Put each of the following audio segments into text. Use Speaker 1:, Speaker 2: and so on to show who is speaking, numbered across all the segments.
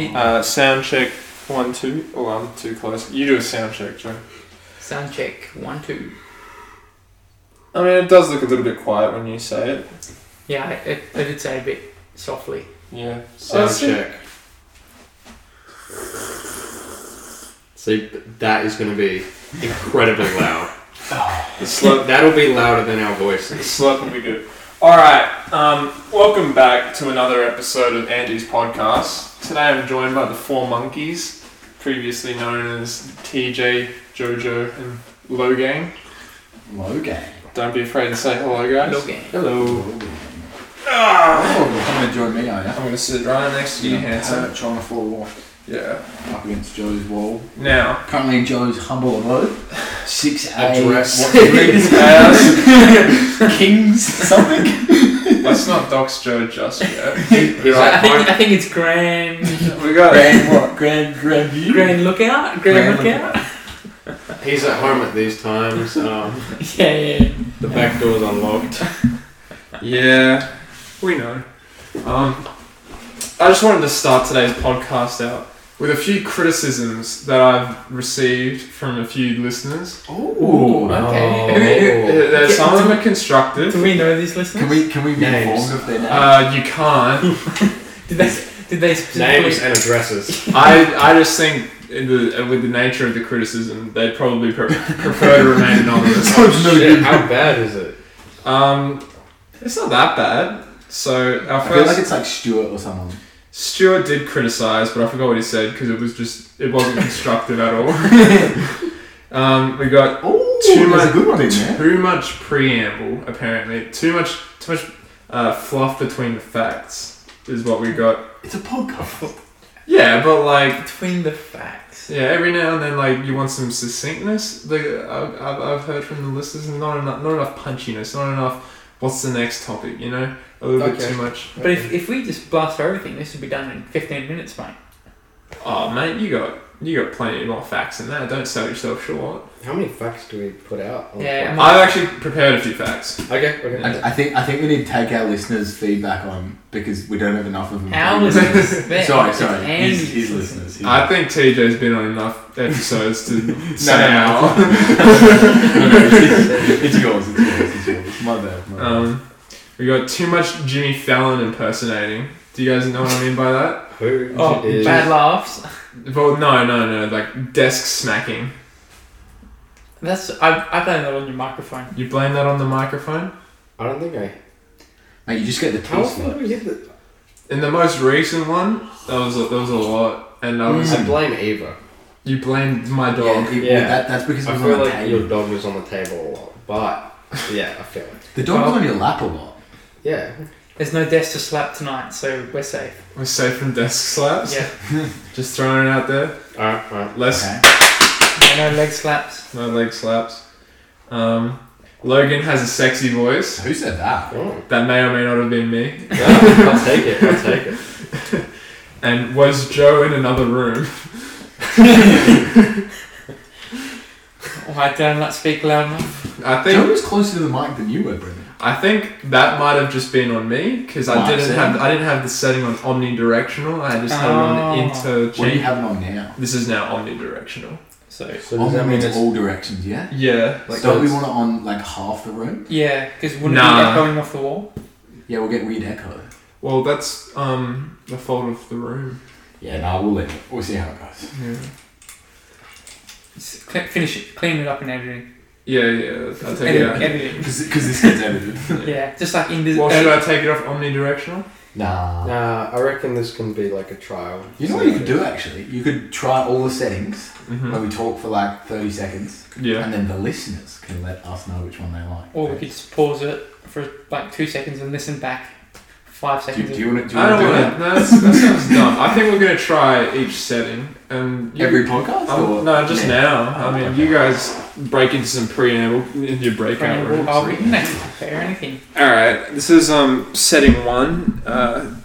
Speaker 1: Uh, sound check one two. Oh, I'm too close. You do a sound check, Joe.
Speaker 2: Sound check one two.
Speaker 1: I mean, it does look a little bit quiet when you say it.
Speaker 2: Yeah, I, I, I did say a bit softly.
Speaker 1: Yeah.
Speaker 3: Sound
Speaker 1: I see.
Speaker 3: check. See, that is going to be incredibly loud.
Speaker 1: The slope.
Speaker 3: That'll be louder than our
Speaker 1: the
Speaker 3: voices.
Speaker 1: slope will be good. All right. Um, welcome back to another episode of Andy's podcast. Today I'm joined by the four monkeys, previously known as TJ, Jojo, and Logang.
Speaker 4: Logan.
Speaker 1: Don't be afraid to say hello, guys.
Speaker 2: Logan. Ah!
Speaker 3: Hello.
Speaker 4: Oh, come and join me, are you?
Speaker 1: I'm gonna sit right next to you, handsome.
Speaker 4: Perch on the floor,
Speaker 1: Yeah.
Speaker 4: up against Joe's wall.
Speaker 1: Now,
Speaker 4: Currently in Joe's humble abode. Six A.
Speaker 3: Address.
Speaker 4: what do you read?
Speaker 1: as-
Speaker 4: Kings something.
Speaker 1: let's not dox Joe just yet.
Speaker 3: He's
Speaker 2: I,
Speaker 3: like,
Speaker 2: think,
Speaker 3: I'm,
Speaker 2: I think it's Grand
Speaker 1: We got
Speaker 4: Grand what? Grand Grand View.
Speaker 2: Grand Lookout. Grand,
Speaker 4: Grand
Speaker 2: Lookout.
Speaker 3: he's at home at these times. Um,
Speaker 2: Yeah, yeah. yeah.
Speaker 3: the back door's unlocked.
Speaker 1: Yeah, we know. Um, I just wanted to start today's podcast out with a few criticisms that I've received from a few listeners.
Speaker 4: Ooh.
Speaker 2: Okay.
Speaker 1: Uh, uh,
Speaker 2: Okay,
Speaker 1: Some of
Speaker 2: do-
Speaker 1: them are
Speaker 2: Do
Speaker 1: constructive.
Speaker 2: we know these listeners?
Speaker 4: Can we can we be
Speaker 3: Names.
Speaker 4: informed of their name?
Speaker 1: Uh, you can't.
Speaker 2: Did they? Did they
Speaker 3: Names
Speaker 2: specifically?
Speaker 3: and addresses.
Speaker 1: I, I just think in the, uh, with the nature of the criticism, they'd probably pre- prefer to remain anonymous.
Speaker 3: Oh, Shit, how bad is it?
Speaker 1: Um, it's not that bad. So our
Speaker 4: I feel
Speaker 1: first
Speaker 4: like it's like Stuart or someone.
Speaker 1: Stuart did criticize, but I forgot what he said because it was just it wasn't constructive at all. um, we got
Speaker 4: Ooh,
Speaker 1: Too
Speaker 4: there's
Speaker 1: much-
Speaker 4: a good one in there.
Speaker 1: too much preamble, apparently. Too much, too much uh, fluff between the facts is what we got.
Speaker 4: It's a podcast.
Speaker 1: Yeah, but like,
Speaker 2: Between the facts.
Speaker 1: yeah, every now and then, like, you want some succinctness. The I've, I've, I've heard from the listeners, not enough, not enough punchiness, not enough. What's the next topic? You know, a little bit
Speaker 4: Okay.
Speaker 1: too much.
Speaker 2: But if, if we just blast through everything, this would be done in fifteen minutes, mate.
Speaker 1: Oh mate, you got you got plenty more facts than that. Don't sell yourself short.
Speaker 3: How many facts do we put out? on-
Speaker 2: Yeah, I'm-
Speaker 1: I've actually prepared a few facts.
Speaker 3: Okay, okay.
Speaker 4: I, I think I think we need to take our listeners' feedback on because we don't have enough of them.
Speaker 2: Our listeners. They're-
Speaker 4: sorry,
Speaker 2: it's
Speaker 4: sorry. His,
Speaker 2: Andy's
Speaker 4: his listeners. his-
Speaker 1: I think TJ's been on enough episodes to say
Speaker 4: no,
Speaker 1: our-
Speaker 4: it's yours, it's yours, it's yours. My bad. My bad.
Speaker 1: Um, we got too much Jimmy Fallon impersonating. Do you guys know what I mean by that?
Speaker 3: Who
Speaker 2: Oh,
Speaker 3: is-
Speaker 2: bad laughs.
Speaker 1: Well, no, no, no. Like desk smacking.
Speaker 2: That's I I blame that on your microphone.
Speaker 1: You blame that on the microphone.
Speaker 3: I don't think I.
Speaker 4: Mate, you just get the taste
Speaker 3: How
Speaker 4: of
Speaker 3: often do
Speaker 4: it.
Speaker 3: we get the.
Speaker 1: In the most recent one, that was a, that was a lot, and I was
Speaker 3: I blame Eva.
Speaker 1: you blamed my
Speaker 4: Mm. Yeah,
Speaker 1: dog.
Speaker 4: it-
Speaker 3: Yeah.
Speaker 4: That, that's because it
Speaker 3: I
Speaker 4: was on
Speaker 3: feel
Speaker 4: the
Speaker 3: like
Speaker 4: table.
Speaker 3: your dog was on the table a lot, but yeah, I feel it.
Speaker 4: The dog was on your lap a lot.
Speaker 3: Yeah.
Speaker 2: There's no desk to slap tonight, so we're safe.
Speaker 1: We're safe from desk slaps.
Speaker 2: Yeah,
Speaker 1: Just throwing it out there.
Speaker 3: Alright, alright.
Speaker 1: Less
Speaker 4: Okay.
Speaker 2: no leg slaps.
Speaker 1: no leg slaps. Um, Logan has a sexy voice.
Speaker 4: Who said that?
Speaker 3: Oh,
Speaker 1: That may or may not have been me.
Speaker 3: yeah, I'll take it, I'll take it.
Speaker 1: And was Joe in another room?
Speaker 2: Why don't Oh, I speak loud enough?
Speaker 1: I think
Speaker 4: Joe was closer to the mic than you were, Brendan.
Speaker 1: I think that might have just been on me because I
Speaker 4: Might
Speaker 1: didn't
Speaker 4: have
Speaker 1: have I didn't have the setting on omnidirectional. I just had it on
Speaker 2: Oh.
Speaker 4: What do you
Speaker 1: interchange.
Speaker 4: have it on now?
Speaker 1: This is now omnidirectional.
Speaker 2: So
Speaker 3: So
Speaker 4: on
Speaker 3: does that mean
Speaker 4: means
Speaker 3: it's
Speaker 4: all directions, yeah?
Speaker 1: Yeah,
Speaker 4: Like,
Speaker 1: like
Speaker 4: don't we
Speaker 1: it's-
Speaker 4: want it on like half the room?
Speaker 2: yeah, because wouldn't it
Speaker 1: Nah.
Speaker 2: be echoing off the wall?
Speaker 4: Yeah, we'll get weird echo.
Speaker 1: Well, that's um the fault of the room.
Speaker 4: Yeah, no, we'll leave it. We'll see how it goes.
Speaker 1: Yeah,
Speaker 2: S- cl- Finish it, clean it up and editing.
Speaker 1: yeah, yeah. I'll take it
Speaker 2: Edit-
Speaker 1: out.
Speaker 2: editing.
Speaker 4: Because this gets edited.
Speaker 2: Yeah, just like in uh, this.
Speaker 1: Well, should I take it off omnidirectional?
Speaker 4: Nah.
Speaker 3: Nah, I reckon this can be like a trial.
Speaker 4: You know what you could do actually? You could try all the settings where
Speaker 1: Mm-hmm.
Speaker 4: we talk for like 30 seconds
Speaker 1: Yeah.
Speaker 4: and then the listeners can let us know which one they like.
Speaker 2: or we could just pause it for like two seconds and listen back five
Speaker 4: Do,
Speaker 2: seconds.
Speaker 4: do you want to do,
Speaker 1: I
Speaker 4: wanna
Speaker 1: don't
Speaker 4: do
Speaker 1: want to. No, that's, that sounds dumb. I think we're gonna try each setting and
Speaker 4: that? Every podcast? or
Speaker 1: Um, no, just
Speaker 4: Yeah.
Speaker 1: now. I mean, you guys break into some preamble in your breakout
Speaker 2: Preamble.
Speaker 1: room.
Speaker 2: Oh, we can actually prepare anything.
Speaker 1: All right, this is um setting one. Uh,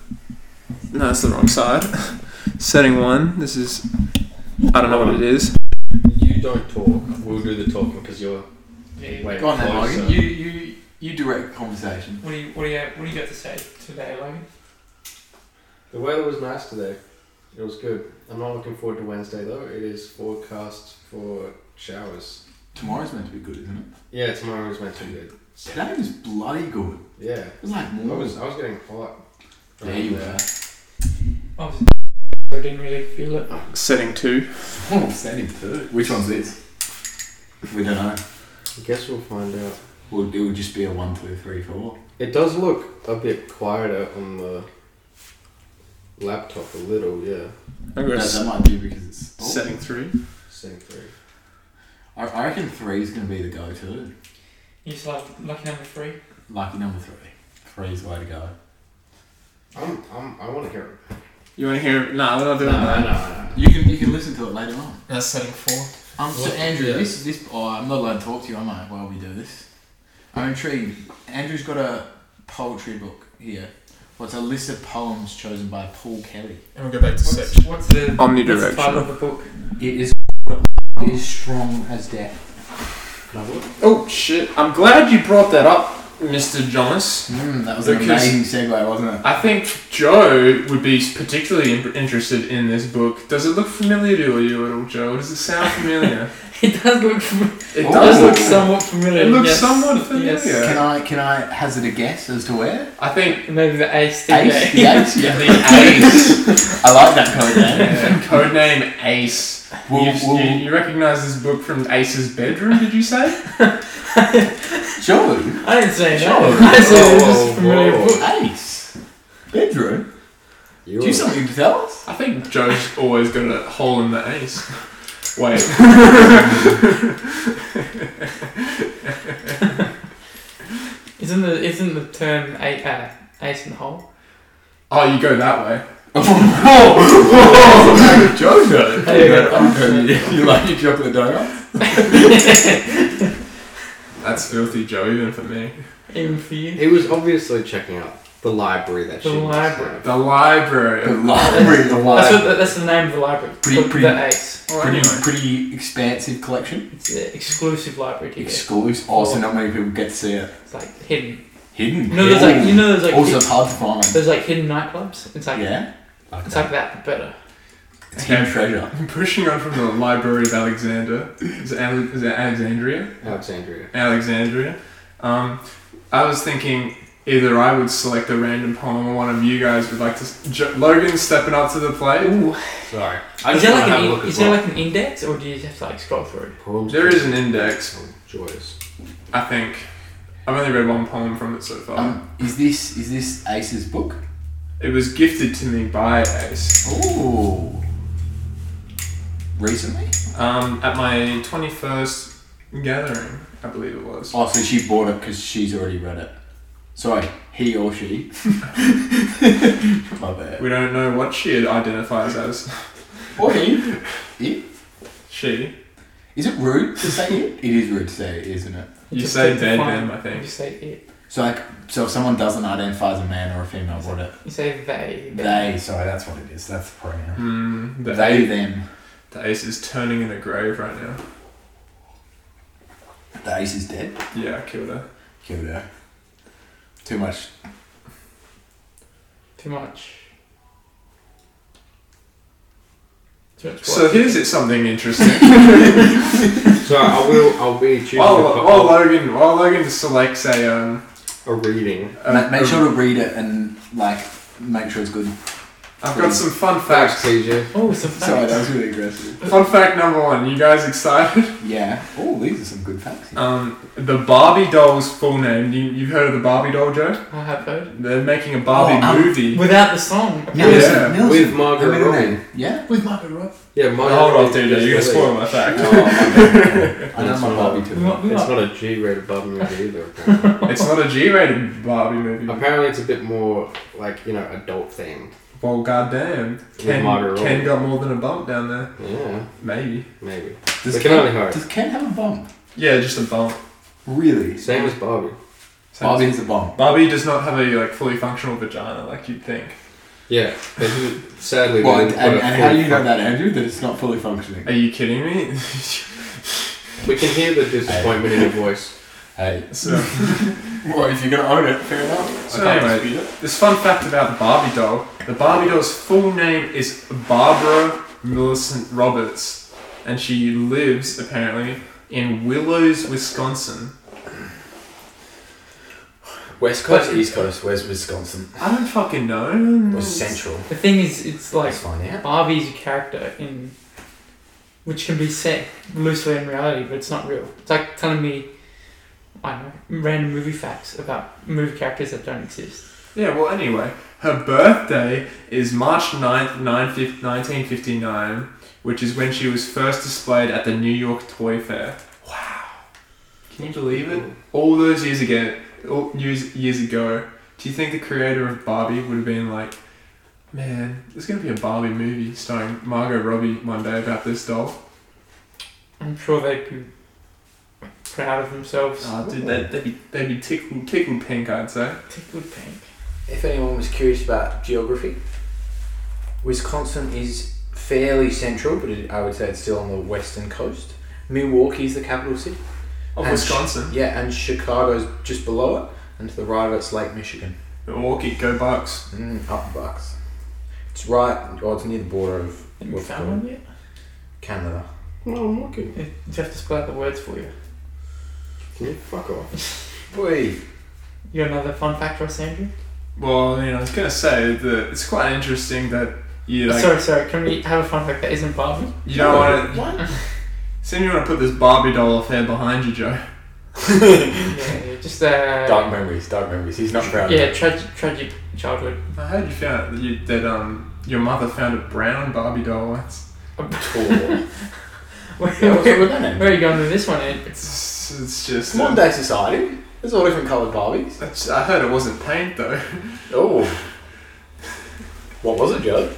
Speaker 1: no, that's the wrong side. setting one. This is I don't know what it is.
Speaker 3: You don't talk, we'll do the talking because you're
Speaker 2: Yeah.
Speaker 3: way
Speaker 4: Go on then,
Speaker 3: closer.
Speaker 1: uh,
Speaker 4: Logan. You, you, you direct conversation.
Speaker 2: What do you what do you what do you got to say today, Logan?
Speaker 3: The weather was nice today. It was good. I'm not looking forward to Wednesday though. It is forecast for showers.
Speaker 4: Tomorrow's meant to be good, isn't it?
Speaker 3: Yeah, tomorrow is meant to be good.
Speaker 4: Today was bloody good.
Speaker 3: Yeah.
Speaker 4: It was like
Speaker 3: I
Speaker 4: more.
Speaker 3: was I was getting hot.
Speaker 4: There you
Speaker 3: Um,
Speaker 4: were.
Speaker 2: I was- I didn't really feel it.
Speaker 1: Setting two.
Speaker 4: Oh, standing third. Which one's this? We don't know.
Speaker 3: I guess we'll find out.
Speaker 4: Well, it would just be a one, two, three, four.
Speaker 3: It does look a bit quieter on the laptop a little, yeah.
Speaker 1: I'm
Speaker 4: No,
Speaker 1: going
Speaker 4: that might be because it's. oh.
Speaker 1: setting three.
Speaker 3: Same three.
Speaker 4: I, I reckon three is going to be the go-to.
Speaker 2: You still have lucky number three.
Speaker 4: Lucky number three. Three's the way to go.
Speaker 3: I'm, I'm, I want to hear it.
Speaker 1: You want to hear? Nah, we're not doing that.
Speaker 3: no.
Speaker 4: You can you can listen to it later on.
Speaker 1: That's setting four.
Speaker 4: Um, so
Speaker 3: What-
Speaker 4: Andrew,
Speaker 3: yeah.
Speaker 4: this this oh, I'm not allowed to talk to you, am I? While we do this, I'm intrigued. Andrew's got a poetry book here. Well, it's a list of poems chosen by Paul Kelly.
Speaker 1: And we'll go back
Speaker 2: What's, what's the what's the title of
Speaker 1: Omnidirectional.
Speaker 2: the book?
Speaker 4: It is is strong as death.
Speaker 1: Oh shit! I'm glad you brought that up, Mr. Jonas.
Speaker 4: Mm, that was an
Speaker 1: Because-
Speaker 4: amazing segue, wasn't it?
Speaker 1: I think Joe would be particularly in- interested in this book. Does it look familiar to you at all, Joe? Does it sound familiar?
Speaker 2: It does look.
Speaker 1: it
Speaker 2: fam-
Speaker 4: Oh.
Speaker 2: It
Speaker 1: does
Speaker 2: does
Speaker 1: look.
Speaker 2: look somewhat familiar.
Speaker 1: It looks
Speaker 2: yes.
Speaker 1: somewhat familiar.
Speaker 2: Yes.
Speaker 4: Can I can I hazard a guess as to where?
Speaker 1: I think
Speaker 2: Maybe the ace. did
Speaker 4: Ace,
Speaker 2: it.
Speaker 4: the ace,
Speaker 1: the
Speaker 4: yeah.
Speaker 1: Ace.
Speaker 4: I like that code name.
Speaker 1: yeah, codename Ace.
Speaker 4: We'll-
Speaker 1: you, you-
Speaker 4: we'll-
Speaker 1: you recognize this book from Ace's bedroom? Did you say?
Speaker 4: Joe,
Speaker 2: I didn't say
Speaker 4: Sure.
Speaker 2: no. I said it was just a
Speaker 3: Whoa,
Speaker 2: familiar
Speaker 3: whoa.
Speaker 2: book.
Speaker 4: Oh. ace, bedroom.
Speaker 3: You
Speaker 4: Do you have
Speaker 3: were-
Speaker 4: something to tell us?
Speaker 1: I think Joe's always got a hole in the ace. Wait.
Speaker 2: Isn't the isn't the term a, uh, ace in the hole?
Speaker 1: Oh, you go that way.
Speaker 4: Oh, Jojo!
Speaker 2: Hey, you're gonna-
Speaker 4: you like your chocolate donut?
Speaker 1: That's filthy, Joe, even for me.
Speaker 2: Even for you.
Speaker 3: He was obviously checking out the library that
Speaker 2: The
Speaker 3: she must
Speaker 2: library.
Speaker 3: have.
Speaker 1: The library.
Speaker 4: The library, the
Speaker 2: That's,
Speaker 4: library.
Speaker 2: what, that's the name of the library.
Speaker 4: Pretty-
Speaker 2: the,
Speaker 4: pretty-
Speaker 2: the ace.
Speaker 1: Well,
Speaker 4: Pretty,
Speaker 1: Oh, anyway.
Speaker 4: pretty expansive collection.
Speaker 2: It's an exclusive library to get.
Speaker 4: Exclusive. Also, not many people get to see it.
Speaker 2: It's like hidden.
Speaker 4: Hidden.
Speaker 2: You know, there's like you know, there's like
Speaker 4: also,
Speaker 2: hid-
Speaker 4: hard to find.
Speaker 2: there's like hidden nightclubs. It's like
Speaker 4: Yeah?
Speaker 2: it's like that, but better.
Speaker 4: It's hidden treasure.
Speaker 1: Pushing on from the Library of Alexander. Is it, Ale- is it Alexandria?
Speaker 3: Alexandria.
Speaker 1: Alexandria. Um, I was thinking either I would select a random poem or one of you guys would like to. s- Jo- Logan's stepping up to the plate.
Speaker 3: Sorry. I
Speaker 2: Is
Speaker 3: just
Speaker 2: there like
Speaker 3: want to have a
Speaker 2: an
Speaker 3: look
Speaker 2: in, is
Speaker 3: as
Speaker 2: there
Speaker 3: well.
Speaker 2: like an index, or do you have to like scroll through?
Speaker 3: Poems
Speaker 1: There is an index,
Speaker 3: on Joyous.
Speaker 1: I think. I've only read one poem from it so far.
Speaker 4: Um, is this is this Ace's book?
Speaker 1: it was gifted to me by Ace.
Speaker 4: Ooh. Recently?
Speaker 1: Um, at my 21st gathering, I believe it was.
Speaker 4: Oh, so she bought it because she's already read it. Sorry, he or she. My bad.
Speaker 1: We don't know what she identifies as.
Speaker 4: Or he. It?
Speaker 1: She.
Speaker 4: Is it rude to say it? It is rude to say it, isn't it?
Speaker 1: You
Speaker 2: Just
Speaker 1: say
Speaker 2: to
Speaker 1: dead
Speaker 2: define-
Speaker 1: them, I
Speaker 2: You
Speaker 1: think.
Speaker 2: say it.
Speaker 4: So like, so if someone doesn't identify as a man or a female, what it?
Speaker 2: You say they.
Speaker 4: They. Sorry, that's what it is. That's the pronoun.
Speaker 1: Mm, the,
Speaker 4: They,
Speaker 1: ace,
Speaker 4: them.
Speaker 1: the ace is turning in a grave right now.
Speaker 4: The ace is dead.
Speaker 1: Yeah, I killed her.
Speaker 4: Give it a. Too much.
Speaker 2: Too much. Too much.
Speaker 1: So
Speaker 2: what?
Speaker 1: here's it something interesting.
Speaker 3: So I will. I'll be choosing
Speaker 1: while,
Speaker 3: a,
Speaker 1: while Logan, while Logan selects a um,
Speaker 3: a reading.
Speaker 1: a-
Speaker 4: Ma- make
Speaker 1: a-
Speaker 4: sure to read it and like make sure it's good.
Speaker 1: I've got some fun
Speaker 3: Facts,
Speaker 1: facts.
Speaker 3: TJ.
Speaker 2: Oh, some
Speaker 4: Sorry,
Speaker 2: facts.
Speaker 4: that was really aggressive.
Speaker 1: Fun fact number one. You guys excited?
Speaker 4: Yeah. Oh, these are some good facts.
Speaker 3: Uh,
Speaker 4: Here.
Speaker 1: Um, the Barbie doll's full name. You, you've heard of the Barbie doll, Joe?
Speaker 2: I have heard.
Speaker 1: They're making a Barbie
Speaker 4: Oh, um,
Speaker 1: movie.
Speaker 2: Without the song.
Speaker 1: Nelson, Yeah.
Speaker 3: With Margaret
Speaker 4: Her middle
Speaker 3: Robbie.
Speaker 4: name. Yeah, with Margaret Robbie.
Speaker 3: Yeah, my.
Speaker 1: Hold on, dude. You're gonna spoil my fact.
Speaker 4: Oh, okay. I know
Speaker 3: That's
Speaker 4: my
Speaker 3: not-
Speaker 4: Barbie
Speaker 2: We
Speaker 4: too.
Speaker 2: might, we
Speaker 3: Oh,
Speaker 2: might,
Speaker 3: It's not a G-rated Barbie movie either. Apparently.
Speaker 1: It's not a G-rated Barbie movie.
Speaker 3: apparently, it's a bit more like you know adult themed.
Speaker 1: Well, goddamn. Ken,
Speaker 3: Margaret
Speaker 1: Ken
Speaker 3: Robbie.
Speaker 1: got more than a bump down there.
Speaker 3: Yeah,
Speaker 1: Maybe.
Speaker 3: maybe.
Speaker 4: Does
Speaker 3: we can only
Speaker 4: Ken,
Speaker 3: hope.
Speaker 4: does Ken have a bomb?
Speaker 1: Yeah, just a bump.
Speaker 4: Really?
Speaker 3: Same as Barbie.
Speaker 1: Sounds-
Speaker 4: Barbie has a bomb.
Speaker 1: Barbie does not have a like fully functional vagina like you'd think.
Speaker 3: Yeah, but he- sadly.
Speaker 4: Well,
Speaker 3: they
Speaker 4: and,
Speaker 3: didn't
Speaker 4: and,
Speaker 3: put a
Speaker 4: and how do you
Speaker 3: full-
Speaker 4: know that, Andrew? That it's not fully
Speaker 1: Are
Speaker 4: functioning.
Speaker 1: you kidding me?
Speaker 3: We can hear the disappointment in your voice.
Speaker 5: Hey.
Speaker 1: So,
Speaker 5: Well, if you're going to own it, fair enough.
Speaker 1: So anyway-
Speaker 5: dispute it.
Speaker 1: this fun fact about the Barbie doll the Barbie doll's full name is Barbara Millicent Roberts, and she lives apparently in Willows, Wisconsin.
Speaker 4: West Coast, East Coast, where's Wisconsin?
Speaker 1: I don't fucking know.
Speaker 4: Or Central?
Speaker 2: The thing is, it's like
Speaker 4: Let's find out.
Speaker 2: Barbie's a character in, which can be set loosely in reality, but it's not real. It's like telling me, I don't know, random movie facts about movie characters that don't exist.
Speaker 1: Yeah, well, anyway, her birthday is March 9th, 9th, 1959, which is when she was first displayed at the New York Toy Fair. Wow. Can you believe it? All those years ago, all years, years ago, do you think the creator of Barbie would have been like, man, there's going to be a Barbie movie starring Margot Robbie one day about this doll?
Speaker 2: I'm sure they'd be proud of themselves.
Speaker 1: Oh, dude, they'd, they'd, be, they'd be tickled, tickled pink, I'd say.
Speaker 2: Tickled pink.
Speaker 4: If anyone was curious about geography, Wisconsin is fairly central, but it, I would say it's still on the western coast. Milwaukee's the capital city.
Speaker 1: Of
Speaker 4: And-
Speaker 1: Wisconsin.
Speaker 4: Yeah, and Chicago's just below it, and to the right of it's Lake Michigan.
Speaker 1: Milwaukee, go Bucks.
Speaker 4: Mm, up bucks. It's right, or it's near the border of
Speaker 2: Have you
Speaker 4: What's
Speaker 2: found
Speaker 4: going-
Speaker 2: one yet?
Speaker 4: Canada.
Speaker 3: No, I'm looking.
Speaker 2: Yeah, You have to spell out the words for you.
Speaker 3: Can you fuck off?
Speaker 4: Wait.
Speaker 2: You got another fun fact for us, Andrew?
Speaker 1: Well, I mean, I was gonna say that it's quite interesting that you like,
Speaker 2: sorry, sorry. Can we have a fun fact that isn't Barbie?
Speaker 1: you don't want to.
Speaker 4: What?
Speaker 1: Seem you want to put this Barbie doll affair behind you, Joe.
Speaker 2: yeah, yeah, just uh,
Speaker 4: Dark memories, dark memories. He's not proud of
Speaker 2: Yeah,
Speaker 4: it.
Speaker 2: tragic, tragic childhood.
Speaker 1: I heard you found that, you, that um your mother found a brown Barbie doll once.
Speaker 4: Cool.
Speaker 2: Where,
Speaker 4: Yeah, what's up
Speaker 2: where,
Speaker 4: with that?
Speaker 2: where are you going with this one, Ed?
Speaker 1: It's it's just.
Speaker 4: It's modern
Speaker 1: Um,
Speaker 4: day society. There's all different coloured Barbies.
Speaker 1: it's- I heard it wasn't paint though.
Speaker 4: Oh. What was it, Joe?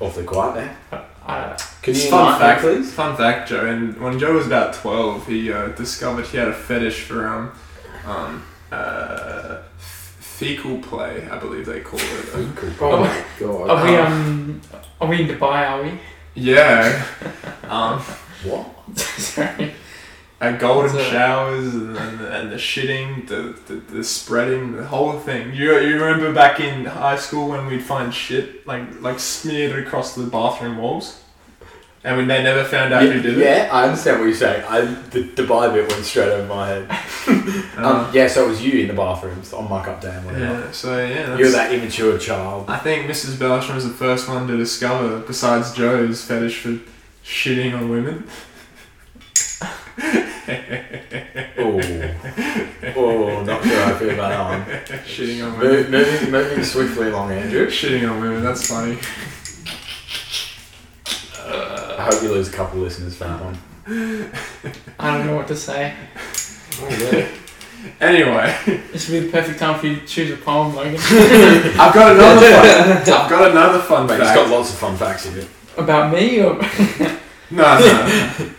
Speaker 4: Off the quiet there.
Speaker 2: Uh,
Speaker 4: Can you
Speaker 1: It's fun
Speaker 4: enlighten me,
Speaker 1: fact,
Speaker 4: please?
Speaker 1: Fun fact, Joe. And when Joe was about twelve, he uh, discovered he had a fetish for um um uh fecal play, I believe they call it.
Speaker 4: Oh,
Speaker 3: Oh my god.
Speaker 2: Are we um? Are we in Dubai? Are we?
Speaker 1: yeah. Um.
Speaker 4: What?
Speaker 2: Sorry.
Speaker 1: And golden
Speaker 2: So-
Speaker 1: showers and, and, and the shitting, the, the, the spreading, the whole thing. You, you remember back in high school when we'd find shit like like smeared across the bathroom walls, and when they never found out who
Speaker 4: Yeah,
Speaker 1: did
Speaker 4: yeah, I understand what you're saying. I, the Dubai bit went straight over my head.
Speaker 1: it.
Speaker 4: Um, yeah, so it was you in the bathrooms on markup day and whatever.
Speaker 1: Uh-huh. yeah. So yeah. That's,
Speaker 4: You're that immature child.
Speaker 1: I think Mrs. Belsham was the first one to discover, besides Joe's fetish for shitting on women.
Speaker 4: Oh, oh, not sure how I feel about that one.
Speaker 1: shitting on women.
Speaker 4: Move, moving, moving swiftly along, Andrew.
Speaker 1: Shitting on women. That's funny.
Speaker 4: I hope you lose a couple listeners for that one.
Speaker 2: I don't know what to say.
Speaker 3: Oh, yeah.
Speaker 1: Anyway.
Speaker 2: This would be the perfect time for you to choose a poem, Logan,
Speaker 1: I've got another fun. I've got another fun
Speaker 4: Mate,
Speaker 1: fact.
Speaker 4: he's got lots of fun facts in it.
Speaker 2: about me or
Speaker 1: no, no, no.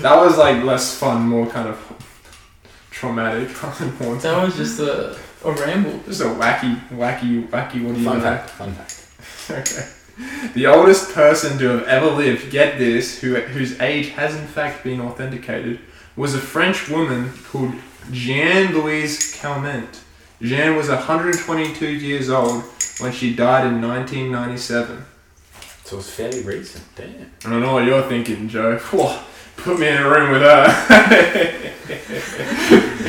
Speaker 1: that was like less fun, more kind of traumatic. more
Speaker 2: that was just a, a ramble.
Speaker 1: just a wacky, wacky, wacky. What do you
Speaker 4: Fun
Speaker 1: know?
Speaker 4: fact, fun fact.
Speaker 1: Okay. The oldest person to have ever lived, get this, who whose age has in fact been authenticated, was a French woman called Jeanne Louise Calment. Jeanne was 122 years old when she died in 1997.
Speaker 4: So it's fairly recent. Damn.
Speaker 1: I don't know what you're thinking, Joe. Whoa, put me in a room with her.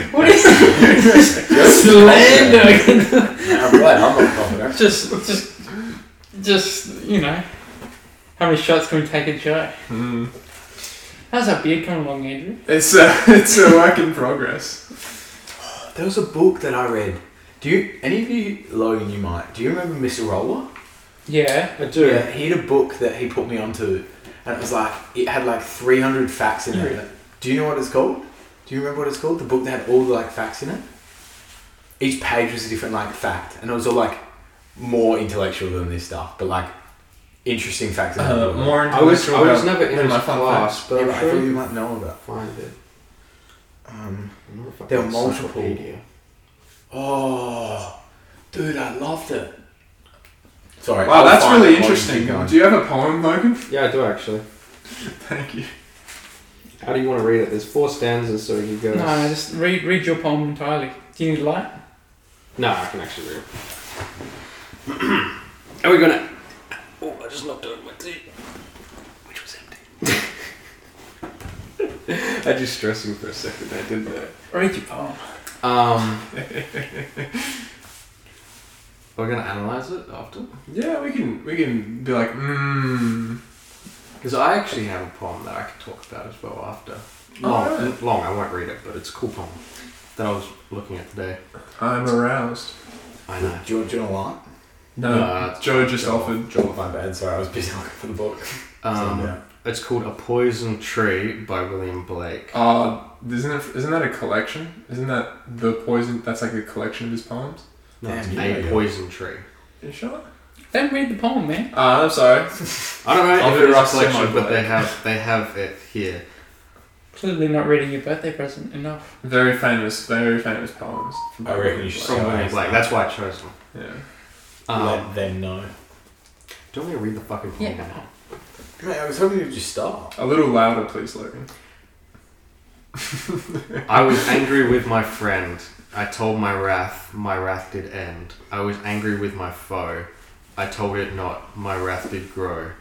Speaker 2: What is this? slander?
Speaker 4: I'm glad I'm not confident.
Speaker 2: just, just, just you know. How many shots can we take at Joe?
Speaker 1: Hmm.
Speaker 2: How's that beard coming along, Andrew?
Speaker 1: It's a it's a work in progress.
Speaker 4: There was a book that I read. Do you, any of you, Logan, you might, do you remember Mr. Roller?
Speaker 2: Yeah.
Speaker 3: I do.
Speaker 4: Yeah, he had a book that he put me onto, and it was like it had like three hundred facts in it. Do you know what it's called? Do you remember what it's called? The book that had all the like facts in it. Each page was a different like fact, and it was all like more intellectual than this stuff, but like interesting facts. about the
Speaker 1: Uh,
Speaker 4: world.
Speaker 1: more
Speaker 3: I was, I
Speaker 1: intellectual
Speaker 3: was
Speaker 1: about-
Speaker 3: never in
Speaker 1: than
Speaker 3: my
Speaker 1: my fun
Speaker 3: class,
Speaker 4: Yeah,
Speaker 3: but
Speaker 4: but
Speaker 3: I'm
Speaker 4: I
Speaker 3: sure
Speaker 4: thought you
Speaker 3: you
Speaker 4: might know about.
Speaker 3: find it.
Speaker 4: Um,
Speaker 3: I'm not a fucking
Speaker 4: There are multiple.
Speaker 3: encyclopedia.
Speaker 4: oh, dude, I loved it. Sorry.
Speaker 1: Wow,
Speaker 4: I'll
Speaker 1: that's
Speaker 4: find
Speaker 1: really
Speaker 4: it while you keep
Speaker 1: interesting.
Speaker 4: going.
Speaker 1: Do you have a poem, Logan?
Speaker 3: Yeah, I do actually.
Speaker 1: Thank you.
Speaker 3: How do you want to read it? There's four stanzas, so you go.
Speaker 2: No, no, just read read your poem entirely. Do you need light?
Speaker 3: No, I can actually read. Are we gonna? Oh, I just knocked over my tea, which was empty. I just stressed him for a second. I did that.
Speaker 2: Read your poem.
Speaker 3: Um, we're gonna analyze it after
Speaker 1: Yeah, we can we can be like, mmm.
Speaker 3: because I actually have a poem that I could talk about as well after.
Speaker 1: Oh,
Speaker 3: Long,
Speaker 1: alright.
Speaker 3: long. I won't read it, but it's a cool poem that I was looking at today.
Speaker 1: I'm aroused.
Speaker 3: I know.
Speaker 4: Do you want, do you want a line?
Speaker 1: No,
Speaker 3: Nah,
Speaker 1: Joe just offered.
Speaker 4: Joel, my bad. Sorry, I was busy looking for the book.
Speaker 3: Um,
Speaker 4: yeah.
Speaker 3: It's called A Poison Tree by William Blake.
Speaker 1: Uh, isn't it, isn't that a collection? Isn't that the poison? That's like a collection of his poems.
Speaker 3: No, it's
Speaker 4: Damn,
Speaker 3: A
Speaker 4: yeah.
Speaker 3: Poison Tree.
Speaker 1: You sure?
Speaker 2: Don't read the poem, man.
Speaker 1: Uh, I'm sorry.
Speaker 3: I don't know
Speaker 1: I'll
Speaker 3: if
Speaker 1: be
Speaker 3: it is
Speaker 1: rough
Speaker 3: a collection,
Speaker 1: semi-black.
Speaker 3: but they have they have it here.
Speaker 2: Clearly not reading your birthday present enough.
Speaker 1: Very famous, very famous poems.
Speaker 4: I reckon you should
Speaker 3: From
Speaker 4: go
Speaker 3: William
Speaker 4: ask
Speaker 3: Blake.
Speaker 4: them.
Speaker 3: That's why I chose them.
Speaker 1: Yeah.
Speaker 3: Um,
Speaker 4: Let them know.
Speaker 3: do you want me to read the fucking poem?
Speaker 2: Yeah.
Speaker 3: now?
Speaker 4: Mate, I was hoping you'd just stop.
Speaker 1: A little louder, please, Logan.
Speaker 3: I was angry with my friend. I told my wrath, my wrath did end. I was angry with my foe. I told it not, my wrath did grow.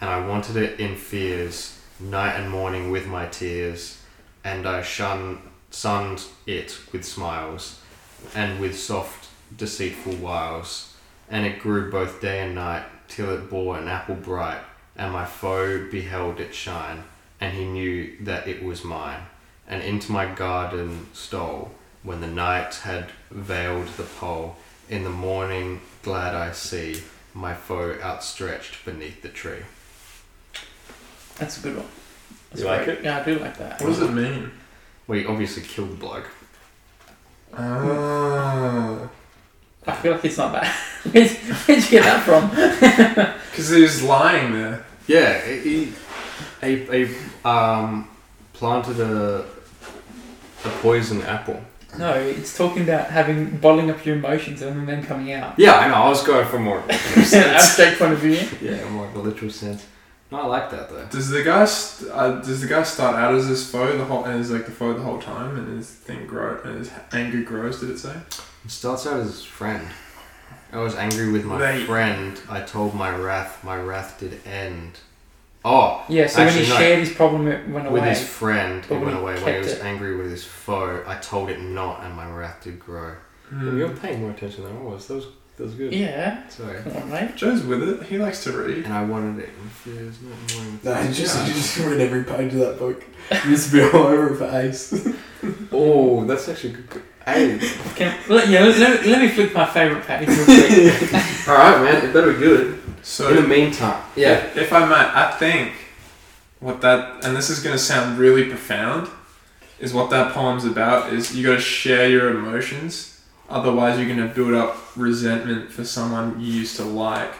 Speaker 3: And I wanted it in fears, night and morning with my tears. And I shun, sunned it with smiles, and with soft, deceitful wiles. And it grew both day and night, till it bore an apple bright. And my foe beheld it shine, and he knew that it was mine and into my garden stole when the night had veiled the pole. In the morning, glad I see my foe outstretched beneath the tree.
Speaker 2: That's a good one. That's
Speaker 4: You like
Speaker 2: great. Yeah, I do like that.
Speaker 1: What does it mean?
Speaker 3: We obviously killed the bloke.
Speaker 1: Ah.
Speaker 2: I feel like it's not that. Where'd where'd you get that from?
Speaker 1: Because he was lying there.
Speaker 3: Yeah, he, he, he um, planted a, a poison apple.
Speaker 2: No, it's talking about having bottling up your emotions and then coming out.
Speaker 3: Yeah, I know. I was going for more.
Speaker 2: Abstract point of view.
Speaker 3: yeah, more of a literal sense. No, I like that though.
Speaker 1: Does the guy st- uh, does the guy start out as his foe the whole and is like the foe the whole time and his thing grow and his anger grows? Did it say?
Speaker 3: It starts out as his friend. I was angry with my
Speaker 1: Right.
Speaker 3: friend. I told my wrath. My wrath did end. Oh,
Speaker 2: Yeah, so when
Speaker 3: Actually,
Speaker 2: he
Speaker 3: no.
Speaker 2: shared his problem, it went
Speaker 3: with
Speaker 2: away.
Speaker 3: his friend,
Speaker 2: But
Speaker 3: it
Speaker 2: when
Speaker 3: went
Speaker 2: he
Speaker 3: away. When he
Speaker 2: kept
Speaker 3: was
Speaker 2: it.
Speaker 3: angry with his foe, I told it not, and my wrath did grow.
Speaker 4: Hmm.
Speaker 3: You're
Speaker 1: Hmm.
Speaker 3: paying more attention than I was. That was that was good.
Speaker 2: Yeah,
Speaker 3: Sorry.
Speaker 2: come on, mate.
Speaker 1: Joe's with it. He likes to read.
Speaker 3: And I wanted it. in fears, not knowing-
Speaker 4: No, you just, you just read every page of that book. You just be all over it for ace.
Speaker 3: Oh, that's actually good. good. Hey,
Speaker 2: Can, let, yeah, let, let, let me flip my favourite page real quick.
Speaker 3: all right, man. It better be good.
Speaker 1: So
Speaker 3: In the meantime, yeah.
Speaker 1: If I might, I think what that, and this is going to sound really profound, is what that poem's about is you got to share your emotions. Otherwise, you're going to build up resentment for someone you used to like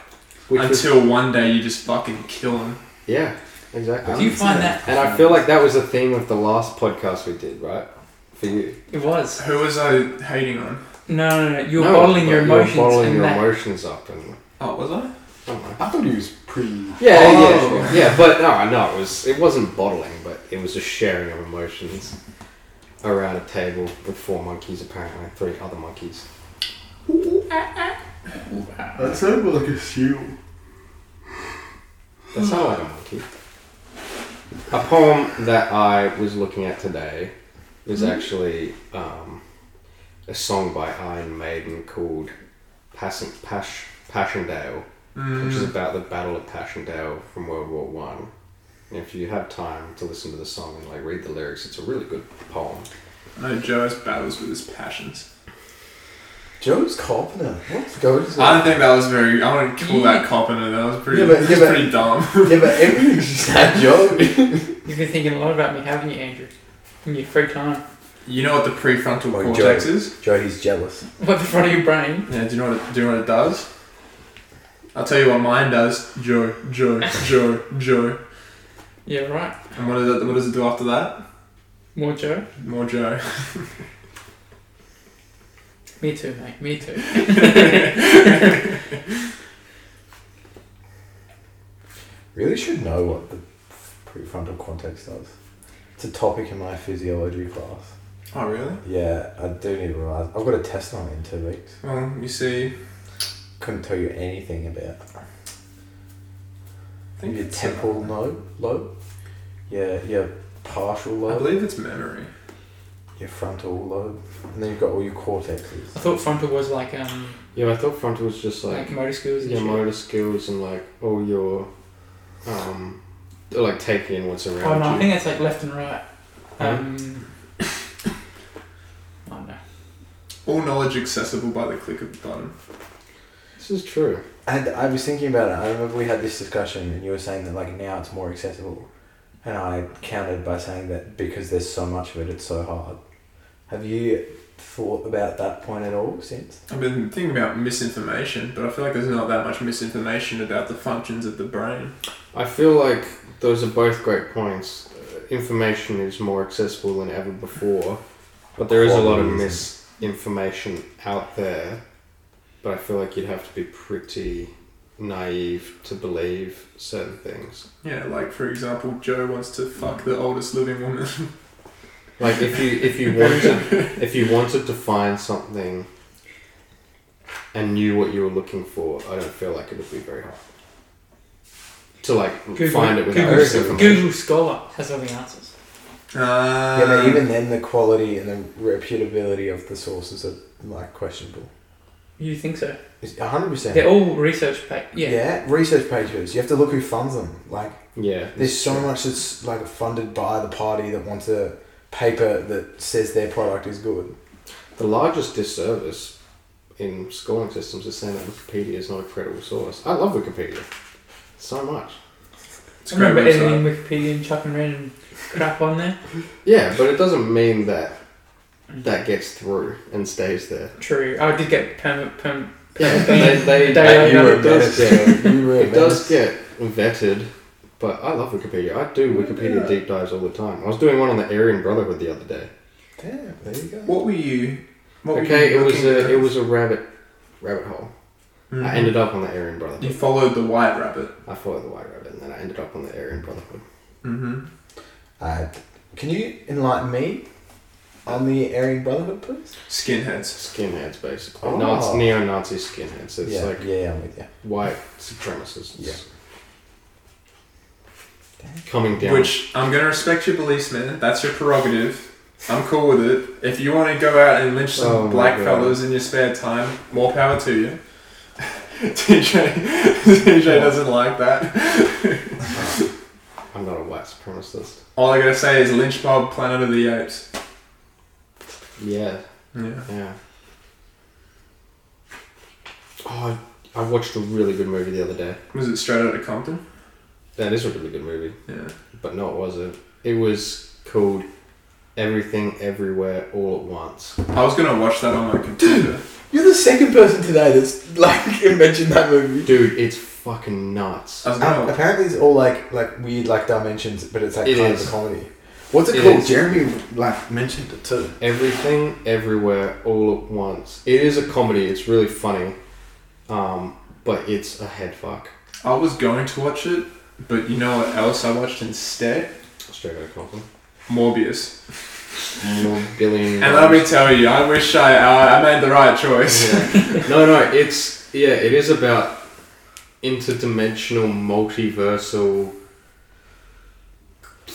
Speaker 3: Which was,
Speaker 1: until one day you just fucking kill him.
Speaker 3: yeah, exactly.
Speaker 2: Do you find that
Speaker 3: And I feel like that was the theme of the last podcast we did, right? For you.
Speaker 2: it was?
Speaker 1: Who was I hating on?
Speaker 2: No, no, no. You're
Speaker 3: No,
Speaker 2: bottling your
Speaker 3: but you were
Speaker 2: emotions
Speaker 3: bottling
Speaker 2: and
Speaker 3: your
Speaker 2: that.
Speaker 3: emotions up. And,
Speaker 1: Oh, was I?
Speaker 3: I don't know.
Speaker 4: I thought he was pretty.
Speaker 3: Yeah,
Speaker 1: Oh.
Speaker 3: yeah, yeah. But no, I know it was. It wasn't bottling, but it was a sharing of emotions around a table with four monkeys, apparently, and three other monkeys.
Speaker 4: That sounded more like a seal.
Speaker 3: That's how I had a monkey. A poem that I was looking at today is
Speaker 2: Mm-hmm.
Speaker 3: actually um, a song by Iron Maiden called Passing, Pash, Passchendaele. which is
Speaker 1: Mm,
Speaker 3: about the Battle of Passchendaele from World War One. And If you have time to listen to the song and like read the lyrics, it's a really good poem.
Speaker 1: no, Joe's battles with his passions.
Speaker 4: Joe's confident. What's going
Speaker 1: I
Speaker 4: on?
Speaker 1: don't think that was very. I want to call that cop in it. That was pretty.
Speaker 4: Yeah, but-
Speaker 1: that
Speaker 4: yeah,
Speaker 1: was
Speaker 4: but-
Speaker 1: pretty dumb.
Speaker 4: Yeah, but everything's just that Joe.
Speaker 2: You've been thinking a lot about me, haven't you, Andrew? In your free time.
Speaker 1: You know what the prefrontal
Speaker 4: Like
Speaker 1: cortex is?
Speaker 4: Joe, he's jealous.
Speaker 2: What, the front of your brain?
Speaker 1: Yeah. Do you know what? It, do you know what it does? I'll tell you what mine does. Joe, Joe, Joe, Joe.
Speaker 2: Yeah, right.
Speaker 1: And what, is it, what does it do after that?
Speaker 2: More Joe?
Speaker 1: More Joe.
Speaker 2: Me too, mate. Me too.
Speaker 4: Really should know what the prefrontal cortex does. It's a topic in my physiology class.
Speaker 1: Oh, really?
Speaker 4: Yeah, I do need to revise. I've got a test on it in two weeks.
Speaker 1: Well, you see,
Speaker 4: Couldn't tell you anything about.
Speaker 1: I think
Speaker 4: your
Speaker 1: it's, uh,
Speaker 4: temporal lobe, lobe. Yeah, your partial
Speaker 1: I
Speaker 4: lobe.
Speaker 1: believe it's memory.
Speaker 4: Your frontal lobe, and then you've got all your
Speaker 2: I
Speaker 4: cortexes.
Speaker 2: thought frontal was like um
Speaker 3: Yeah, I thought frontal was just
Speaker 2: like
Speaker 3: like
Speaker 2: motor skills and
Speaker 3: your
Speaker 2: shit.
Speaker 3: motor skills and like all your, um, like taking in what's
Speaker 2: Oh
Speaker 3: around
Speaker 2: no, I
Speaker 3: you. Hmm?
Speaker 2: think that's like left and right. Um, I don't know.
Speaker 1: All knowledge accessible by the click of the button.
Speaker 3: This is true.
Speaker 4: And I was thinking about it. I remember we had this discussion, and you were saying that like now it's more accessible, and I countered by saying that because there's so much of it, it's so hard. Have you thought about that point at all since?
Speaker 1: I've been thinking about misinformation, but I feel like there's not that much misinformation about the functions of the brain.
Speaker 3: I feel like those are both great points. Uh, Information is more accessible than ever before, but there is a lot of
Speaker 4: Quality
Speaker 3: misinformation out there. But I feel like you'd have to be pretty naive to believe certain things.
Speaker 1: Yeah, like for example, Joe wants to fuck the oldest living woman.
Speaker 3: Like if you if you wanted if you wanted to find something and knew what you were looking for, I don't feel like it would be very hard to like
Speaker 2: Google,
Speaker 3: find it without
Speaker 2: Google,
Speaker 4: Google.
Speaker 3: misinformation.
Speaker 2: Google Scholar has all the answers.
Speaker 1: Uh,
Speaker 4: yeah,
Speaker 3: Um,
Speaker 4: but even then, the quality and the reputability of the sources are like questionable.
Speaker 2: You think so?
Speaker 4: It's hundred
Speaker 2: They're
Speaker 4: percent.
Speaker 2: all research paper. Yeah.
Speaker 4: research papers. You have to look who funds them. Like.
Speaker 3: Yeah,
Speaker 4: There's so much that's like funded by the party that wants a paper that says their product is good.
Speaker 3: The largest disservice in schooling systems is saying that Wikipedia is not a credible source. I love Wikipedia so much.
Speaker 1: it's a
Speaker 2: I
Speaker 1: great
Speaker 2: remember
Speaker 1: website.
Speaker 2: editing Wikipedia and chucking random crap on there.
Speaker 3: Yeah, but it doesn't mean that that gets through and stays there.
Speaker 2: True. Oh, I did get permanent. Perm-
Speaker 3: Yeah, they, they,
Speaker 2: They-
Speaker 3: it
Speaker 2: You were a
Speaker 3: does get,
Speaker 4: you were a
Speaker 3: it does
Speaker 4: menace.
Speaker 3: get vetted, but I love Wikipedia. I do Wikipedia deep dives all the time. I was doing one on the Aryan Brotherhood the other day.
Speaker 4: Damn, there you go.
Speaker 1: What were you? What
Speaker 3: okay,
Speaker 1: were
Speaker 3: it
Speaker 1: you
Speaker 3: was
Speaker 1: looking
Speaker 3: a
Speaker 1: at?
Speaker 3: it was a rabbit rabbit hole.
Speaker 1: Mhm.
Speaker 3: I ended up on the Aryan
Speaker 1: Mm-hmm. You
Speaker 3: Brotherhood.
Speaker 1: followed the white rabbit.
Speaker 3: I followed the White Rabbit, and then I ended up on the Aryan Brotherhood.
Speaker 1: Mm-hmm.
Speaker 4: Uh, can you enlighten me on the Aryan Brotherhood, please?
Speaker 1: Skinheads.
Speaker 3: skinheads basically.
Speaker 4: Oh.
Speaker 3: Nazi, neo-Nazi skinheads. It's
Speaker 4: yeah,
Speaker 3: like
Speaker 4: yeah, I'm with you.
Speaker 3: white supremacists
Speaker 4: Yeah.
Speaker 3: coming down.
Speaker 1: Which I'm gonna respect your beliefs, man. That's your prerogative. I'm cool with it. If you want to go out and lynch some
Speaker 3: Oh my
Speaker 1: black
Speaker 3: God.
Speaker 1: fellas in your spare time, more power to you. TJ, TJ doesn't like that.
Speaker 3: I'm not a white supremacist.
Speaker 1: All I gotta say is lynch mob, Planet of the Apes.
Speaker 3: Yeah,
Speaker 1: Yeah.
Speaker 3: yeah. Oh, I, I watched a really good movie the other day.
Speaker 1: Was it straight out of Compton?
Speaker 3: That is a really good movie,
Speaker 1: Yeah.
Speaker 3: but no, it wasn't. It was called Everything Everywhere All at Once.
Speaker 1: I was gonna watch that on my computer.
Speaker 4: You're the second person today that's like mentioned that movie.
Speaker 3: Dude, it's fucking nuts.
Speaker 1: I was
Speaker 4: Um,
Speaker 1: gonna.
Speaker 4: apparently, it's all like like weird like dimensions, but it's like
Speaker 3: It
Speaker 4: kind
Speaker 3: is.
Speaker 4: of a comedy. What's it,
Speaker 3: It
Speaker 4: called?
Speaker 3: is.
Speaker 4: Jeremy like mentioned it too.
Speaker 3: Everything, everywhere, all at once. It is a comedy. It's really funny, um, but it's a head fuck.
Speaker 1: I was going to watch it, but you know what else I watched instead?
Speaker 3: Straight out of Compton.
Speaker 1: Morbius.
Speaker 3: More billion.
Speaker 1: And let me tell you, I wish I uh, I made the right choice.
Speaker 3: Yeah. No, no, it's yeah, it is about interdimensional, multiversal,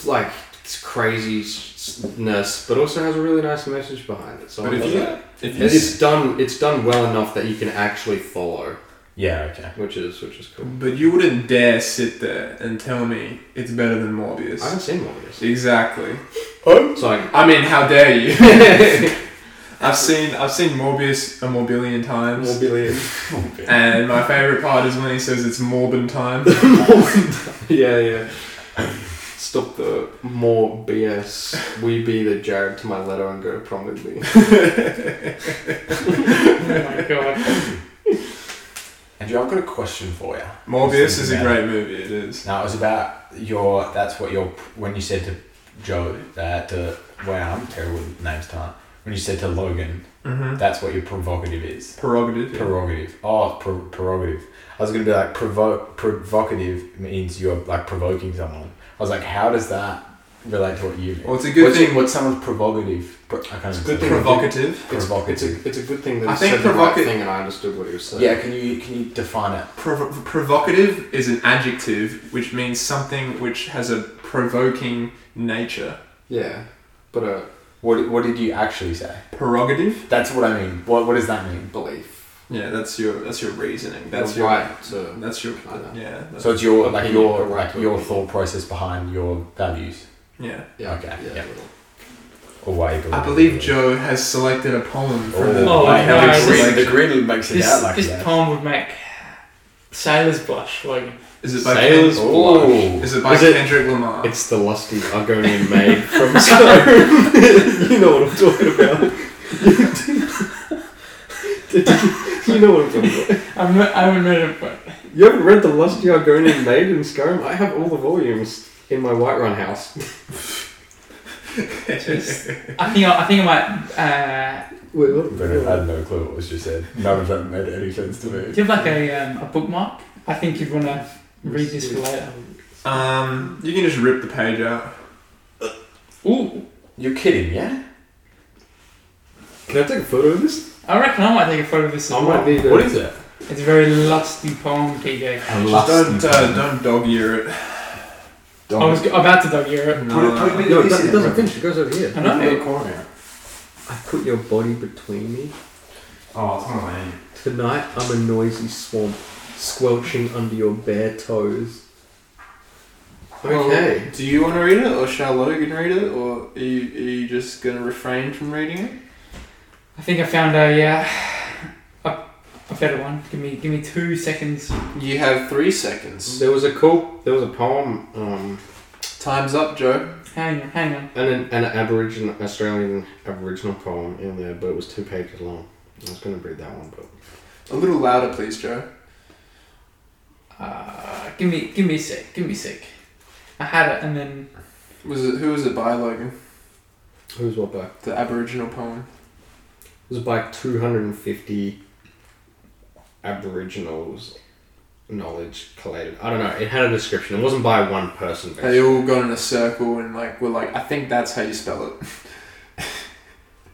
Speaker 3: like it's craziness, but also has a really nice message behind it. So
Speaker 1: But
Speaker 3: I
Speaker 1: if
Speaker 3: love
Speaker 1: you
Speaker 3: that.
Speaker 1: if you
Speaker 3: And it's done. It's done well enough that you can actually follow,
Speaker 4: Yeah. Okay.
Speaker 3: which is which is cool.
Speaker 1: But you wouldn't dare sit there and tell me it's better than Morbius.
Speaker 3: I haven't seen Morbius,
Speaker 1: Exactly.
Speaker 4: Oh.
Speaker 3: so I
Speaker 1: I mean, how dare you? I've seen I've seen Morbius a morbillion times,
Speaker 3: Morbillion.
Speaker 1: and my favorite part is when he says it's Morbin time.
Speaker 3: yeah, yeah. Stop the more BS. We be the Jared to my letter and go to prom with me.
Speaker 2: oh my god.
Speaker 4: Andrew, I've got a question for you.
Speaker 1: Morbius is a
Speaker 4: Yeah.
Speaker 1: great movie. It is.
Speaker 4: No, it was about your. That's what your. When you said to Joe that uh, wow, I'm terrible with names tonight. When you said to Logan,
Speaker 1: Mm-hmm.
Speaker 4: that's what your provocative is.
Speaker 1: Prerogative.
Speaker 4: Prerogative. Oh, pre- prerogative. I was gonna be like provoke. Provocative means you're like provoking someone. I was like, how does that relate to what you.
Speaker 1: Well, it's a good
Speaker 4: what's,
Speaker 1: thing-
Speaker 4: What's someone's provocative? Pro- I can't
Speaker 1: It's a
Speaker 4: understand.
Speaker 1: good thing.
Speaker 3: Provocative.
Speaker 1: It's, it's
Speaker 4: provocative.
Speaker 1: a it's a good thing that
Speaker 3: I
Speaker 1: it's
Speaker 3: think
Speaker 1: said the right
Speaker 3: provocative.
Speaker 1: thing.
Speaker 3: and I understood what he was saying.
Speaker 4: yeah, can you can you define it?
Speaker 1: Prov- provocative is an adjective which means something which has a provoking nature.
Speaker 3: Yeah. But uh, a
Speaker 4: What What did you actually say?
Speaker 1: Prerogative.
Speaker 4: That's what I mean. What What does that mean?
Speaker 3: belief.
Speaker 1: Yeah, that's your that's your reasoning. That's
Speaker 3: That's
Speaker 1: your
Speaker 3: right to
Speaker 1: that's your
Speaker 3: I know.
Speaker 1: yeah. That's,
Speaker 4: So it's your like
Speaker 3: Opinion,
Speaker 4: your
Speaker 3: right
Speaker 4: like your
Speaker 3: opinion.
Speaker 4: thought process behind your values
Speaker 1: yeah.
Speaker 3: yeah.
Speaker 4: Okay,
Speaker 3: Yeah.
Speaker 4: yeah.
Speaker 3: little.
Speaker 4: or why you believe.
Speaker 1: I believe Joe has selected a poem from the.
Speaker 2: Oh,
Speaker 4: I
Speaker 2: no,
Speaker 4: have
Speaker 2: this-
Speaker 4: agreed. The green makes it
Speaker 2: This,
Speaker 4: out like
Speaker 2: this
Speaker 4: that.
Speaker 2: poem would make sailors blush, Logan.
Speaker 1: Is it by
Speaker 3: Sailor's
Speaker 1: Ken-
Speaker 4: Ooh.
Speaker 1: Is it by
Speaker 3: Is it-
Speaker 1: Kendrick Lamar?
Speaker 3: It's the lusty Argonian maid from Skyrim. you know what I'm talking about. you know what I'm talking about.
Speaker 2: I'm not, I haven't read it, but
Speaker 3: You haven't read the lusty Argonian maid in Skyrim? I have all the volumes in my Whiterun house.
Speaker 2: it's- I think I, I think I might. Uh,
Speaker 3: Wait,
Speaker 4: I
Speaker 3: what?
Speaker 4: had no clue what was just said. None of that made any sense to me.
Speaker 2: do you have like a, um, a bookmark? I think you'd want to read this for later.
Speaker 1: Um, you can just rip the page out.
Speaker 2: Ooh,
Speaker 4: You're kidding, yeah?
Speaker 3: Can I take a photo of this?
Speaker 2: I reckon I might take a photo of this. as
Speaker 3: I
Speaker 2: well.
Speaker 3: might need a.
Speaker 4: What is it?
Speaker 2: It's a very lusty poem, TJ.
Speaker 1: Just don't uh, don't dog ear it.
Speaker 2: I was g- about to dog ear it.
Speaker 1: No.
Speaker 3: No, it doesn't it doesn't finish. It goes over here.
Speaker 2: I know.
Speaker 3: I put your body between me.
Speaker 4: Oh, it's not my
Speaker 3: Tonight I'm a noisy swamp, squelching under your bare toes. Okay.
Speaker 1: Well, do you want to read it, or shall Logan read it, or are you, are you just gonna refrain from reading it?
Speaker 2: I think I found a uh, a, a better one. Give me give me two seconds.
Speaker 1: You have three seconds.
Speaker 3: There was a cool. There was a poem, um,
Speaker 1: Time's up, Joe.
Speaker 2: Hang on, hang on.
Speaker 3: and an, an Aboriginal Australian Aboriginal poem in there, but it was two pages long. I was going to read that one, but
Speaker 1: A little louder, please, Joe.
Speaker 2: Uh, give me give me a sec. Give me a sec. I had it and then
Speaker 1: Was it who was it by, Logan?
Speaker 3: who's what by? It
Speaker 1: The Aboriginal poem.
Speaker 3: was by 250 Aboriginals knowledge collated. I don't know. It had a description. It wasn't by one person.
Speaker 1: They all got in a circle and like were like, I think that's how you spell it.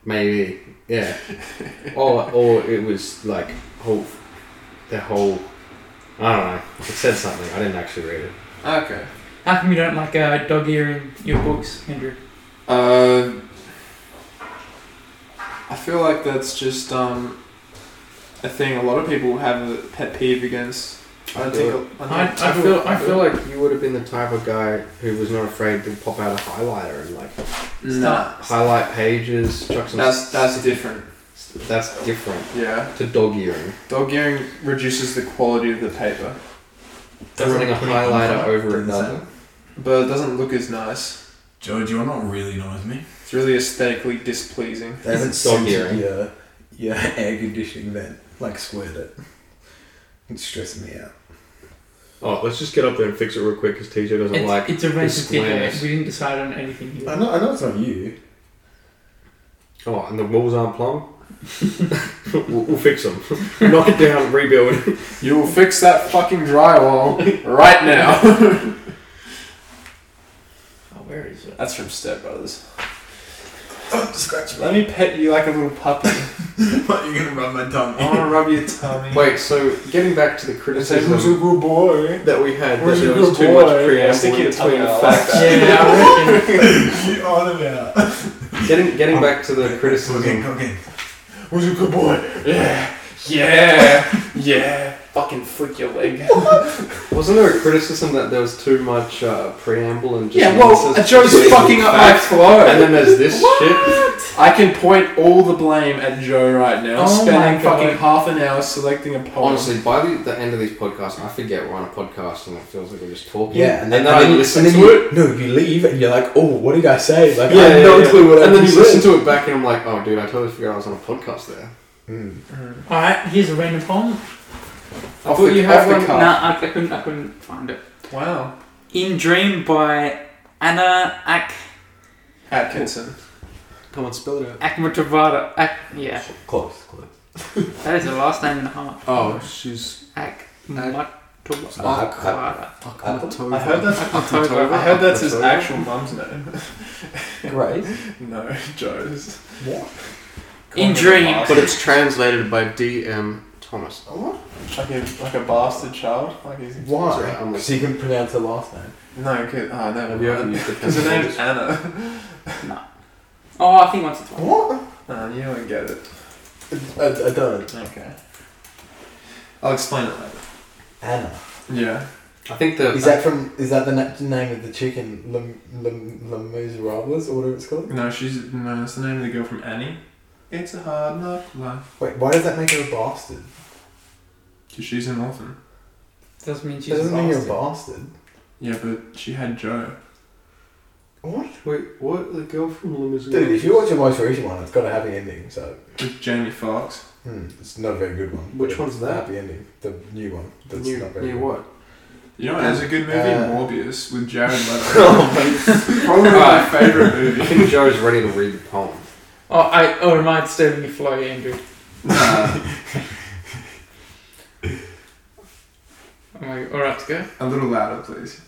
Speaker 3: Maybe, yeah. or or it was like whole, the whole. I don't know. It said something. I didn't actually read it.
Speaker 1: Okay.
Speaker 2: how come you don't like uh, dog earing your books, Andrew?
Speaker 1: Uh, I feel like that's just um, a thing a lot of people have a pet peeve against. I don't think. I, don't
Speaker 2: I-
Speaker 1: think-
Speaker 3: I feel I feel like you would have been the type of guy who was not afraid to pop out a highlighter and like
Speaker 1: Nah,
Speaker 3: highlight pages, chuck some.
Speaker 1: that's that's different.
Speaker 3: that's different
Speaker 1: Yeah,
Speaker 3: to dog earing.
Speaker 1: dog earing reduces the quality of the paper,
Speaker 3: Running a highlighter
Speaker 6: Doesn't
Speaker 3: over another.
Speaker 1: but it doesn't look as nice.
Speaker 6: Joe, do you want to really annoy with me?
Speaker 1: It's really aesthetically displeasing.
Speaker 4: They haven't
Speaker 3: It's dog
Speaker 4: suited
Speaker 3: earring.
Speaker 4: your, your air conditioning vent, like squared it. It's stressing me out.
Speaker 3: Oh, let's just get up there and fix it real quick because TJ doesn't
Speaker 2: It's,
Speaker 3: like.
Speaker 2: it's a race of
Speaker 3: squares.
Speaker 2: TJ. We didn't decide on anything
Speaker 4: I
Speaker 2: here.
Speaker 4: know, I know it's not you.
Speaker 3: Oh, and the walls aren't plumb. we'll, we'll fix them. Knock it down, rebuild.
Speaker 1: You will fix that fucking drywall right now.
Speaker 2: Oh, where is it?
Speaker 1: That's from Step Brothers.
Speaker 4: Oh, scratch
Speaker 1: Let me pet you like a little puppy.
Speaker 4: What, you're gonna rub my tongue?
Speaker 1: I want to rub your tummy.
Speaker 3: Wait, so getting back to
Speaker 1: Say,
Speaker 3: the
Speaker 1: who's a
Speaker 3: criticism
Speaker 1: good boy?
Speaker 3: that we had, that
Speaker 1: Who's
Speaker 3: there
Speaker 1: a
Speaker 3: was
Speaker 1: good
Speaker 3: too
Speaker 1: boy?
Speaker 3: much
Speaker 1: Yeah, stick
Speaker 3: preamble
Speaker 1: your tongue
Speaker 3: between the
Speaker 1: out like
Speaker 3: facts.
Speaker 2: Yeah, I reckon.
Speaker 4: you on about?
Speaker 3: Getting getting back to the criticism.
Speaker 4: okay. Who's a good boy?
Speaker 1: Yeah, yeah, yeah. Fucking flick your leg.
Speaker 3: Wasn't there a criticism that there was too much uh, preamble and just
Speaker 1: Yeah, well,
Speaker 3: nonsense
Speaker 1: Joe's
Speaker 3: between
Speaker 1: fucking up my
Speaker 3: facts?
Speaker 1: flow.
Speaker 3: And then there's this shit.
Speaker 1: I can point all the blame at Joe right now,
Speaker 2: Oh
Speaker 1: spending
Speaker 2: my God.
Speaker 1: fucking half an hour selecting a poem.
Speaker 3: Honestly, by the, the end of these podcasts, I forget we're on a podcast and it feels like we're just talking.
Speaker 4: Yeah,
Speaker 3: and then, I listen to it.
Speaker 4: you, No, you leave and you're like, oh, what did I say? Like,
Speaker 3: Yeah,
Speaker 4: I have
Speaker 3: yeah,
Speaker 4: no
Speaker 3: yeah.
Speaker 4: clue what I
Speaker 3: and then you
Speaker 4: just
Speaker 3: listen
Speaker 4: said.
Speaker 3: to it back, and I'm like, oh, dude, I totally forgot I was on a podcast there.
Speaker 4: Mm.
Speaker 2: All right, here's a random poem.
Speaker 1: Off the- off the cuff.
Speaker 2: Nah, I, I couldn't. I couldn't find it.
Speaker 1: Wow.
Speaker 2: In Dream by Anna Ak
Speaker 1: Atkinson.
Speaker 3: Come on, spell it out.
Speaker 2: Akmatavada. Ak, yeah,
Speaker 4: Close, close.
Speaker 2: that is her last name and a half.
Speaker 3: Oh, she's
Speaker 2: Ak. Ak.
Speaker 4: Uh, I- I-
Speaker 1: I heard that's
Speaker 2: October.
Speaker 1: I heard that's his
Speaker 4: October.
Speaker 1: actual mum's name.
Speaker 4: Grace?
Speaker 1: No, Joe's.
Speaker 4: What?
Speaker 2: In dreams.
Speaker 3: But it's translated by D.M. Thomas.
Speaker 1: like a like a bastard child. Like he's
Speaker 3: Sorry,
Speaker 4: Why?
Speaker 3: I'm-
Speaker 4: Because you can pronounce the last name.
Speaker 1: no, cause, oh, never
Speaker 3: Have you ever
Speaker 1: mind.
Speaker 3: used the
Speaker 1: Because her name's Anna.
Speaker 2: Oh, I think once or twice.
Speaker 4: What?
Speaker 1: Uh, you don't get it.
Speaker 4: I, I don't.
Speaker 1: Okay. I'll explain it later.
Speaker 4: Anna.
Speaker 1: Yeah.
Speaker 3: I think the
Speaker 4: Is that from? Is that the na- name of the chicken? Lem Lem Les Miserables or whatever it's called.
Speaker 1: No, she's no. It's the name of the girl from Annie. It's a hard knock life.
Speaker 4: Wait, why does that make her a bastard?
Speaker 1: Cause she's an orphan.
Speaker 2: Doesn't mean she's
Speaker 4: That doesn't
Speaker 2: a
Speaker 4: mean you're a
Speaker 2: bastard.
Speaker 4: bastard.
Speaker 1: Yeah, but she had Joe.
Speaker 4: What?
Speaker 3: wait, what the girl from Limousine?
Speaker 4: Dude, if you watch your most recent one, it's got a happy ending. So
Speaker 1: With Jamie Foxx.
Speaker 4: hmm, it's not a very good one.
Speaker 3: Which
Speaker 4: It's
Speaker 3: one's
Speaker 4: a
Speaker 3: that?
Speaker 4: Happy ending. The new one. That's
Speaker 3: new,
Speaker 4: not very
Speaker 3: new
Speaker 4: good.
Speaker 3: what?
Speaker 1: You know, what is a good movie
Speaker 4: Uh, Oh,
Speaker 1: Morbius with Jared Leto. Probably my favorite
Speaker 3: I
Speaker 1: movie.
Speaker 3: think Joe's ready to read the poem.
Speaker 2: Oh, I, oh, remind Sterling your flow, Andrew.
Speaker 1: Nah,
Speaker 2: Am I all right to go?
Speaker 1: a little louder, please.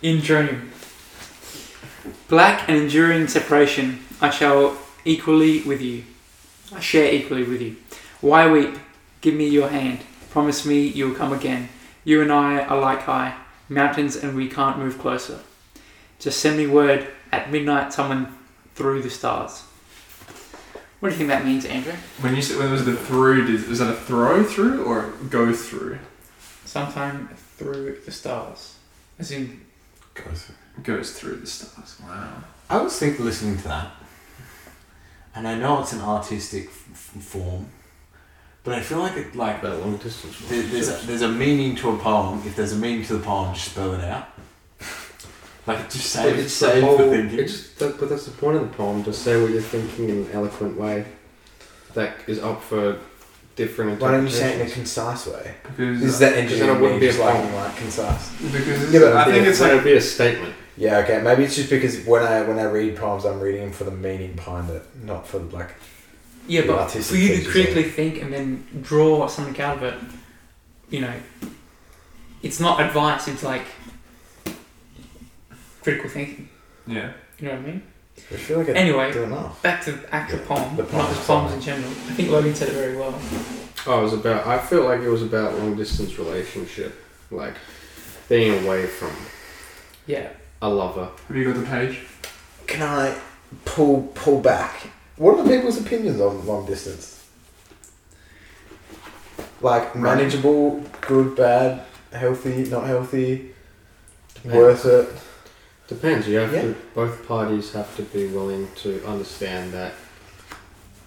Speaker 2: In dream. Black and enduring separation, I shall equally with you. I share equally with you. Why weep? Give me your hand. Promise me you'll come again. You and I are like high mountains, and we can't move closer. Just send me word at midnight, someone through the stars. What do you think that means, Andrew?
Speaker 1: When you said when it was the through, did, was that a throw through or go through?
Speaker 2: Sometime through the stars, as in
Speaker 4: Guys,
Speaker 1: Goes through the stars. Wow.
Speaker 7: I was think listening to that, and I know it's an artistic f- f- form, but I feel like it like
Speaker 3: About long distance.
Speaker 7: there, there's a, there's a meaning to a poem. If there's a meaning to the poem, just spell it out. Like just say it.
Speaker 3: it's
Speaker 7: Just
Speaker 3: the
Speaker 7: say it
Speaker 3: whole,
Speaker 7: for thinking.
Speaker 3: it's that, but that's the point of the poem. Just say what you're thinking in an eloquent way that is up for different
Speaker 4: Why don't you say it in a
Speaker 3: interpretations.
Speaker 4: concise way?
Speaker 1: Because uh,
Speaker 4: This is that
Speaker 3: then it
Speaker 4: engineering
Speaker 3: wouldn't be
Speaker 4: me,
Speaker 3: a
Speaker 4: just liking
Speaker 3: poem.
Speaker 4: like concise.
Speaker 1: because this
Speaker 4: Yeah,
Speaker 1: is-
Speaker 4: but
Speaker 1: I think
Speaker 3: Yeah,
Speaker 1: it's
Speaker 3: that
Speaker 1: like
Speaker 3: would be a statement.
Speaker 4: Yeah, okay. Maybe it's just because when I when I read poems, I'm reading for the meaning behind it, not for like.
Speaker 2: Yeah,
Speaker 4: The
Speaker 2: but
Speaker 4: artistic
Speaker 2: for you
Speaker 4: things
Speaker 2: to
Speaker 4: as
Speaker 2: critically think and then draw something out of it, you know, it's not advice. It's like critical thinking.
Speaker 1: yeah.
Speaker 2: You know what I mean?
Speaker 4: I feel like I
Speaker 2: Anyway,
Speaker 4: do enough.
Speaker 2: back to the actual
Speaker 4: Yeah,
Speaker 2: poem,
Speaker 4: the
Speaker 2: not
Speaker 4: poem,
Speaker 2: just poems in general. I think Logan said it very well.
Speaker 3: Oh, it was about. I felt like it was about long distance relationship, like being away from
Speaker 2: Yeah.
Speaker 3: a lover.
Speaker 1: Have you got the page?
Speaker 4: Can I pull pull back? What are the people's opinions on long distance? Like
Speaker 1: Right.
Speaker 4: manageable, good, bad, healthy, not healthy, worth it.
Speaker 3: Depends. You have
Speaker 4: Yeah.
Speaker 3: to. Both parties have to be willing to understand that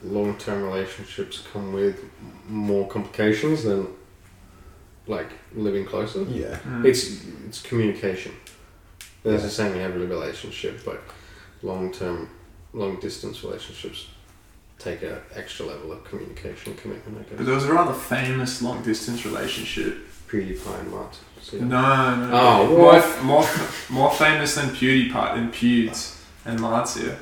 Speaker 3: long-term relationships come with more complications than like living closer.
Speaker 4: Yeah.
Speaker 1: Mm.
Speaker 3: It's it's communication. That's
Speaker 4: Yeah.
Speaker 3: the same in every relationship, but long-term, long-distance relationships take an extra level of communication commitment. I
Speaker 1: but
Speaker 3: guess.
Speaker 1: there was a rather famous long distance relationship.
Speaker 3: PewDiePie and Martin. So,
Speaker 1: No, no.
Speaker 3: Oh,
Speaker 1: no.
Speaker 3: what?
Speaker 1: More, more, more famous than PewDiePie than Pewds and Marzia.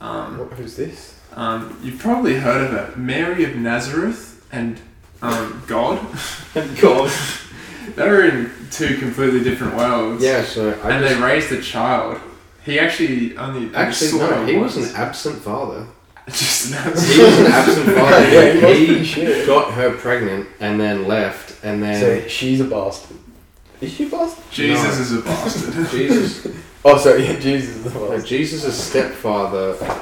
Speaker 1: Um,
Speaker 4: What, who's this?
Speaker 1: um, you've probably heard of it. Mary of Nazareth and um, God.
Speaker 2: God.
Speaker 1: They were in two completely different worlds.
Speaker 3: Yeah. So I
Speaker 1: and
Speaker 3: just,
Speaker 1: they raised a child. He actually only
Speaker 3: actually
Speaker 1: saw
Speaker 3: no,
Speaker 1: him
Speaker 3: he
Speaker 1: once.
Speaker 3: was an absent father.
Speaker 1: just an
Speaker 3: He was an
Speaker 1: absolute.
Speaker 3: absent
Speaker 4: Yeah, he
Speaker 3: father.
Speaker 4: must be
Speaker 3: he
Speaker 4: shit.
Speaker 3: got her pregnant and then left, and then
Speaker 4: so she's a bastard. Is she a bastard?
Speaker 1: Jesus
Speaker 3: No.
Speaker 1: is a bastard.
Speaker 3: Jesus.
Speaker 4: Oh, sorry, yeah, Jesus is the
Speaker 3: no,
Speaker 4: bastard.
Speaker 3: Jesus' stepfather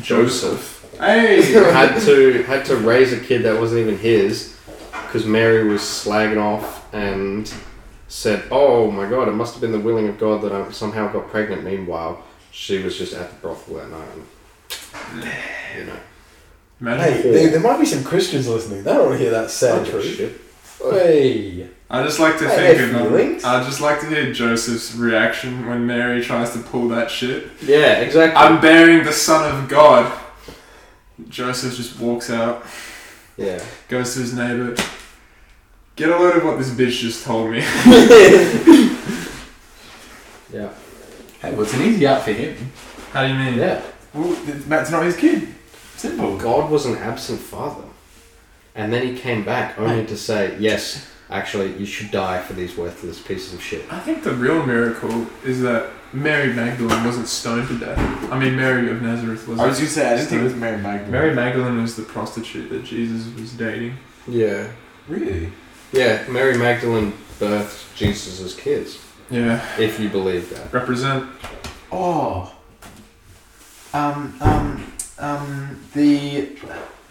Speaker 3: Joseph
Speaker 1: Hey,
Speaker 3: had to had to raise a kid that wasn't even his because Mary was slagging off and said, "Oh my God, it must have been the willing of God that I somehow got pregnant." Meanwhile, she was just at the brothel that night. And, you know,
Speaker 1: imagine.
Speaker 4: Hey, there, there might be some Christians listening. They don't want to hear that sad
Speaker 3: fuck
Speaker 4: truth.
Speaker 3: shit.
Speaker 4: Hey.
Speaker 1: I just like to
Speaker 4: Hey,
Speaker 1: think of
Speaker 4: feelings?
Speaker 1: I just like to hear Joseph's reaction when Mary tries to pull that shit.
Speaker 3: Yeah, exactly.
Speaker 1: I'm bearing the Son of God. Joseph just walks out,
Speaker 3: yeah,
Speaker 1: goes to his neighbor. Get a load of what this bitch just told me.
Speaker 3: yeah,
Speaker 7: hey, well, it's an easy out for him.
Speaker 1: How do you mean?
Speaker 3: yeah.
Speaker 7: Well, th- Matt's not his kid. Simple.
Speaker 3: God was an absent father. And then he came back only to say, Yes, actually, you should die for these worthless pieces of shit.
Speaker 1: I think the real miracle is that Mary Magdalene wasn't stoned to death. I mean, Mary of Nazareth wasn't.
Speaker 4: I was gonna say I didn't think it was Mary Magdalene.
Speaker 1: Mary Magdalene was the prostitute that Jesus was dating.
Speaker 3: Yeah.
Speaker 4: really?
Speaker 3: Yeah, Mary Magdalene birthed Jesus' kids,
Speaker 1: Yeah.
Speaker 3: if you believe that.
Speaker 1: Represent.
Speaker 4: Oh. Um. Um. Um. The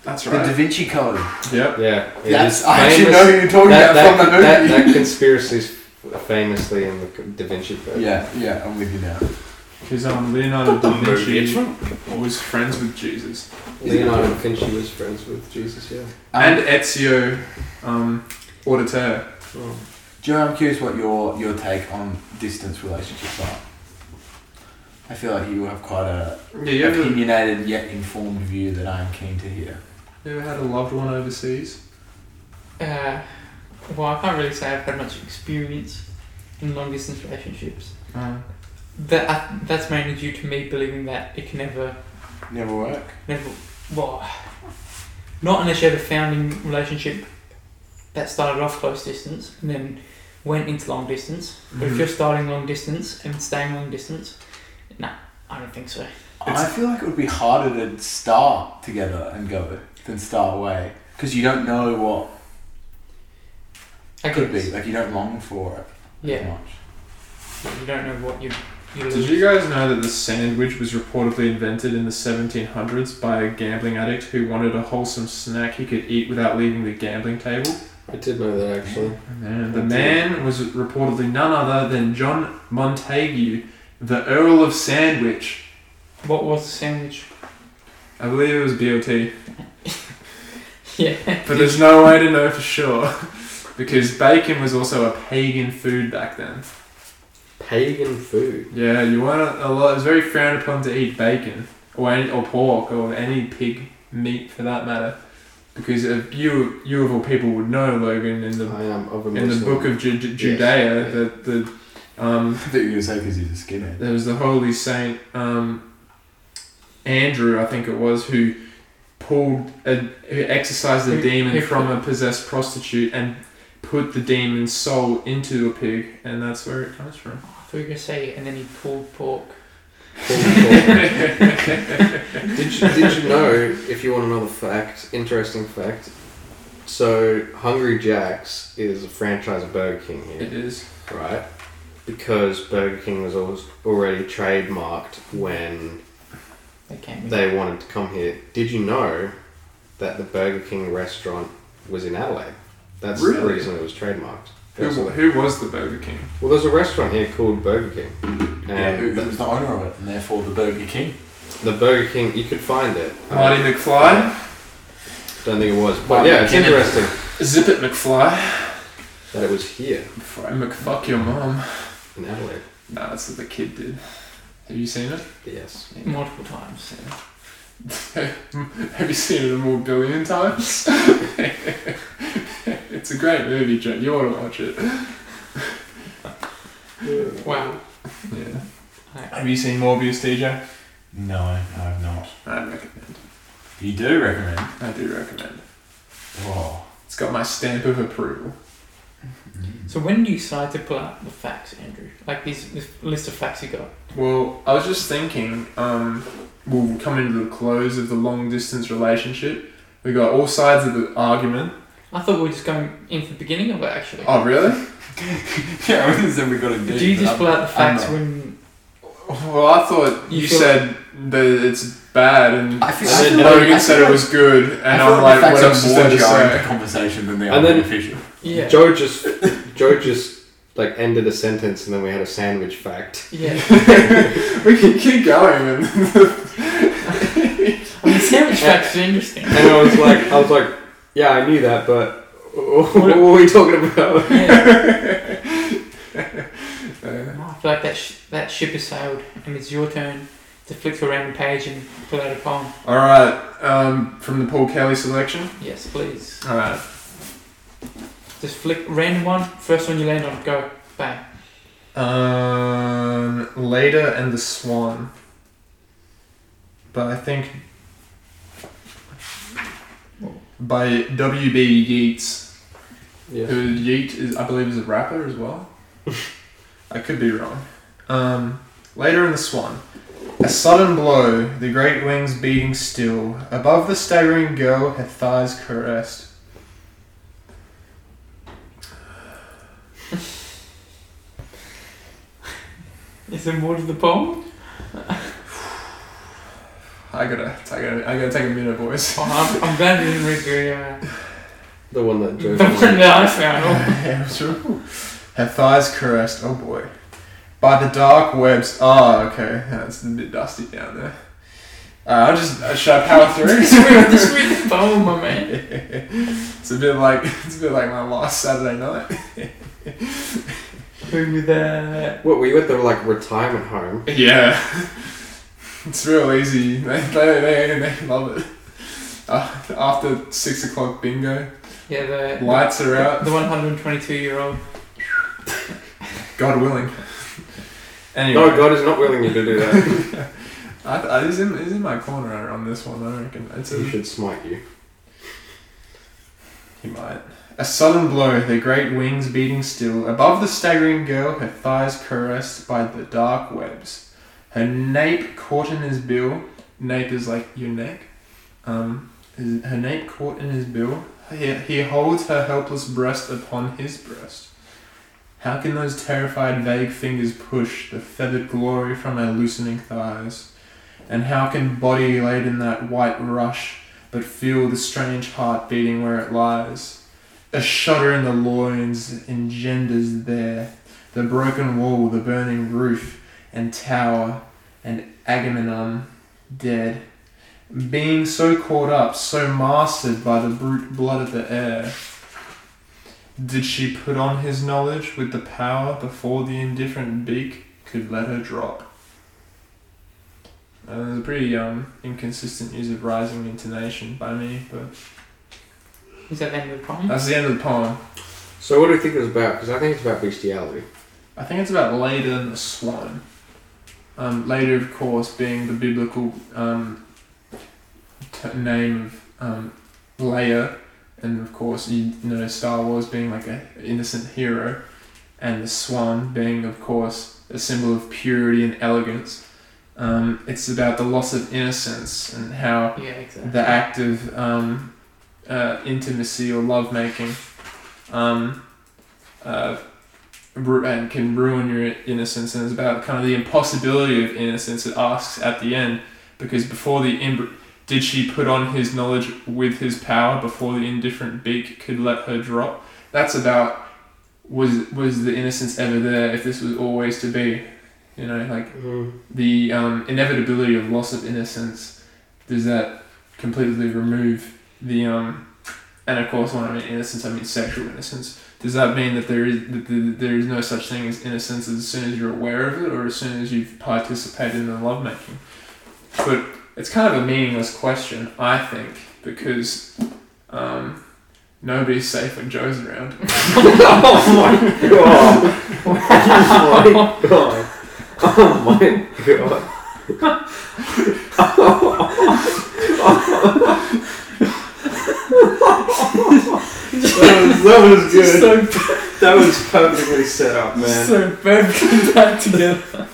Speaker 1: That's
Speaker 4: the Da
Speaker 1: right.
Speaker 4: Vinci Code.
Speaker 1: Yep.
Speaker 3: Yeah. it
Speaker 4: That's
Speaker 3: is
Speaker 4: I actually
Speaker 3: famous-
Speaker 4: know who you're talking
Speaker 3: that,
Speaker 4: about
Speaker 3: that,
Speaker 4: from the movie.
Speaker 3: that, that conspiracy's famously in the Da Vinci Code.
Speaker 4: yeah. Yeah. I'm with you now.
Speaker 1: Because um, Leonardo da
Speaker 3: It's
Speaker 1: Vinci
Speaker 3: from-
Speaker 1: was friends with Jesus.
Speaker 3: Leonardo da Vinci was friends with Jesus, yeah.
Speaker 1: And
Speaker 4: Um,
Speaker 1: Ezio um, Auditor.
Speaker 3: Oh.
Speaker 4: Joe, I'm curious what your your take on distance relationships are. I feel like you have quite a
Speaker 1: Yeah, you ever,
Speaker 4: opinionated yet informed view that I'm keen to hear.
Speaker 1: you ever had a loved one overseas?
Speaker 2: Uh, well, I can't really say I've had much experience in long distance relationships.
Speaker 1: Um,
Speaker 2: That I, that's mainly due to me believing that it can never,
Speaker 4: Never work.
Speaker 2: never, well, not unless you have a founding relationship that started off close distance and then went into long distance. But
Speaker 1: mhm. Mm-hmm.
Speaker 2: if you're starting long distance and staying long distance, nah, I don't think so.
Speaker 4: I feel like it would be harder to start together and go than start away because you don't know what
Speaker 2: I
Speaker 4: could be.
Speaker 2: guess.
Speaker 4: Like you don't long for it.
Speaker 2: Yeah,
Speaker 4: As much.
Speaker 2: you don't know what you you
Speaker 1: Did
Speaker 2: lose.
Speaker 1: you guys know that the sandwich was reportedly invented in the 1700s by a gambling addict who wanted a wholesome snack he could eat without leaving the gambling table?
Speaker 3: I did know that actually.
Speaker 1: And the man was reportedly none other than John Montague, the Earl of Sandwich.
Speaker 2: What was the sandwich?
Speaker 1: I believe it was BOT,
Speaker 2: Yeah.
Speaker 1: but there's no way to know for sure because bacon was also a pagan food back then.
Speaker 3: Pagan food.
Speaker 1: Yeah, you weren't a lot. It was very frowned upon to eat bacon or any, or pork or any pig meat for that matter, because if you you of all people would know Logan in the
Speaker 3: I am of a
Speaker 1: in the book of Ju- Ju- Judea that the um
Speaker 4: I thought you were gonna say because he's a skinhead.
Speaker 1: there was the holy saint um Andrew I think it was who pulled a, who exercised the
Speaker 2: Who-
Speaker 1: demon
Speaker 2: who-
Speaker 1: from a possessed prostitute and put the demon's soul into a pig and that's where it comes from.
Speaker 2: I thought you were gonna say, and then he pulled pork.
Speaker 3: did, you, did you know, if you want another fact, interesting fact? So, Hungry Jack's is a franchise of Burger King here.
Speaker 1: It is.
Speaker 3: right? Because Burger King was always already trademarked when
Speaker 2: They came. in.
Speaker 3: they wanted to come here. Did you know that the Burger King restaurant was in Adelaide? That's the
Speaker 1: Really?
Speaker 3: reason it was trademarked.
Speaker 1: Who,
Speaker 3: There's a-
Speaker 1: who was the Burger King?
Speaker 3: well, there's a restaurant here called Burger King, and
Speaker 4: Yeah, who,
Speaker 3: the,
Speaker 4: who's the owner of it and therefore the Burger King?
Speaker 3: the Burger King you could find it.
Speaker 1: Marty
Speaker 3: I
Speaker 1: McFly?
Speaker 3: don't think it was, but
Speaker 4: Marty
Speaker 3: yeah, it's
Speaker 4: McKinnon.
Speaker 3: interesting
Speaker 1: Zip it McFly.
Speaker 3: that it was here
Speaker 1: Fry McFuck your mom.
Speaker 3: in Adelaide.
Speaker 1: Nah, that's what the kid did. Have you seen it?
Speaker 3: Yes,
Speaker 2: multiple times.
Speaker 1: Have you seen it a more billion times? it's a great movie, Joe. You ought to watch it.
Speaker 2: Wow.
Speaker 1: Yeah.
Speaker 2: Alright.
Speaker 1: Have you seen Morbius, DJ?
Speaker 4: No, I've not.
Speaker 1: I recommend.
Speaker 4: You do recommend.
Speaker 1: I do recommend.
Speaker 4: Oh.
Speaker 1: It's got my stamp of approval.
Speaker 2: So when do you decide to pull out the facts, Andrew? Like these this list of facts you got.
Speaker 1: Well, I was just thinking, um, we'll come into the close of the long distance relationship. We got all sides of the argument.
Speaker 2: I thought we were just going in from the beginning of it actually.
Speaker 1: Oh, really?
Speaker 4: yeah, I was we got a
Speaker 2: Do you just pull out the facts when
Speaker 1: Well, I thought you,
Speaker 2: You feel-
Speaker 1: said that it's bad and
Speaker 4: I feel-
Speaker 3: I
Speaker 1: said
Speaker 3: feel
Speaker 1: Logan
Speaker 4: like- I
Speaker 1: said
Speaker 4: feel
Speaker 1: it was good, and I'm like,
Speaker 4: like the
Speaker 1: what
Speaker 4: facts
Speaker 1: else is
Speaker 4: are
Speaker 1: there
Speaker 4: more
Speaker 1: to
Speaker 4: jarring
Speaker 1: say?
Speaker 4: the conversation than they
Speaker 3: And
Speaker 4: are
Speaker 3: then-
Speaker 4: official.
Speaker 2: Yeah.
Speaker 3: Joe just Joe just like ended a sentence, and then we had a sandwich fact.
Speaker 2: Yeah.
Speaker 1: we can keep going. And
Speaker 2: I mean sandwich facts are interesting.
Speaker 3: And I was like, I was like, yeah, I knew that, but what were we talking about?
Speaker 2: Yeah. I feel like that sh- that ship has sailed and it's your turn to flick through a random page and pull out a poem.
Speaker 1: all right, um, from the Paul Kelly selection.
Speaker 2: Yes, please.
Speaker 1: All right,
Speaker 2: Just flick random one, first one you land on, go. Bang.
Speaker 1: um, Leda and the Swan. But I think by W. B. Yeats.
Speaker 8: Yeah.
Speaker 1: Who Yeet is, I believe, is a rapper as well. I could be wrong. Um, later in the Swan, a sudden blow, the great wings beating still. Above the staggering girl, her thighs caressed.
Speaker 2: Is there more to the poem?
Speaker 1: I gotta, I gotta, I gotta take a minute, boys.
Speaker 2: Oh, I'm, I'm glad we didn't read the, uh,
Speaker 8: The one that
Speaker 2: the
Speaker 8: Joe
Speaker 2: one
Speaker 8: found.
Speaker 2: that I found.
Speaker 1: Yeah, it's true. Her thighs caressed. Oh boy. By the dark webs. Oh, okay. That's a bit dusty down there. Alright, I'll just uh, should I power through.
Speaker 2: Just read- just read the poem, my man.
Speaker 1: it's a bit like it's a bit like my last Saturday night.
Speaker 2: Who with uh,
Speaker 8: What were you at the like retirement home?
Speaker 1: Yeah, it's real easy. They they, they, they love it. Uh, after six o'clock bingo,
Speaker 2: yeah the
Speaker 1: lights are out.
Speaker 2: the 122 year old.
Speaker 1: God willing. Anyway,
Speaker 8: No, God is not willing you to do that.
Speaker 1: I, I, it's, in, it's in my corner on this one. I reckon it's a,
Speaker 8: he should smite you.
Speaker 1: He might. A sudden blow, their great wings beating still. Above the staggering girl, her thighs caressed by the dark webs. Her nape caught in his bill. Nape is like your neck. Um, is- her nape caught in his bill. He, he holds her helpless breast upon his breast. How can those terrified, vague fingers push the feathered glory from her loosening thighs? And how can body laid in that white rush but feel the strange heart beating where it lies. A shudder in the loins engenders there the broken wall, the burning roof and tower, and Agamemnon dead. Being so caught up, so mastered by the brute blood of the air. Did she put on his knowledge with the power before the indifferent beak could let her drop? Uh, there's a pretty um, inconsistent use of rising intonation by me, but
Speaker 2: Is that the end of the poem?
Speaker 1: that's the end of the poem.
Speaker 8: So what do you think it's about? Because I think it's about bestiality.
Speaker 1: I think it's about later than the swan. Um, later, of course, being the biblical um, t- name of um, Leia, and of course, you know, Star Wars being like a innocent hero, and the swan being, of course, a symbol of purity and elegance. Um, it's about the loss of innocence and how
Speaker 2: Yeah, exactly.
Speaker 1: the act of um, uh, intimacy or lovemaking um, uh, ru- and can ruin your innocence and it's about kind of the impossibility of innocence it asks at the end because before the imb- did she put on his knowledge with his power before the indifferent beak could let her drop that's about was was the innocence ever there if this was always to be you know like
Speaker 8: Mm.
Speaker 1: the um, inevitability of loss of innocence does that completely remove the um, and of course when I mean innocence I mean sexual innocence does that mean that there is that th- there is no such thing as innocence as soon as you're aware of it or as soon as you've participated in the lovemaking but it's kind of a meaningless question I think because um, nobody's safe when Joe's around
Speaker 8: oh my god! oh my god! Oh my god! that, was, that was good. that was perfectly set up, man.
Speaker 2: So perfectly back together.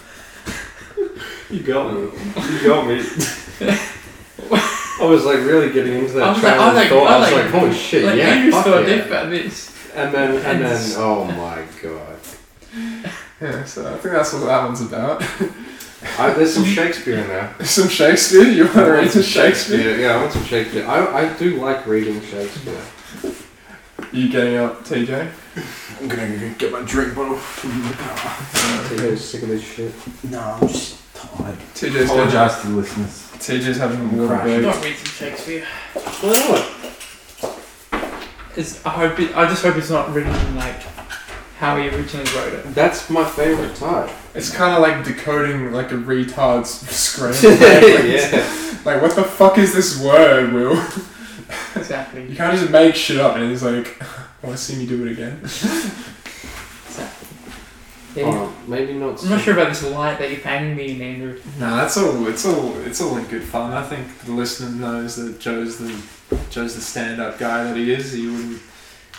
Speaker 8: You got me. You got me. I was like really getting
Speaker 2: I
Speaker 8: into that
Speaker 2: was like- I
Speaker 8: train of
Speaker 2: was like-
Speaker 8: thought. I
Speaker 2: I
Speaker 8: was
Speaker 2: like-
Speaker 8: like, holy shit,
Speaker 2: like,
Speaker 8: yeah.
Speaker 2: Andrew's
Speaker 8: fuck
Speaker 2: thought
Speaker 8: yeah.
Speaker 2: deep about this.
Speaker 8: And then, and
Speaker 2: It's-
Speaker 8: then, oh my god.
Speaker 1: yeah so I think that's what that one's about
Speaker 8: I, Uh, there's some Shakespeare in there.
Speaker 1: some Shakespeare you want to read some Shakespeare
Speaker 8: Yeah, yeah, I want some Shakespeare. I, I do like reading Shakespeare.
Speaker 1: you getting up TJ
Speaker 9: I'm gonna go get my drink bottle.
Speaker 8: I'm sick of this shit.
Speaker 9: No, I'm just tired.
Speaker 1: TJ's gonna,
Speaker 9: Apologise to the listeners.
Speaker 1: TJ's having a water
Speaker 9: Crash.
Speaker 1: break.
Speaker 2: Not read some Shakespeare.
Speaker 8: Why not?
Speaker 2: It's, I hope it, I just hope it's not written like how he originally wrote it.
Speaker 8: That's my favourite type.
Speaker 1: It's kind of like decoding like a retard's screen. Like, what the fuck is this word, Will? You
Speaker 2: Exactly.
Speaker 1: can't just make shit up and it's like, want to see me do it again?
Speaker 2: Yeah.
Speaker 8: Oh, maybe not.
Speaker 2: I'm not sure about this light that you're hanging me in, Andrew.
Speaker 1: Nah, that's all. It's all. It's all in good fun. I think the listener knows that Joe's the Joe's the stand-up guy that he is. He wouldn't.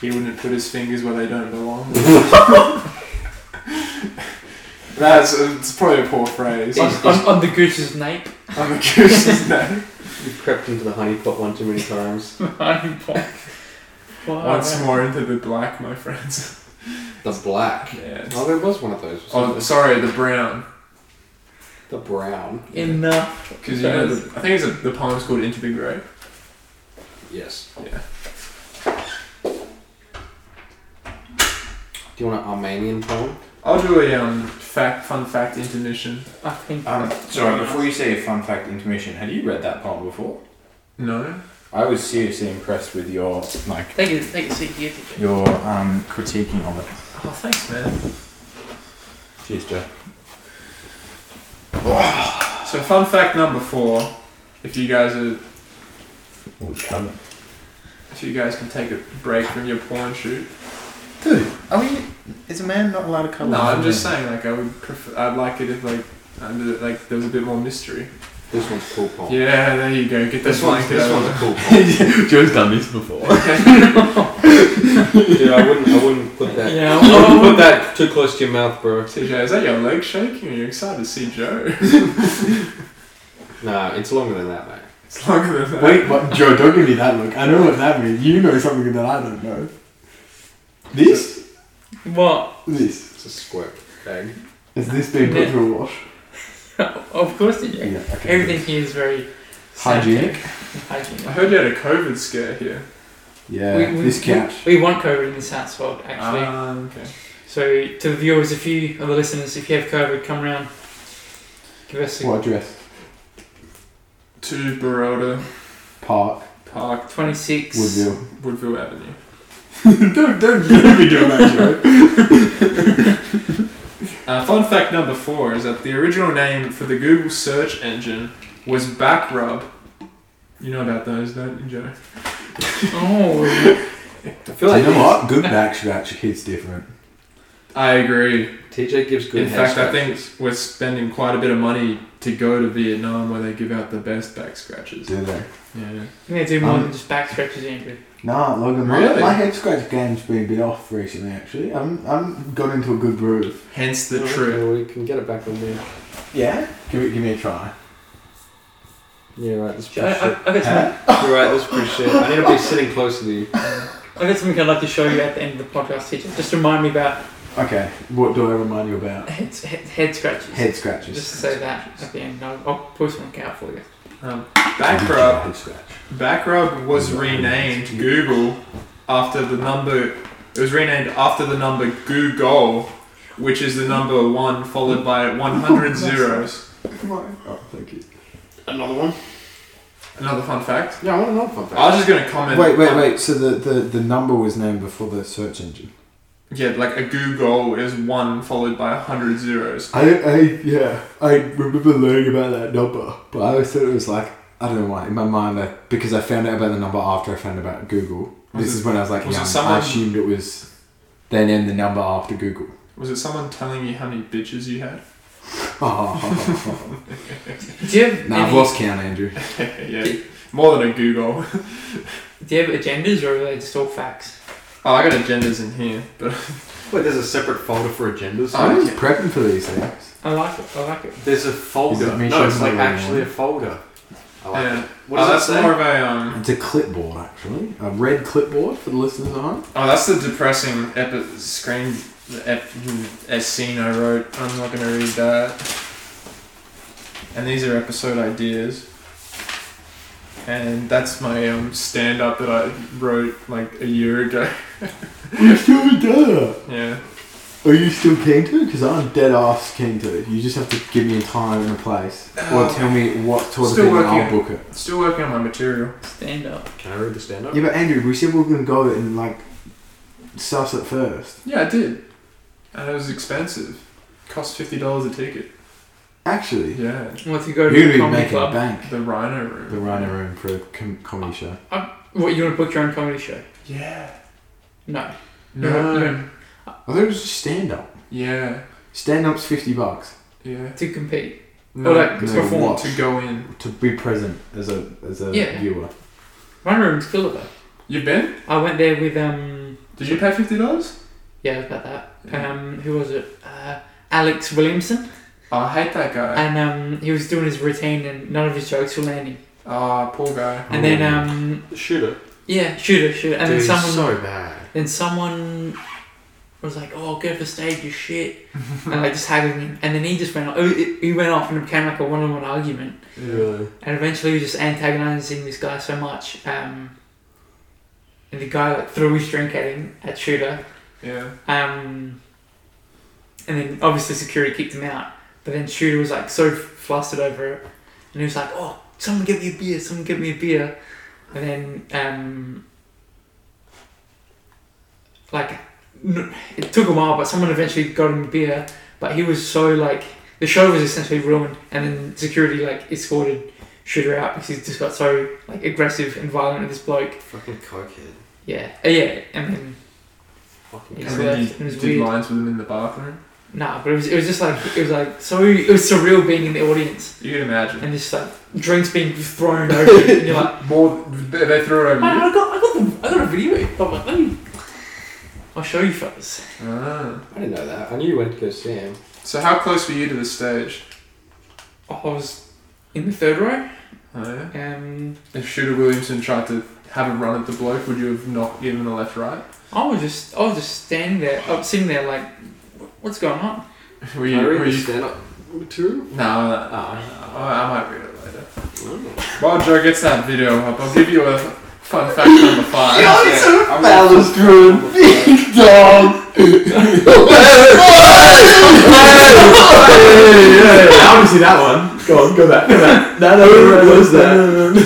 Speaker 10: he wouldn't put his fingers where they don't belong. That's it's probably a poor phrase.
Speaker 2: On, on, on the goose's nape.
Speaker 10: I'm a goose's name.
Speaker 3: You've crept into the honey pot one too many times.
Speaker 2: Honey pot. Wow.
Speaker 10: Once
Speaker 1: Oh,
Speaker 10: more into the black, my friends.
Speaker 3: The black.
Speaker 10: Yeah.
Speaker 3: Oh, there was one of those.
Speaker 1: Oh, sorry, the brown.
Speaker 3: The brown.
Speaker 2: Enough.
Speaker 1: Because you know, the, I think it's a, the poem's called Into the Grey.
Speaker 3: Yes.
Speaker 1: Yeah.
Speaker 3: Do you want an Armenian poem?
Speaker 1: I'll do a um, fact, fun fact intermission.
Speaker 2: I think.
Speaker 1: Um,
Speaker 11: Sorry, before you say a fun fact intermission, had you read that poem before?
Speaker 1: No.
Speaker 11: I was seriously impressed with your like
Speaker 2: Thank you. Thank you. Thank you. Thank you.
Speaker 11: your um, critiquing of it.
Speaker 1: Oh, thanks, man.
Speaker 11: Cheers, Joe.
Speaker 1: So, fun fact number four. If you guys are, if you guys can take a break from your porn shoot.
Speaker 4: Dude, are we? Is a man not allowed to come?
Speaker 1: No, I'm just saying. Like, I would prefer. I'd like it if like. Under, like there was a bit more mystery.
Speaker 3: This one's cool poem.
Speaker 1: Yeah, there you go. Get Oh. this one.
Speaker 3: This one's a cool poem.
Speaker 11: Joe's done this before.
Speaker 3: Dude, I wouldn't. I wouldn't put that.
Speaker 2: Yeah.
Speaker 3: I wouldn't put that too close to your mouth, bro.
Speaker 1: TJ, is that your leg shaking? Are you excited to see Joe?
Speaker 3: Nah, it's longer than that, mate.
Speaker 1: It's longer than that.
Speaker 4: Wait, what? Joe, don't give me that look. I know what that means. You know something that I don't know. This?
Speaker 2: What?
Speaker 4: This.
Speaker 3: It's a squirt bag.
Speaker 4: Is this being put
Speaker 2: Yeah.
Speaker 4: through a wash?
Speaker 2: of course, did you?
Speaker 4: okay.
Speaker 2: Everything here is very
Speaker 4: Hygienic?
Speaker 2: sanitary. Hygienic.
Speaker 1: I heard you had a COVID scare here.
Speaker 4: Yeah,
Speaker 2: We- we-
Speaker 4: this couch.
Speaker 2: We want COVID in this house, well, actually.
Speaker 1: Um, okay.
Speaker 2: so, to the viewers, if you or the listeners, if you have COVID, come round. Give us a
Speaker 4: What address?
Speaker 1: To Baroda
Speaker 4: Park,
Speaker 1: Park,
Speaker 2: 26.
Speaker 4: Woodville.
Speaker 1: Woodville Avenue.
Speaker 4: don't, don't, don't be doing that, Joe.
Speaker 1: Uh, fun fact number four is that the original name for the Google search engine was Backrub. You know about those, don't you, Joe?
Speaker 2: Oh,
Speaker 3: I feel
Speaker 4: you know what? Good back scratch hits different.
Speaker 1: I agree.
Speaker 3: TJ gives good.
Speaker 1: In
Speaker 3: head
Speaker 1: fact, I
Speaker 3: scratches.
Speaker 1: think we're spending quite a bit of money to go to Vietnam where they give out the best back scratches.
Speaker 4: Do they?
Speaker 1: Yeah.
Speaker 2: I'm going to do more
Speaker 4: Um,
Speaker 2: than just back stretches, Andrew.
Speaker 4: Nah, Logan,
Speaker 1: Really?
Speaker 4: my, my head scratch game's been a bit off recently, actually. I'm, I'm got into a good groove.
Speaker 1: Hence the
Speaker 3: Okay,
Speaker 1: trip.
Speaker 3: We can get it back on there.
Speaker 4: Yeah? Give, it, give me a try.
Speaker 3: Yeah, right. That's
Speaker 2: I,
Speaker 3: pretty
Speaker 2: I,
Speaker 3: shit.
Speaker 2: I, got
Speaker 4: Uh,
Speaker 2: something,
Speaker 3: You're right. That's pretty shit. I need to be sitting closer to you.
Speaker 2: I got something I'd like to show you at the end of the podcast, TJ. Just remind me about
Speaker 4: Okay, what do I remind you about?
Speaker 2: head, head, head scratches.
Speaker 4: Head scratches.
Speaker 2: just to say that at the end. I'll, I'll pull something out for you.
Speaker 1: Um,
Speaker 4: Original
Speaker 1: Backrub
Speaker 4: Head scratch.
Speaker 1: Backrub was renamed Google after the number. It was renamed after the number Google, which is the number one followed by 100 zeros.
Speaker 4: Come on. Oh, thank you.
Speaker 3: Another one.
Speaker 1: Another fun fact.
Speaker 3: Yeah, I want another fun fact.
Speaker 1: I was just gonna comment.
Speaker 4: Wait, wait,
Speaker 1: on-
Speaker 4: wait. So the, the, the number was named before the search engine.
Speaker 1: Yeah, like a Google is one followed by 100 zeros.
Speaker 4: I, I yeah. I remember learning about that number, but I always thought it was like I don't know why in my mind I, because I found out about the number after I found out about Google.
Speaker 1: Was
Speaker 4: this
Speaker 1: it-
Speaker 4: is when I was like
Speaker 1: was it
Speaker 4: young.
Speaker 1: someone-
Speaker 4: I assumed it was they named the number after Google.
Speaker 1: Was it someone telling you how many bitches you had?
Speaker 4: Oh,
Speaker 2: Do you have,
Speaker 4: nah, I've
Speaker 2: any,
Speaker 4: lost count, Andrew.
Speaker 1: yeah, more than a Google.
Speaker 2: do you have agendas or are they just all facts?
Speaker 1: Oh, I got agendas in here, but
Speaker 3: Wait, there's a separate folder for agendas.
Speaker 4: I was prepping for these things.
Speaker 2: I like it. I like it.
Speaker 3: There's a
Speaker 4: You
Speaker 3: folder.
Speaker 4: got me
Speaker 3: No, it's
Speaker 4: showing
Speaker 3: like
Speaker 4: my
Speaker 3: actually a
Speaker 4: one.
Speaker 3: folder. I like
Speaker 1: yeah.
Speaker 3: it. What
Speaker 1: oh,
Speaker 3: does
Speaker 1: that's
Speaker 3: that say?
Speaker 1: more of a um.
Speaker 4: It's a clipboard, actually, a red clipboard for the listeners at home.
Speaker 1: Oh, that's the depressing epi- screen the ep- hmm, a scene I wrote. I'm not going to read that. And these are episode ideas. And that's my um, stand up that I wrote like a year ago.
Speaker 4: We still haven't done it.
Speaker 1: Yeah.
Speaker 4: Are you still keen to? Because I'm dead ass keen to. You just have to give me a time and a place, or tell me what sort of
Speaker 1: Uh, Still
Speaker 4: thing, and
Speaker 1: working.
Speaker 4: I'll book it.
Speaker 1: Still working on my material.
Speaker 2: Stand up.
Speaker 3: Can I read the stand up?
Speaker 4: Yeah, but Andrew, we said we were gonna go and like suss it first.
Speaker 1: Yeah, I did. And it was expensive. Cost $50 a ticket.
Speaker 4: Actually,
Speaker 1: Yeah.
Speaker 2: Well, if you go
Speaker 4: you're
Speaker 2: to
Speaker 4: gonna
Speaker 2: the
Speaker 4: be
Speaker 2: comedy
Speaker 4: making
Speaker 2: club,
Speaker 4: bank.
Speaker 1: The Rhino Room.
Speaker 4: The Rhino Room for a com- comedy show.
Speaker 2: what you want to book your own comedy show?
Speaker 1: Yeah.
Speaker 2: No.
Speaker 1: No.
Speaker 2: No.
Speaker 4: I thought it was just stand up.
Speaker 1: Yeah.
Speaker 4: Stand up's fifty bucks
Speaker 1: Yeah.
Speaker 2: To compete.
Speaker 1: No.
Speaker 2: Or like
Speaker 4: no,
Speaker 2: perform.
Speaker 4: what?
Speaker 1: to go in.
Speaker 4: to be present as a as a
Speaker 2: Yeah.
Speaker 4: viewer.
Speaker 2: Run room's killer though.
Speaker 1: You've been?
Speaker 2: I went there with um
Speaker 1: Did you pay fifty dollars?
Speaker 2: Yeah, about
Speaker 1: Mm.
Speaker 2: that. Um, who was it? Uh, Alex Williamson,
Speaker 1: I hate that guy.
Speaker 2: and um, he was doing his routine, and none of his jokes were landing.
Speaker 1: Ah, poor guy.
Speaker 2: And then, um,
Speaker 3: The shooter.
Speaker 2: yeah, shooter, shooter, and
Speaker 12: Dude,
Speaker 2: then someone
Speaker 12: so bad.
Speaker 2: Then someone was like, "Oh, get off the stage, you shit!" and like just haggling him. And then he just went off. He went off and it became like a one-on-one argument.
Speaker 3: Really.
Speaker 2: And eventually, he was just antagonising this guy so much. Um, and the guy like threw his drink at him at shooter.
Speaker 1: Yeah.
Speaker 2: Um, and then obviously security kicked him out. But then shooter was like so flustered over it, and he was like, "Oh, someone give me a beer! Someone give me a beer!" And then um, like n- it took a while, but someone eventually got him a beer. But he was so like the show was essentially ruined, and then security like escorted shooter out because he just got so like aggressive and violent with this bloke.
Speaker 3: Fucking cokehead.
Speaker 2: Yeah, Uh, yeah, and then
Speaker 3: Fucking.
Speaker 2: Yeah.
Speaker 1: And
Speaker 2: He's
Speaker 1: then
Speaker 2: left, and
Speaker 1: you
Speaker 2: it's
Speaker 1: did
Speaker 2: weird.
Speaker 1: lines with him in the bathroom.
Speaker 2: Nah, but it was, it was just like it was like so it was surreal being in the audience
Speaker 1: You can imagine.
Speaker 2: and just like drinks being thrown over you and you're like,
Speaker 1: More, they they threw it
Speaker 2: "Man,
Speaker 1: over you.
Speaker 2: I got I got the, I got a video. here." I'm like, let me, I'll show you fellas.
Speaker 1: Ah.
Speaker 3: I didn't know that. I knew you went to go see him.
Speaker 1: So how close were you to the stage?
Speaker 2: Oh, I was in the third row.
Speaker 1: Oh, yeah.
Speaker 2: Um,
Speaker 1: If Shooter Williamson tried to have a run at the bloke, would you have not given a left right?
Speaker 2: I was just I was just standing there, I was sitting there like, what's going on?
Speaker 1: Were
Speaker 3: Can I
Speaker 1: you? Were
Speaker 3: read the
Speaker 1: you
Speaker 3: stand up material?
Speaker 1: no, no, no,
Speaker 3: Ah.
Speaker 1: I might read it later.
Speaker 3: Oh.
Speaker 1: While Joe gets that video up, I'll give you a fun fact number five.
Speaker 3: Balustrade, big dog.
Speaker 4: I want to see that one. Go on, go back. Go back. No, no, no, no, where's that?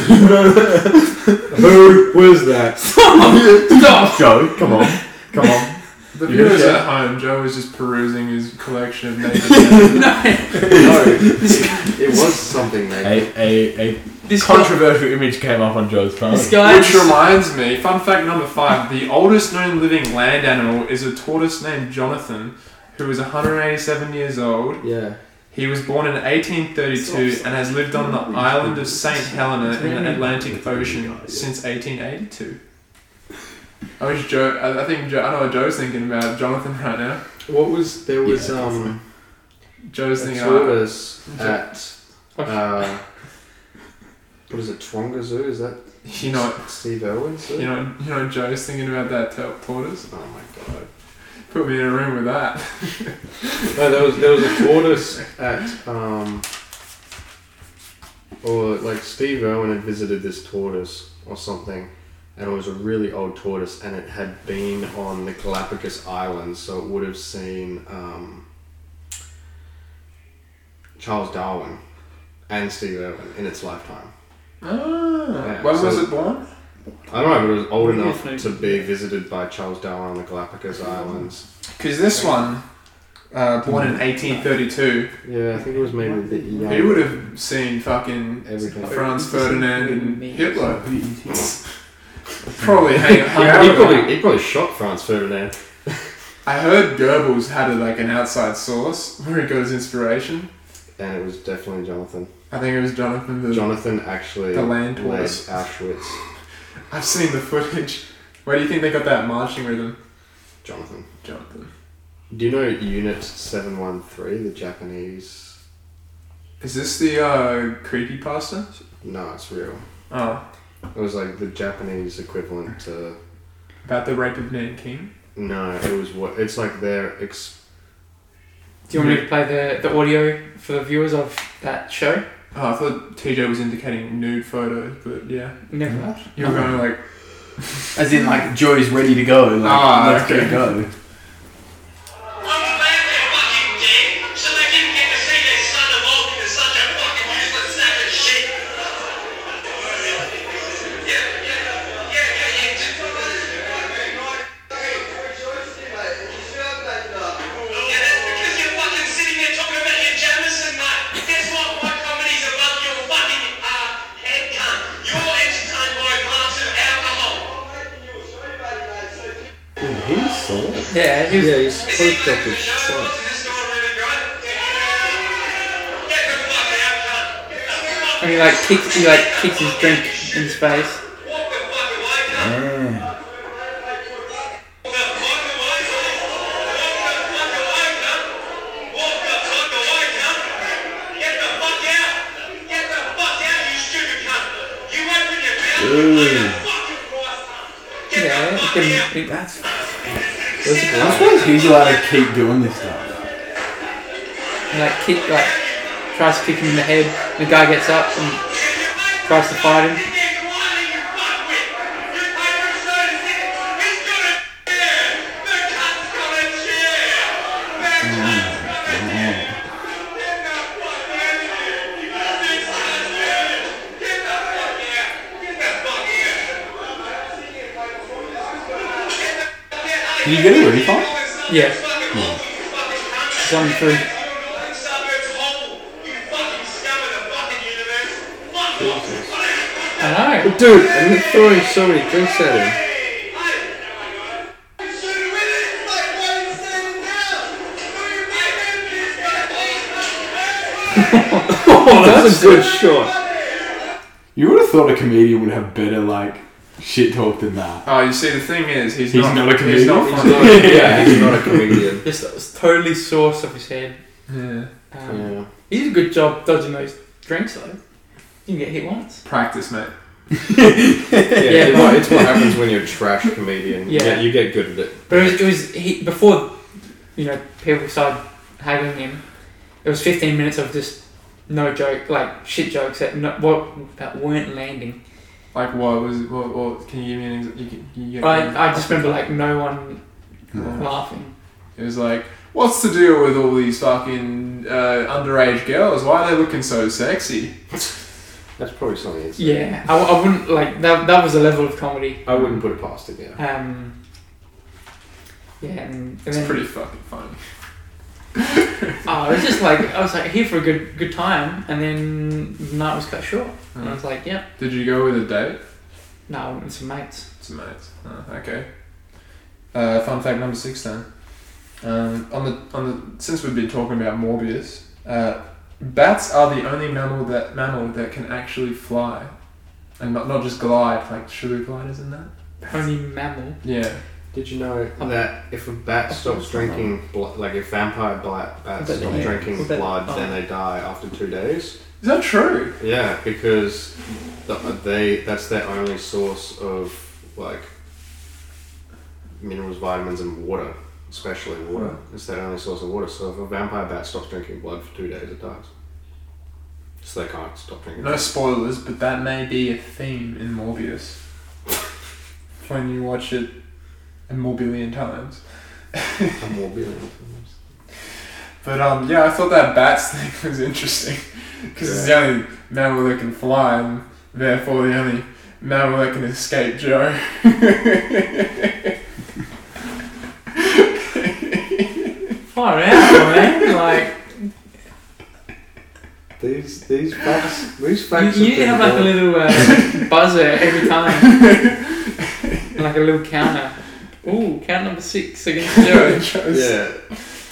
Speaker 4: Who was that? Stop! Joe, come on. Come on.
Speaker 1: The
Speaker 4: Yeah.
Speaker 1: viewers at home, Joe was just perusing his collection of naked men.
Speaker 3: No, it was something naked.
Speaker 13: A, a, a
Speaker 2: This guy,
Speaker 13: controversial image came up on Joe's phone.
Speaker 2: this guy,
Speaker 1: Which reminds me, fun fact number five the oldest known living land animal is a tortoise named Jonathan, who is 187 years old.
Speaker 3: Yeah.
Speaker 1: He was born in 1832 and has lived on the island of St. Helena in the Atlantic Ocean since 1882. I wish Joe, I I think Joe, I know what Joe's thinking about Jonathan right now.
Speaker 3: What was there was
Speaker 13: Yeah,
Speaker 3: um a
Speaker 1: Joe's thinking, oh,
Speaker 3: tortoise at uh what is it Twonga Zoo? Is that
Speaker 1: you know,
Speaker 3: Steve Irwin's zoo?
Speaker 1: you know, you know, Joe's thinking about that tor- tortoise.
Speaker 3: Oh my god!
Speaker 1: Put me in a room with that.
Speaker 3: No, there was there was a tortoise at um, or like Steve Irwin had visited this tortoise or something, and it was a really old tortoise, and it had been on the Galapagos Islands, so it would have seen um, Charles Darwin and Steve Irwin in its lifetime.
Speaker 1: Ah,
Speaker 3: Yeah,
Speaker 1: when was
Speaker 3: so-
Speaker 1: it born?
Speaker 3: I don't know, but it was old enough
Speaker 2: Definitely.
Speaker 3: to be visited by Charles Darwin on the Galapagos Islands.
Speaker 1: Because this one, uh, born in 1832,
Speaker 3: Yeah, I think it was maybe a bit young.
Speaker 1: he would have seen fucking
Speaker 3: Everything.
Speaker 1: Franz Ferdinand and Hitler.
Speaker 14: It's
Speaker 1: Probably hang hung
Speaker 3: Yeah,
Speaker 1: out
Speaker 3: he
Speaker 1: with him.
Speaker 3: probably, he probably shot Franz Ferdinand.
Speaker 1: I heard Goebbels had a, like an outside source where he got his inspiration.
Speaker 3: And it was definitely Jonathan.
Speaker 1: I think it was Jonathan. The,
Speaker 3: Jonathan actually
Speaker 1: the land
Speaker 3: led
Speaker 1: horse.
Speaker 3: Auschwitz.
Speaker 1: I've seen the footage. Where do you think they got that marching rhythm?
Speaker 3: Jonathan.
Speaker 1: Jonathan.
Speaker 3: Do you know Unit 713, the Japanese?
Speaker 1: Is this the uh, creepy pasta?
Speaker 3: No, it's real.
Speaker 1: Oh,
Speaker 3: It was like the Japanese equivalent to.
Speaker 1: about the rape of Nanking.
Speaker 3: No, it was what. It's like their. Ex-
Speaker 2: do you want me to play the, the audio for the viewers of that show?
Speaker 1: Oh, I thought TJ was indicating nude photos, but yeah,
Speaker 2: Never mind.
Speaker 3: Mm-hmm.
Speaker 1: you were going like.
Speaker 14: As in, like, Joey's ready to go. Like,
Speaker 1: Ah,
Speaker 14: let's
Speaker 1: okay.
Speaker 14: get go.
Speaker 2: Yeah, he was
Speaker 3: yeah, he's cloaked up his shot.
Speaker 2: And he like kicks, he like kicks his drink in his face.
Speaker 13: Ah.
Speaker 9: What
Speaker 2: Yeah, you can beat that.
Speaker 4: I'm surprised he's allowed to keep doing this stuff.
Speaker 2: And like kick, like tries to kick him in the head. The guy gets up and tries to fight him.
Speaker 9: Can you Hmm. get a refund?
Speaker 2: Yeah. Zone
Speaker 3: Hmm.
Speaker 2: three. I know.
Speaker 3: Dude, I'm throwing so many drinks at him. Oh, that's a good shot.
Speaker 4: You would have thought a comedian would have better like shit talk than that.
Speaker 1: Oh, you see, the thing is, he's,
Speaker 4: He's
Speaker 1: not,
Speaker 4: not a
Speaker 1: He's not
Speaker 4: comedian.
Speaker 1: from the-
Speaker 3: Yeah, he's not a comedian.
Speaker 2: Just that was totally sauce off his head.
Speaker 1: yeah.
Speaker 2: Um,
Speaker 3: Yeah.
Speaker 2: He did a good job dodging those drinks though. You can get hit once.
Speaker 1: Practice, mate.
Speaker 3: Yeah, It's, what, it's what happens when you're a trash comedian.
Speaker 2: Yeah.
Speaker 3: you get good at it.
Speaker 2: But it was, it was he, before, you know, people started haggling him. It was 15 minutes of just no joke, like shit jokes that no, what that weren't landing.
Speaker 1: Like, what was it? What, what, can you give me an example? You can, you get
Speaker 2: I, I just remember like no one
Speaker 1: Yeah.
Speaker 2: laughing.
Speaker 1: It was like, what's the deal with all these fucking uh, underage girls? Why are they looking so sexy?
Speaker 3: That's probably something. It's,
Speaker 2: Yeah, I, I wouldn't like that. That was a level of comedy.
Speaker 3: I wouldn't put it past it. Yeah.
Speaker 2: Um, yeah, and, and
Speaker 1: It's
Speaker 2: then
Speaker 1: pretty fucking funny.
Speaker 2: oh, it was just like I was like here for a good good time, and then the night was cut short, and I was
Speaker 1: Uh-huh.
Speaker 2: like, yeah,
Speaker 1: Did you go with a date?
Speaker 2: no, I went with some mates.
Speaker 1: It's mates. Oh, okay. Uh, fun fact number six then. Um, on the on the since we've been talking about Morbius, uh, bats are the only mammal that mammal that can actually fly, and not not just glide like sugar gliders and that.
Speaker 2: Only mammal.
Speaker 1: Yeah.
Speaker 3: Did you know that if a bat stops drinking, blo- like if vampire bla- bats
Speaker 2: But
Speaker 3: stop
Speaker 2: they-
Speaker 3: drinking
Speaker 2: but-
Speaker 3: blood,
Speaker 2: oh.
Speaker 3: then they die after two days?
Speaker 1: Is that true?
Speaker 3: Yeah, because th they that's their only source of like minerals, vitamins, and water. Especially water.
Speaker 2: Hmm.
Speaker 3: It's their only source of water. So if a vampire bat stops drinking blood for two days, it dies. So they can't stop drinking.
Speaker 1: No spoilers, but that may be a theme in Morbius. when you watch it a morbillion times.
Speaker 3: I'm more billion.
Speaker 1: But um, yeah, I thought that bats thing was interesting because it's the only mammal that can fly, and therefore the only mammal that can escape Joe.
Speaker 2: Far out, man. Like
Speaker 3: These these facts these
Speaker 2: you,
Speaker 3: facts
Speaker 2: you need to have like a little uh, buzzer every time, like a little counter. Ooh, count number six against zero.
Speaker 3: Yeah,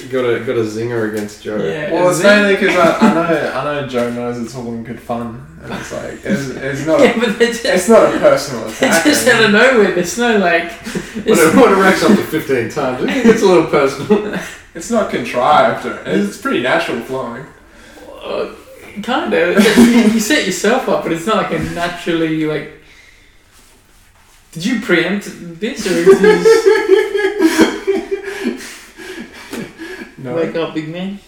Speaker 3: got a got a zinger against Joe.
Speaker 2: Yeah.
Speaker 1: Well, it's
Speaker 2: is it?
Speaker 1: mainly because I, I know I know Joe knows it's all in good fun, and it's like it's, it's not
Speaker 2: yeah,
Speaker 1: a,
Speaker 2: but they just,
Speaker 1: it's not a personal
Speaker 2: they
Speaker 1: attack.
Speaker 2: just out of nowhere. There's no like.
Speaker 3: When
Speaker 2: it's-
Speaker 3: it, when it racks up to 15 times, it gets a little personal.
Speaker 1: It's not contrived. or- It's pretty natural flowing.
Speaker 2: Uh, kind of. you set yourself up, but it's not like a naturally like. Did you preempt this, or did you just
Speaker 1: No,
Speaker 2: wake up, big man?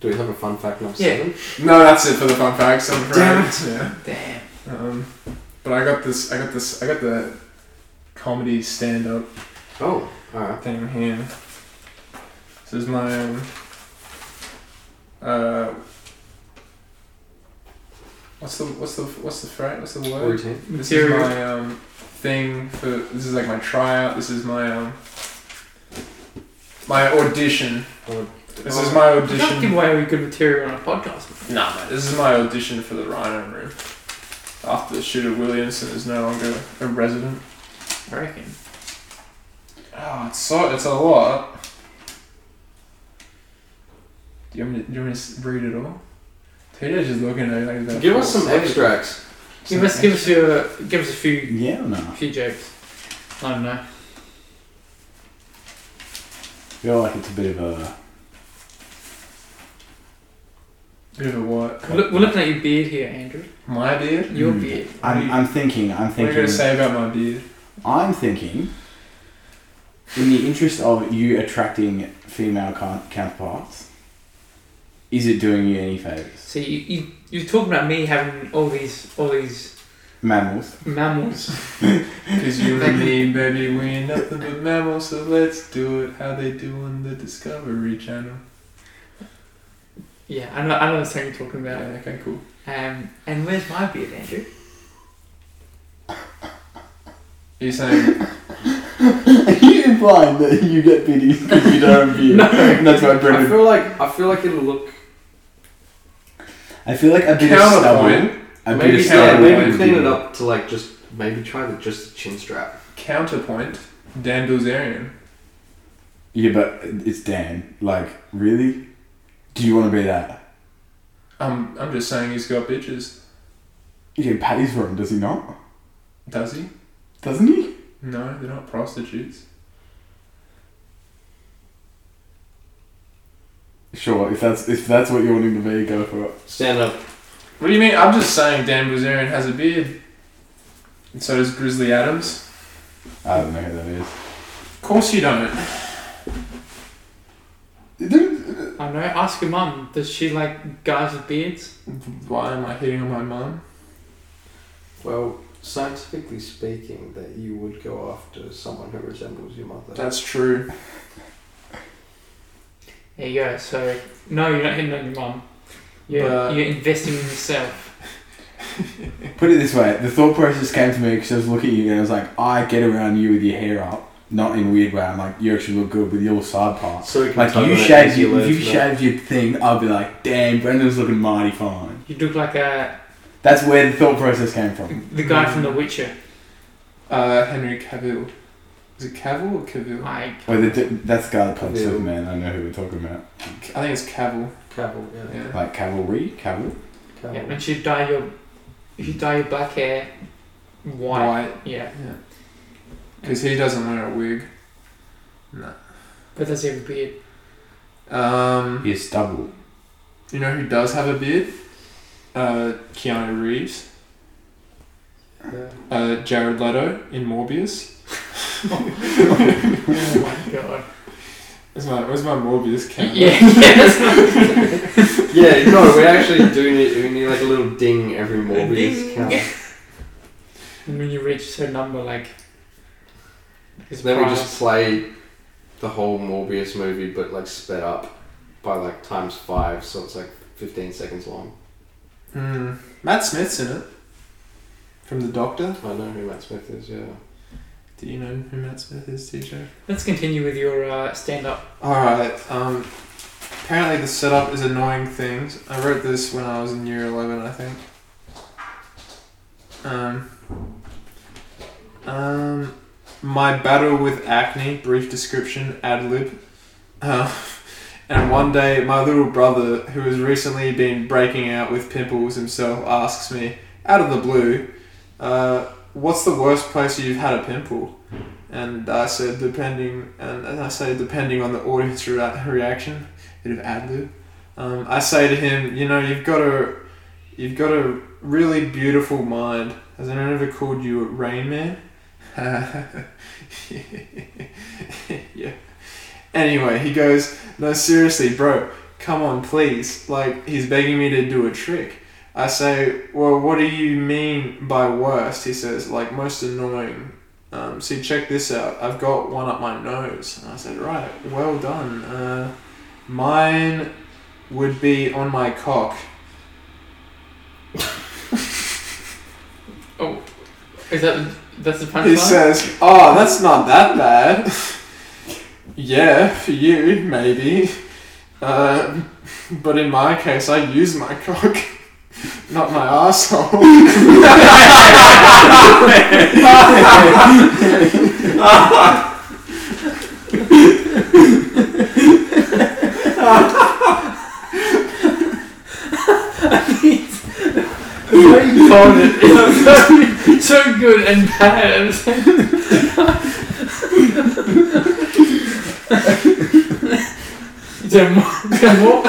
Speaker 3: Do we have a fun fact number
Speaker 2: Yeah.
Speaker 3: seven?
Speaker 1: no, that's it for the fun facts. I'm
Speaker 2: Damn
Speaker 1: afraid. Yeah.
Speaker 2: Damn.
Speaker 1: Um, but I got this. I got this. I got the comedy stand up
Speaker 3: Oh, alright.
Speaker 1: thing here. This is my um, uh, what's the what's the what's the phrase? What's the word?
Speaker 3: Routine.
Speaker 1: This is
Speaker 2: Material.
Speaker 1: my um thing for this is like my tryout. This is my um my audition. This is my
Speaker 2: You can't give
Speaker 1: audition.
Speaker 2: away all good material on a podcast.
Speaker 1: Nah, mate. This is my audition for the Rhino Room. After Shooter Williamson is no longer a resident.
Speaker 2: I reckon.
Speaker 1: Oh, it's so it's a lot. Do you want me to, do you want me to s- read it all? Tito's just looking at it
Speaker 8: Uh,
Speaker 1: like
Speaker 3: Give us some extracts.
Speaker 2: Give us, give us your, give us a few,
Speaker 9: Yeah or no?
Speaker 2: few jokes. I don't know.
Speaker 9: I feel like it's a bit of a
Speaker 1: Bit of a white.
Speaker 2: We're look- we're looking at your beard here, Andrew.
Speaker 1: My beard?
Speaker 2: Your
Speaker 4: Hmm.
Speaker 2: beard.
Speaker 1: What are
Speaker 4: I'm,
Speaker 1: you-
Speaker 4: I'm thinking, I'm
Speaker 1: What are you
Speaker 4: thinking.
Speaker 1: going to say about my beard?
Speaker 4: I'm thinking, in the interest of you attracting female coun- counterparts, is it doing you any favors?
Speaker 2: So you, you you're talking about me having all these all these
Speaker 4: Mammals.
Speaker 2: mammals.
Speaker 1: Because you and me, baby, we ain't nothing but mammals, so let's do it how they do on the Discovery Channel.
Speaker 2: Yeah, I know I know the thing you're talking
Speaker 1: Yeah,
Speaker 2: about.
Speaker 1: okay, cool.
Speaker 2: Um, and where's my beard, Andrew?
Speaker 1: Are you saying
Speaker 4: Are you implying that you get biddies because you don't have a beard? And That's why
Speaker 8: I
Speaker 4: Brendan.
Speaker 8: feel like I feel like it'll look
Speaker 4: I feel like a bit of stubble.
Speaker 1: counterpoint?
Speaker 4: A bit
Speaker 8: maybe
Speaker 4: of
Speaker 1: it's
Speaker 8: yeah,
Speaker 4: stubble.
Speaker 8: maybe
Speaker 4: would
Speaker 8: clean
Speaker 4: do
Speaker 8: it
Speaker 4: you.
Speaker 8: up to like just maybe try the just the chin strap.
Speaker 1: Counterpoint? Dan Bilzerian.
Speaker 4: Yeah, but it's Dan. Like, really? Do you want to be that?
Speaker 1: Um, I'm, I'm just saying he's got bitches.
Speaker 4: He pays for him, does he not?
Speaker 1: Does he?
Speaker 4: Doesn't he?
Speaker 1: No, they're not prostitutes.
Speaker 4: Sure. If that's if that's what you want him to be, go for it.
Speaker 15: Stand up.
Speaker 1: What do you mean? I'm just saying Dan Bilzerian has a beard. And so does Grizzly Adams.
Speaker 4: I don't know who that is.
Speaker 1: Of course you don't.
Speaker 2: I don't know. Ask your mum. Does she like guys with beards?
Speaker 1: Why am I hitting on my mum?
Speaker 8: Well, scientifically speaking, that you would go after someone who resembles your mother.
Speaker 1: That's true.
Speaker 2: There you go. So no, you're not hitting on your mum. You're
Speaker 1: But-
Speaker 2: you're investing in yourself.
Speaker 4: Put it this way: the thought process came to me because I was looking at you and I was like, I get around you with your hair up, not in a weird way. I'm like, you actually look good with your side parts.
Speaker 8: So we can
Speaker 4: Like
Speaker 8: tell
Speaker 4: you
Speaker 8: that
Speaker 4: shaved,
Speaker 8: easy
Speaker 4: you, if
Speaker 8: words
Speaker 4: you
Speaker 8: for that.
Speaker 4: shaved your thing, I'd be like, damn, Brendan's looking mighty fine.
Speaker 2: You look like a
Speaker 4: That's where the thought process came from.
Speaker 2: the guy from The Witcher.
Speaker 1: Uh, Henry Cavill. Is it Cavill or Cavill? I
Speaker 2: Like
Speaker 4: Well, the, that's the guy that played
Speaker 8: Yeah.
Speaker 4: Superman. I know who we're talking about.
Speaker 1: think it's Cavill.
Speaker 8: Cavill, yeah.
Speaker 1: Yeah.
Speaker 4: Like cavalry, cavalry.
Speaker 8: Cavill.
Speaker 3: Um,
Speaker 2: yeah, once you dye your if you dye your black hair white.
Speaker 1: White.
Speaker 2: Yeah,
Speaker 1: Yeah. Because he doesn't wear a wig. No.
Speaker 2: but does he have a beard?
Speaker 1: Um,
Speaker 4: He's double.
Speaker 1: you know who does have a beard? Uh, Keanu Reeves.
Speaker 8: Yeah.
Speaker 1: Uh, Jared Leto in Morbius.
Speaker 2: Oh my god.
Speaker 1: Where's my, where's my Morbius
Speaker 2: yeah,
Speaker 1: camera?
Speaker 2: yeah, that's not-
Speaker 8: Yeah, no, we actually do need we need like a little ding every Morbius
Speaker 2: Ding.
Speaker 8: count.
Speaker 2: And when you reach a certain number, like. His
Speaker 8: Then we
Speaker 2: prize.
Speaker 8: just play the whole Morbius movie, but like sped up by like times five, so it's like fifteen seconds long.
Speaker 1: Hmm. Matt Smith's in it. From The Doctor.
Speaker 8: I know who Matt Smith is. Yeah.
Speaker 1: Do you know who Matt Smith is, TJ?
Speaker 2: Let's continue with your uh, stand up.
Speaker 1: Alright, um, apparently the setup is annoying things. I wrote this when I was in year 11, I think. Um, um, my battle with acne, brief description, ad lib. Uh, and one day, my little brother, who has recently been breaking out with pimples himself, asks me, out of the blue, uh, what's the worst place you've had a pimple? And I said, depending, and, and I say, depending on the audience rea- reaction, bit of ad lib. Um, I say to him, you know, you've got a, you've got a really beautiful mind. Has anyone ever called you a rain man? yeah. Anyway, he goes, no, seriously, bro, come on, please. Like he's begging me to do a trick. I say, well, what do you mean by worst? He says, like most annoying um, see, check this out. I've got one up my nose. And I said, right, well done. Uh, mine would be on my cock.
Speaker 2: Is that. That's the
Speaker 1: He
Speaker 2: punchline?
Speaker 1: says, oh, that's not that bad. yeah, for you, maybe. Uh, but in my case, I use my cock, not my asshole.
Speaker 2: so, so good and bad. Is there more? Is there more?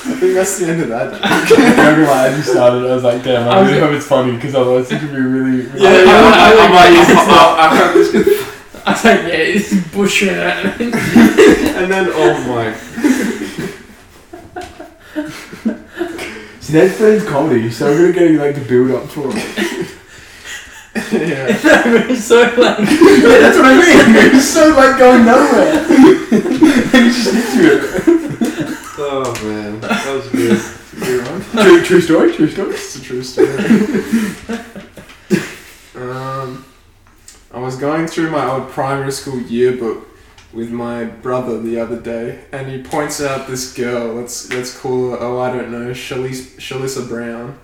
Speaker 1: I think that's the end of that.
Speaker 4: Remember when I just started, I was like, damn, I
Speaker 2: I was-
Speaker 4: really hope it's funny because otherwise it could be really.
Speaker 16: Yeah, yeah,
Speaker 2: I wanna- I
Speaker 16: I, I,
Speaker 2: wanna-
Speaker 16: might use this
Speaker 1: Oh,
Speaker 16: now. I hope this can-
Speaker 2: I was like, yeah, it's bushing it.
Speaker 1: And then, oh my.
Speaker 4: See, that's Fred's comedy. So we're getting like the build up to it.
Speaker 1: Yeah.
Speaker 2: it's so like,
Speaker 4: yeah, that's what I mean. It's so like going nowhere. you just stick to it.
Speaker 1: Oh man, that was good. Good one.
Speaker 4: True, true story. True story.
Speaker 1: It's a true story. um, I was going through my old primary school yearbook with my brother the other day, and he points out this girl. Let's let's call her. Oh, I don't know, Shalis- Shalissa Brown.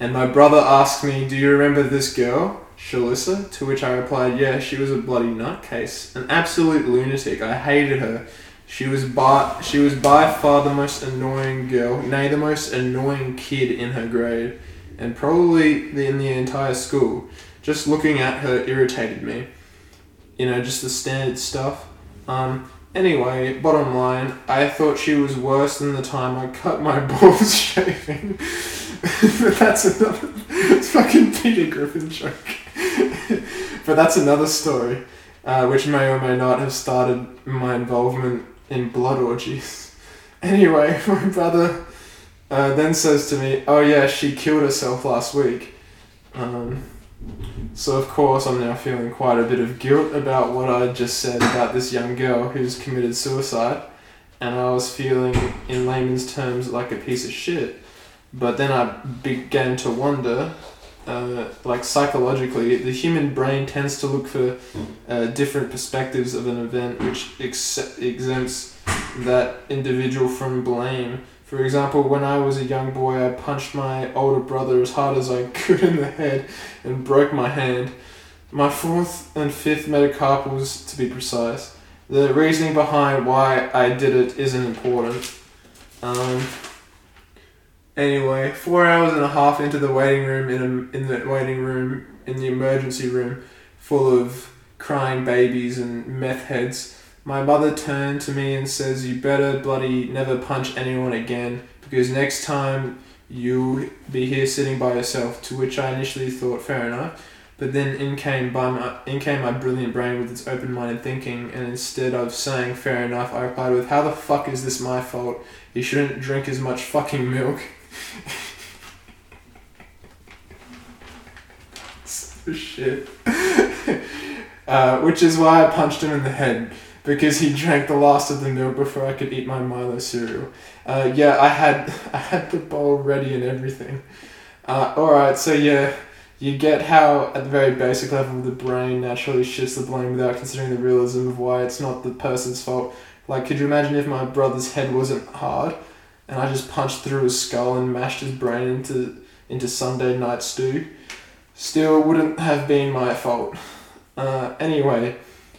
Speaker 1: And my brother asked me, "Do you remember this girl, Shalissa?" To which I replied, "Yeah, she was a bloody nutcase, an absolute lunatic. I hated her." She was by she was by far the most annoying girl, nay the most annoying kid in her grade, and probably the, in the entire school. Just looking at her irritated me. You know, just the standard stuff. Um. Anyway, bottom line, I thought she was worse than the time I cut my balls shaving. but that's another it's fucking Peter Griffin joke. but that's another story, uh, which may or may not have started my involvement in blood orgies. Anyway, my brother uh, then says to me, "Oh yeah, she killed herself last week." Um, so of course, I'm now feeling quite a bit of guilt about what I just said about this young girl who's committed suicide, and I was feeling, in layman's terms, like a piece of shit. But then I began to wonder. Uh, like psychologically, the human brain tends to look for uh, different perspectives of an event which ex- exempts that individual from blame. For example, when I was a young boy, I punched my older brother as hard as I could in the head and broke my hand. My fourth and fifth metacarpals, to be precise. The reasoning behind why I did it isn't important. Um, anyway, four hours and a half into the waiting room, in, a, in the waiting room, in the emergency room, full of crying babies and meth heads. My mother turned to me and says, You better bloody never punch anyone again because next time you'll be here sitting by yourself. To which I initially thought, Fair enough. But then in came, by my, in came my brilliant brain with its open minded thinking, and instead of saying fair enough, I replied with, How the fuck is this my fault? You shouldn't drink as much fucking milk. So Shit uh, which is why I punched him in the head because he drank the last of the milk before I could eat my Milo cereal. Uh, yeah, I had I had the bowl ready and everything. Uh, all right, so yeah, you get how at the very basic level the brain naturally shifts the blame without considering the realism of why it's not the person's fault. Like, could you imagine if my brother's head wasn't hard, and I just punched through his skull and mashed his brain into into Sunday night stew? Still, wouldn't have been my fault. Uh, anyway,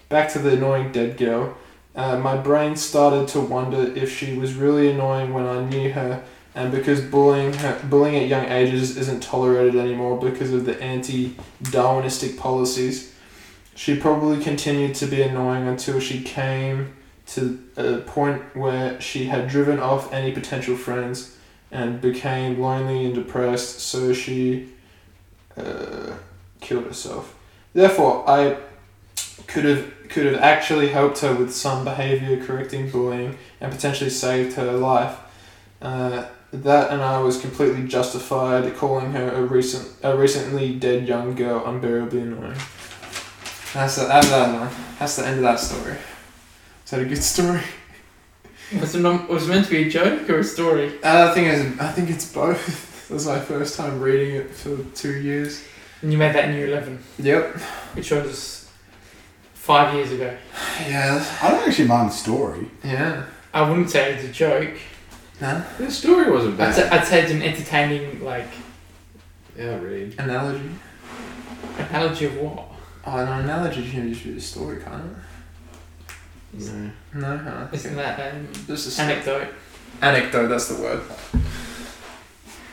Speaker 1: back to the annoying dead girl. Uh, my brain started to wonder if she was really annoying when I knew her, and because bullying her, bullying at young ages isn't tolerated anymore because of the anti-Darwinistic policies, she probably continued to be annoying until she came to a point where she had driven off any potential friends and became lonely and depressed. So she uh, killed herself. Therefore, I could have could have actually helped her with some behavior correcting bullying and potentially saved her life. Uh, that and I was completely justified calling her a recent a recently dead young girl unbearably annoying. That's the that's that one. That's the end of that story. Is that a good story?
Speaker 2: was it, not, was it meant to be a joke or a story?
Speaker 1: Uh, I think it's, I think it's both. it was my first time reading it for two years.
Speaker 2: And you made that in year 11,
Speaker 1: Yep.
Speaker 2: which was five years ago.
Speaker 1: Yeah.
Speaker 4: I don't actually mind the story.
Speaker 1: Yeah.
Speaker 2: I wouldn't say it's a joke.
Speaker 1: Huh?
Speaker 3: The story wasn't
Speaker 2: I'd
Speaker 3: bad.
Speaker 2: say, I'd say it's an entertaining, like,
Speaker 3: yeah, read.
Speaker 1: Analogy.
Speaker 2: analogy of what?
Speaker 1: Oh, an analogy can just be a story, can't it?
Speaker 3: No.
Speaker 1: No, huh?
Speaker 2: Isn't that um,
Speaker 1: Just a st-
Speaker 2: anecdote?
Speaker 1: anecdote, that's the word.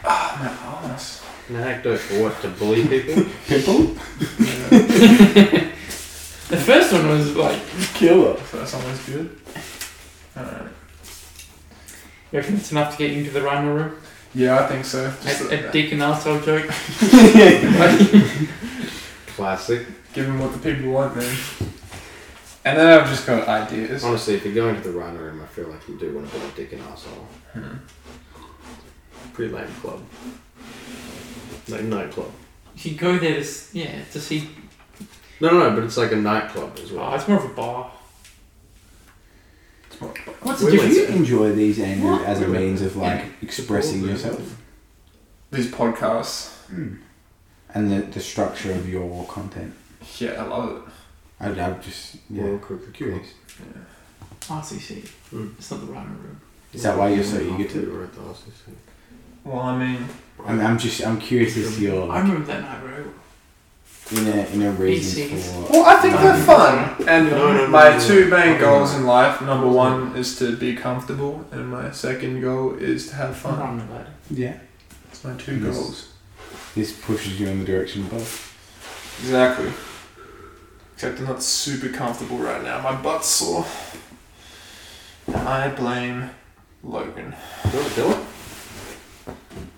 Speaker 1: Ah, my ass.
Speaker 3: An anecdote for what? To bully people?
Speaker 4: Pimple?
Speaker 1: Yeah,
Speaker 2: The first one was like,
Speaker 4: Killer.
Speaker 1: first one was good. Alright.
Speaker 2: You reckon it's enough to get you into the rhino room?
Speaker 1: Yeah, I think so. Just uh,
Speaker 2: A,
Speaker 1: the-
Speaker 2: a deacon asshole joke.
Speaker 3: Classic.
Speaker 1: give them what the people want, man. And then I've just got ideas.
Speaker 3: Honestly, if you're going to the rhino room, I feel like you do want to put a dick in asshole.
Speaker 1: Hmm.
Speaker 3: Pretty lame club. Like nightclub.
Speaker 2: You go there to s- yeah to see.
Speaker 3: No, no, no, but it's like a nightclub as well.
Speaker 2: Oh, it's more of a bar.
Speaker 4: What's
Speaker 3: the
Speaker 4: Do you
Speaker 3: difference?
Speaker 4: enjoy these, Andrew,
Speaker 2: What?
Speaker 4: as a
Speaker 3: Wait a
Speaker 4: means of like
Speaker 2: Yeah.
Speaker 4: expressing
Speaker 3: Probably.
Speaker 4: yourself
Speaker 1: These podcasts.
Speaker 4: and the, the structure of your content?
Speaker 1: Yeah, I love
Speaker 4: I, I'm just yeah,
Speaker 3: Well, cook-
Speaker 4: curious.
Speaker 1: it. Yeah.
Speaker 2: RCC.
Speaker 3: Mm.
Speaker 2: It's not the rhino room.
Speaker 4: Is that why you're so eager to?
Speaker 3: We're at the RCC.
Speaker 1: Well, I mean,
Speaker 4: I'm, I'm just I'm curious as to your
Speaker 2: I
Speaker 4: like,
Speaker 2: remember that night very well.
Speaker 4: inner inner reason
Speaker 2: PCs.
Speaker 4: for.
Speaker 1: well, I think they're fun. And
Speaker 3: No, no, no,
Speaker 1: my
Speaker 3: no, no.
Speaker 1: two main goals in life number one is to be comfortable, and my second goal is to have fun.
Speaker 2: Rhino lad.
Speaker 4: Yeah,
Speaker 1: That's my two
Speaker 4: Yes.
Speaker 1: goals.
Speaker 4: this pushes you in the direction of both.
Speaker 1: Exactly. Except I'm not super comfortable right now. My butt's sore. And I blame Logan.
Speaker 3: Don't kill it.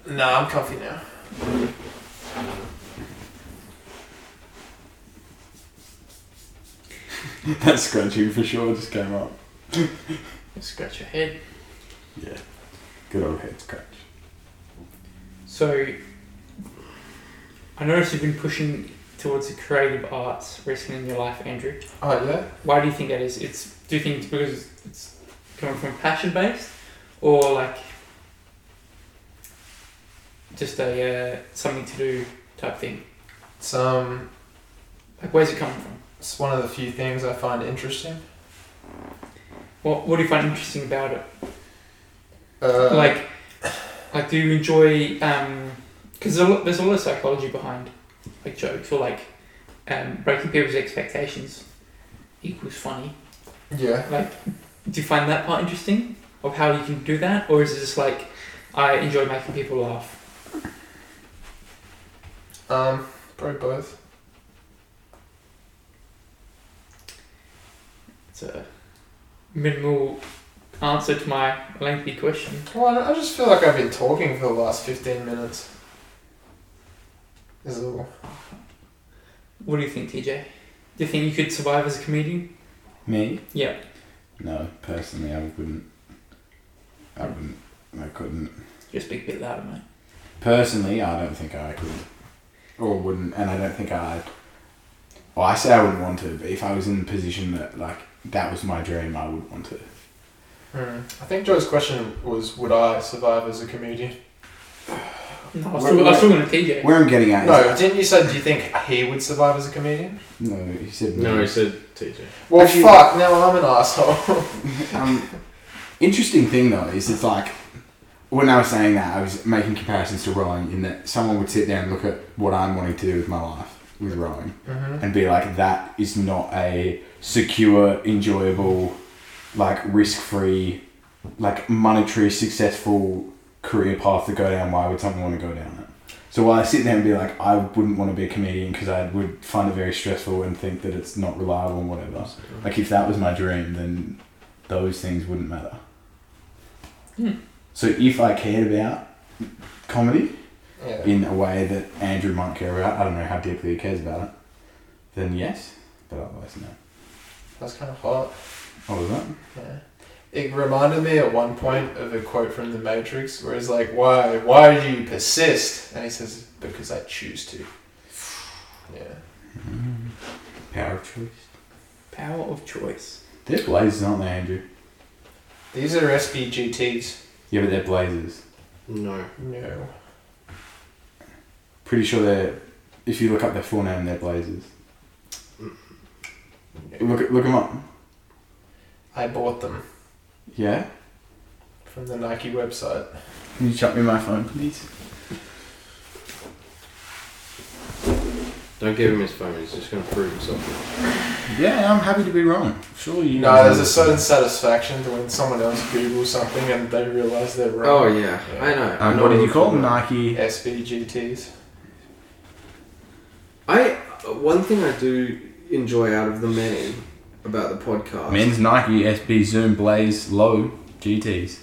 Speaker 1: Nah, I'm comfy now.
Speaker 4: that scratching for sure just came up.
Speaker 2: Scratch your head.
Speaker 4: Yeah, good old head scratch.
Speaker 2: So, I noticed you've been pushing towards the creative arts recently in your life, Andrew.
Speaker 1: Oh, yeah?
Speaker 2: Why do you think that is? It's do you think it's because it's coming from passion based, or like just a uh, something to do type thing?
Speaker 1: It's, um,
Speaker 2: Like, where's it coming from?
Speaker 1: it's one of the few things I find interesting.
Speaker 2: What What do you find interesting about it?
Speaker 1: Uh,
Speaker 2: like, like do you enjoy? Because there's, a lot- there's a lot of psychology behind like jokes or like um, breaking people's expectations equals funny.
Speaker 1: yeah.
Speaker 2: Like, do you find that part interesting of how you can do that, or is it just like I enjoy making people laugh?
Speaker 1: Um, probably both.
Speaker 2: It's a minimal answer to my lengthy question.
Speaker 1: Well, I- I just feel like I've been talking for the last 15 minutes. Is all.
Speaker 2: What do you think, TJ? Do you think you could survive as a comedian?
Speaker 4: Me?
Speaker 2: Yeah.
Speaker 4: No, personally, I wouldn't. I wouldn't. I couldn't.
Speaker 2: Just speak a bit louder, mate.
Speaker 4: Personally, I don't think I could, or wouldn't, and I don't think I. Well, I say I wouldn't want to, but if I was in the position that like that was my dream, I would want to.
Speaker 1: Hmm. I think Joe's question was, would I survive as a comedian?
Speaker 2: No, I was
Speaker 4: Where-
Speaker 2: talking, I was
Speaker 4: where-
Speaker 2: talking to TJ.
Speaker 4: Where I'm getting at is
Speaker 1: No, didn't you say, do you think he would survive as a comedian?
Speaker 4: no, he said
Speaker 3: No, he said TJ.
Speaker 1: Well,
Speaker 4: Actually-
Speaker 1: fuck, now I'm an asshole.
Speaker 4: um, interesting thing though is it's like when I was saying that I was making comparisons to rowing in that someone would sit down and look at what I'm wanting to do with my life with rowing
Speaker 1: mm-hmm.
Speaker 4: and be like that is not a secure, enjoyable, like risk-free, like monetary successful career path to go down. Why would someone want to go down it? So while I sit there and be like, I wouldn't want to be a comedian because I would find it very stressful and think that it's not reliable and whatever. Like if that was my dream, then those things wouldn't matter.
Speaker 2: Hmm.
Speaker 4: So if I cared about comedy
Speaker 1: Yeah.
Speaker 4: in a way that Andrew might care about, I don't know how deeply he cares about it, then yes, but otherwise no.
Speaker 1: That's kind of hot.
Speaker 4: What was that?
Speaker 1: Yeah. It reminded me at one point of a quote from The Matrix where he's like, Why why do you persist? And he says, Because I choose to. Yeah.
Speaker 4: Mm-hmm. Power of choice.
Speaker 2: Power of choice.
Speaker 4: They're blazers, aren't they, Andrew?
Speaker 1: These are SBGTs.
Speaker 4: Yeah, but they're blazers.
Speaker 3: No.
Speaker 1: No.
Speaker 4: Pretty sure they're. If you look up their full name, they're blazers. Look, look them up.
Speaker 1: Mm-hmm. I bought them
Speaker 4: Yeah.
Speaker 1: from the Nike website.
Speaker 4: Can you chuck me my phone, please?
Speaker 3: Don't give him his phone. He's just going to prove himself.
Speaker 4: Yeah, I'm happy to be wrong. Sure, you.
Speaker 1: No,
Speaker 4: guys
Speaker 1: there's a
Speaker 4: understand.
Speaker 1: certain satisfaction to when someone else Googles something and they realize they're
Speaker 3: Oh,
Speaker 1: wrong.
Speaker 3: yeah. I know. I
Speaker 4: Um,
Speaker 3: know
Speaker 4: what did you
Speaker 3: you're
Speaker 4: call
Speaker 3: talking
Speaker 4: them?
Speaker 3: about.
Speaker 4: Nike.
Speaker 1: SBGTs.
Speaker 3: I one thing I do enjoy out of the many about the podcast.
Speaker 4: Men's Nike SB Zoom Blaze Low GTs.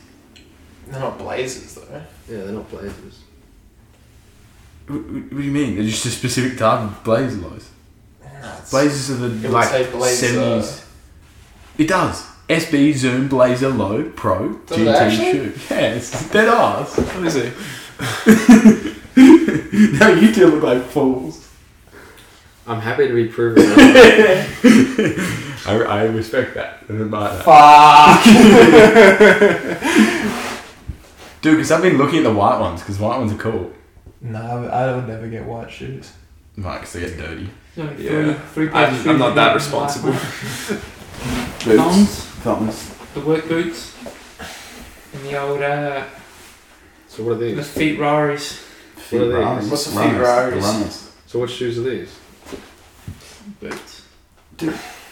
Speaker 8: They're not blazers though.
Speaker 3: Yeah, they're not blazers.
Speaker 4: What, what do you mean? They're just a specific type of blazer lights. Blazers are the
Speaker 8: It would
Speaker 4: like
Speaker 8: say blazer.
Speaker 4: seventies. It does. SB Zoom Blazer Low Pro
Speaker 8: they
Speaker 4: GT
Speaker 8: actually?
Speaker 4: shoe. Yes, dead ass.
Speaker 8: Let me see.
Speaker 4: now you two look like fools.
Speaker 3: I'm happy to be proven wrong.
Speaker 4: I, I respect that and admire that.
Speaker 8: Fuck.
Speaker 4: Dude, because I've been looking at the white ones because white ones are cool.
Speaker 1: Nah, I would never get white shoes.
Speaker 4: Right, 'cause they get dirty.
Speaker 2: Like
Speaker 8: Yeah.
Speaker 2: three, three pairs
Speaker 8: I'm-
Speaker 2: of shoes
Speaker 8: I'm not
Speaker 2: in
Speaker 8: that
Speaker 2: one
Speaker 8: responsible.
Speaker 2: last one. Thongs,
Speaker 4: Thumbs.
Speaker 2: the work boots, and the old uh,
Speaker 3: so what are
Speaker 2: the
Speaker 3: these?
Speaker 2: feet Raris.
Speaker 3: What are they?
Speaker 4: Ferraris.
Speaker 8: What's a
Speaker 4: Runners,
Speaker 8: Ferraris?
Speaker 4: the runners.
Speaker 3: So what shoes are these?
Speaker 2: Boots.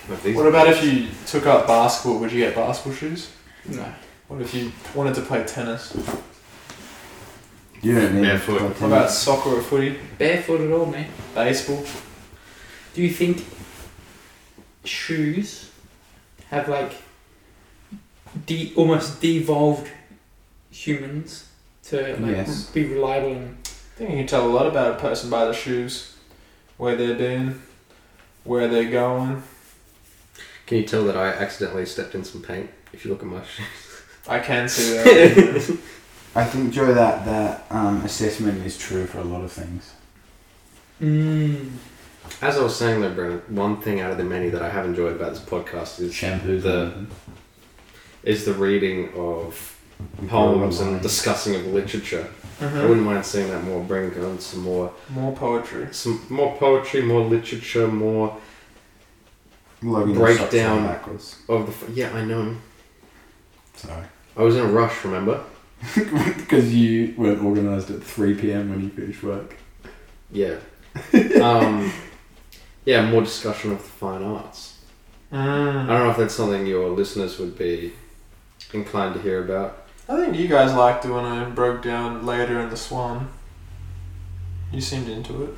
Speaker 3: Like these?
Speaker 1: What about if you took up basketball? Would you get basketball shoes?
Speaker 2: No.
Speaker 1: What if you wanted to play tennis?
Speaker 4: You don't need
Speaker 3: Barefoot.
Speaker 4: to-
Speaker 1: What about soccer or footy?
Speaker 2: Barefoot at all, man.
Speaker 1: Baseball?
Speaker 2: Do you think shoes have like de- almost devolved humans to like
Speaker 4: Yes.
Speaker 2: be reliable and
Speaker 1: I think you can tell a lot about a person by their shoes, where they're been, where they're going.
Speaker 3: Can you tell that I accidentally stepped in some paint? If you look at my shoes.
Speaker 1: I can see that.
Speaker 4: I think Joe, that that um, assessment is true for a lot of things.
Speaker 2: mm,
Speaker 3: As I was saying though, Brennan, one thing out of the many that I have enjoyed about this podcast is
Speaker 4: Shampoos,
Speaker 3: The- is the reading of
Speaker 4: We
Speaker 3: poems
Speaker 4: grow a
Speaker 3: and
Speaker 4: line.
Speaker 3: discussing of literature. I
Speaker 1: Mhm.
Speaker 3: wouldn't mind seeing that more. Bring on some more,
Speaker 1: More poetry.
Speaker 3: some more poetry, more literature, more
Speaker 4: Logan
Speaker 3: break
Speaker 4: sucks
Speaker 3: down.
Speaker 4: backwards.
Speaker 3: of the. F- yeah, I know.
Speaker 4: Sorry,
Speaker 3: I was in a rush. Remember?
Speaker 4: because you weren't organised at three pm when you finished work.
Speaker 3: Yeah. um, yeah, more discussion of the fine arts. I
Speaker 1: Mm.
Speaker 3: don't know if that's something your listeners would be inclined to hear about.
Speaker 1: I think you guys liked it when I broke down later in the Swan. You seemed into it.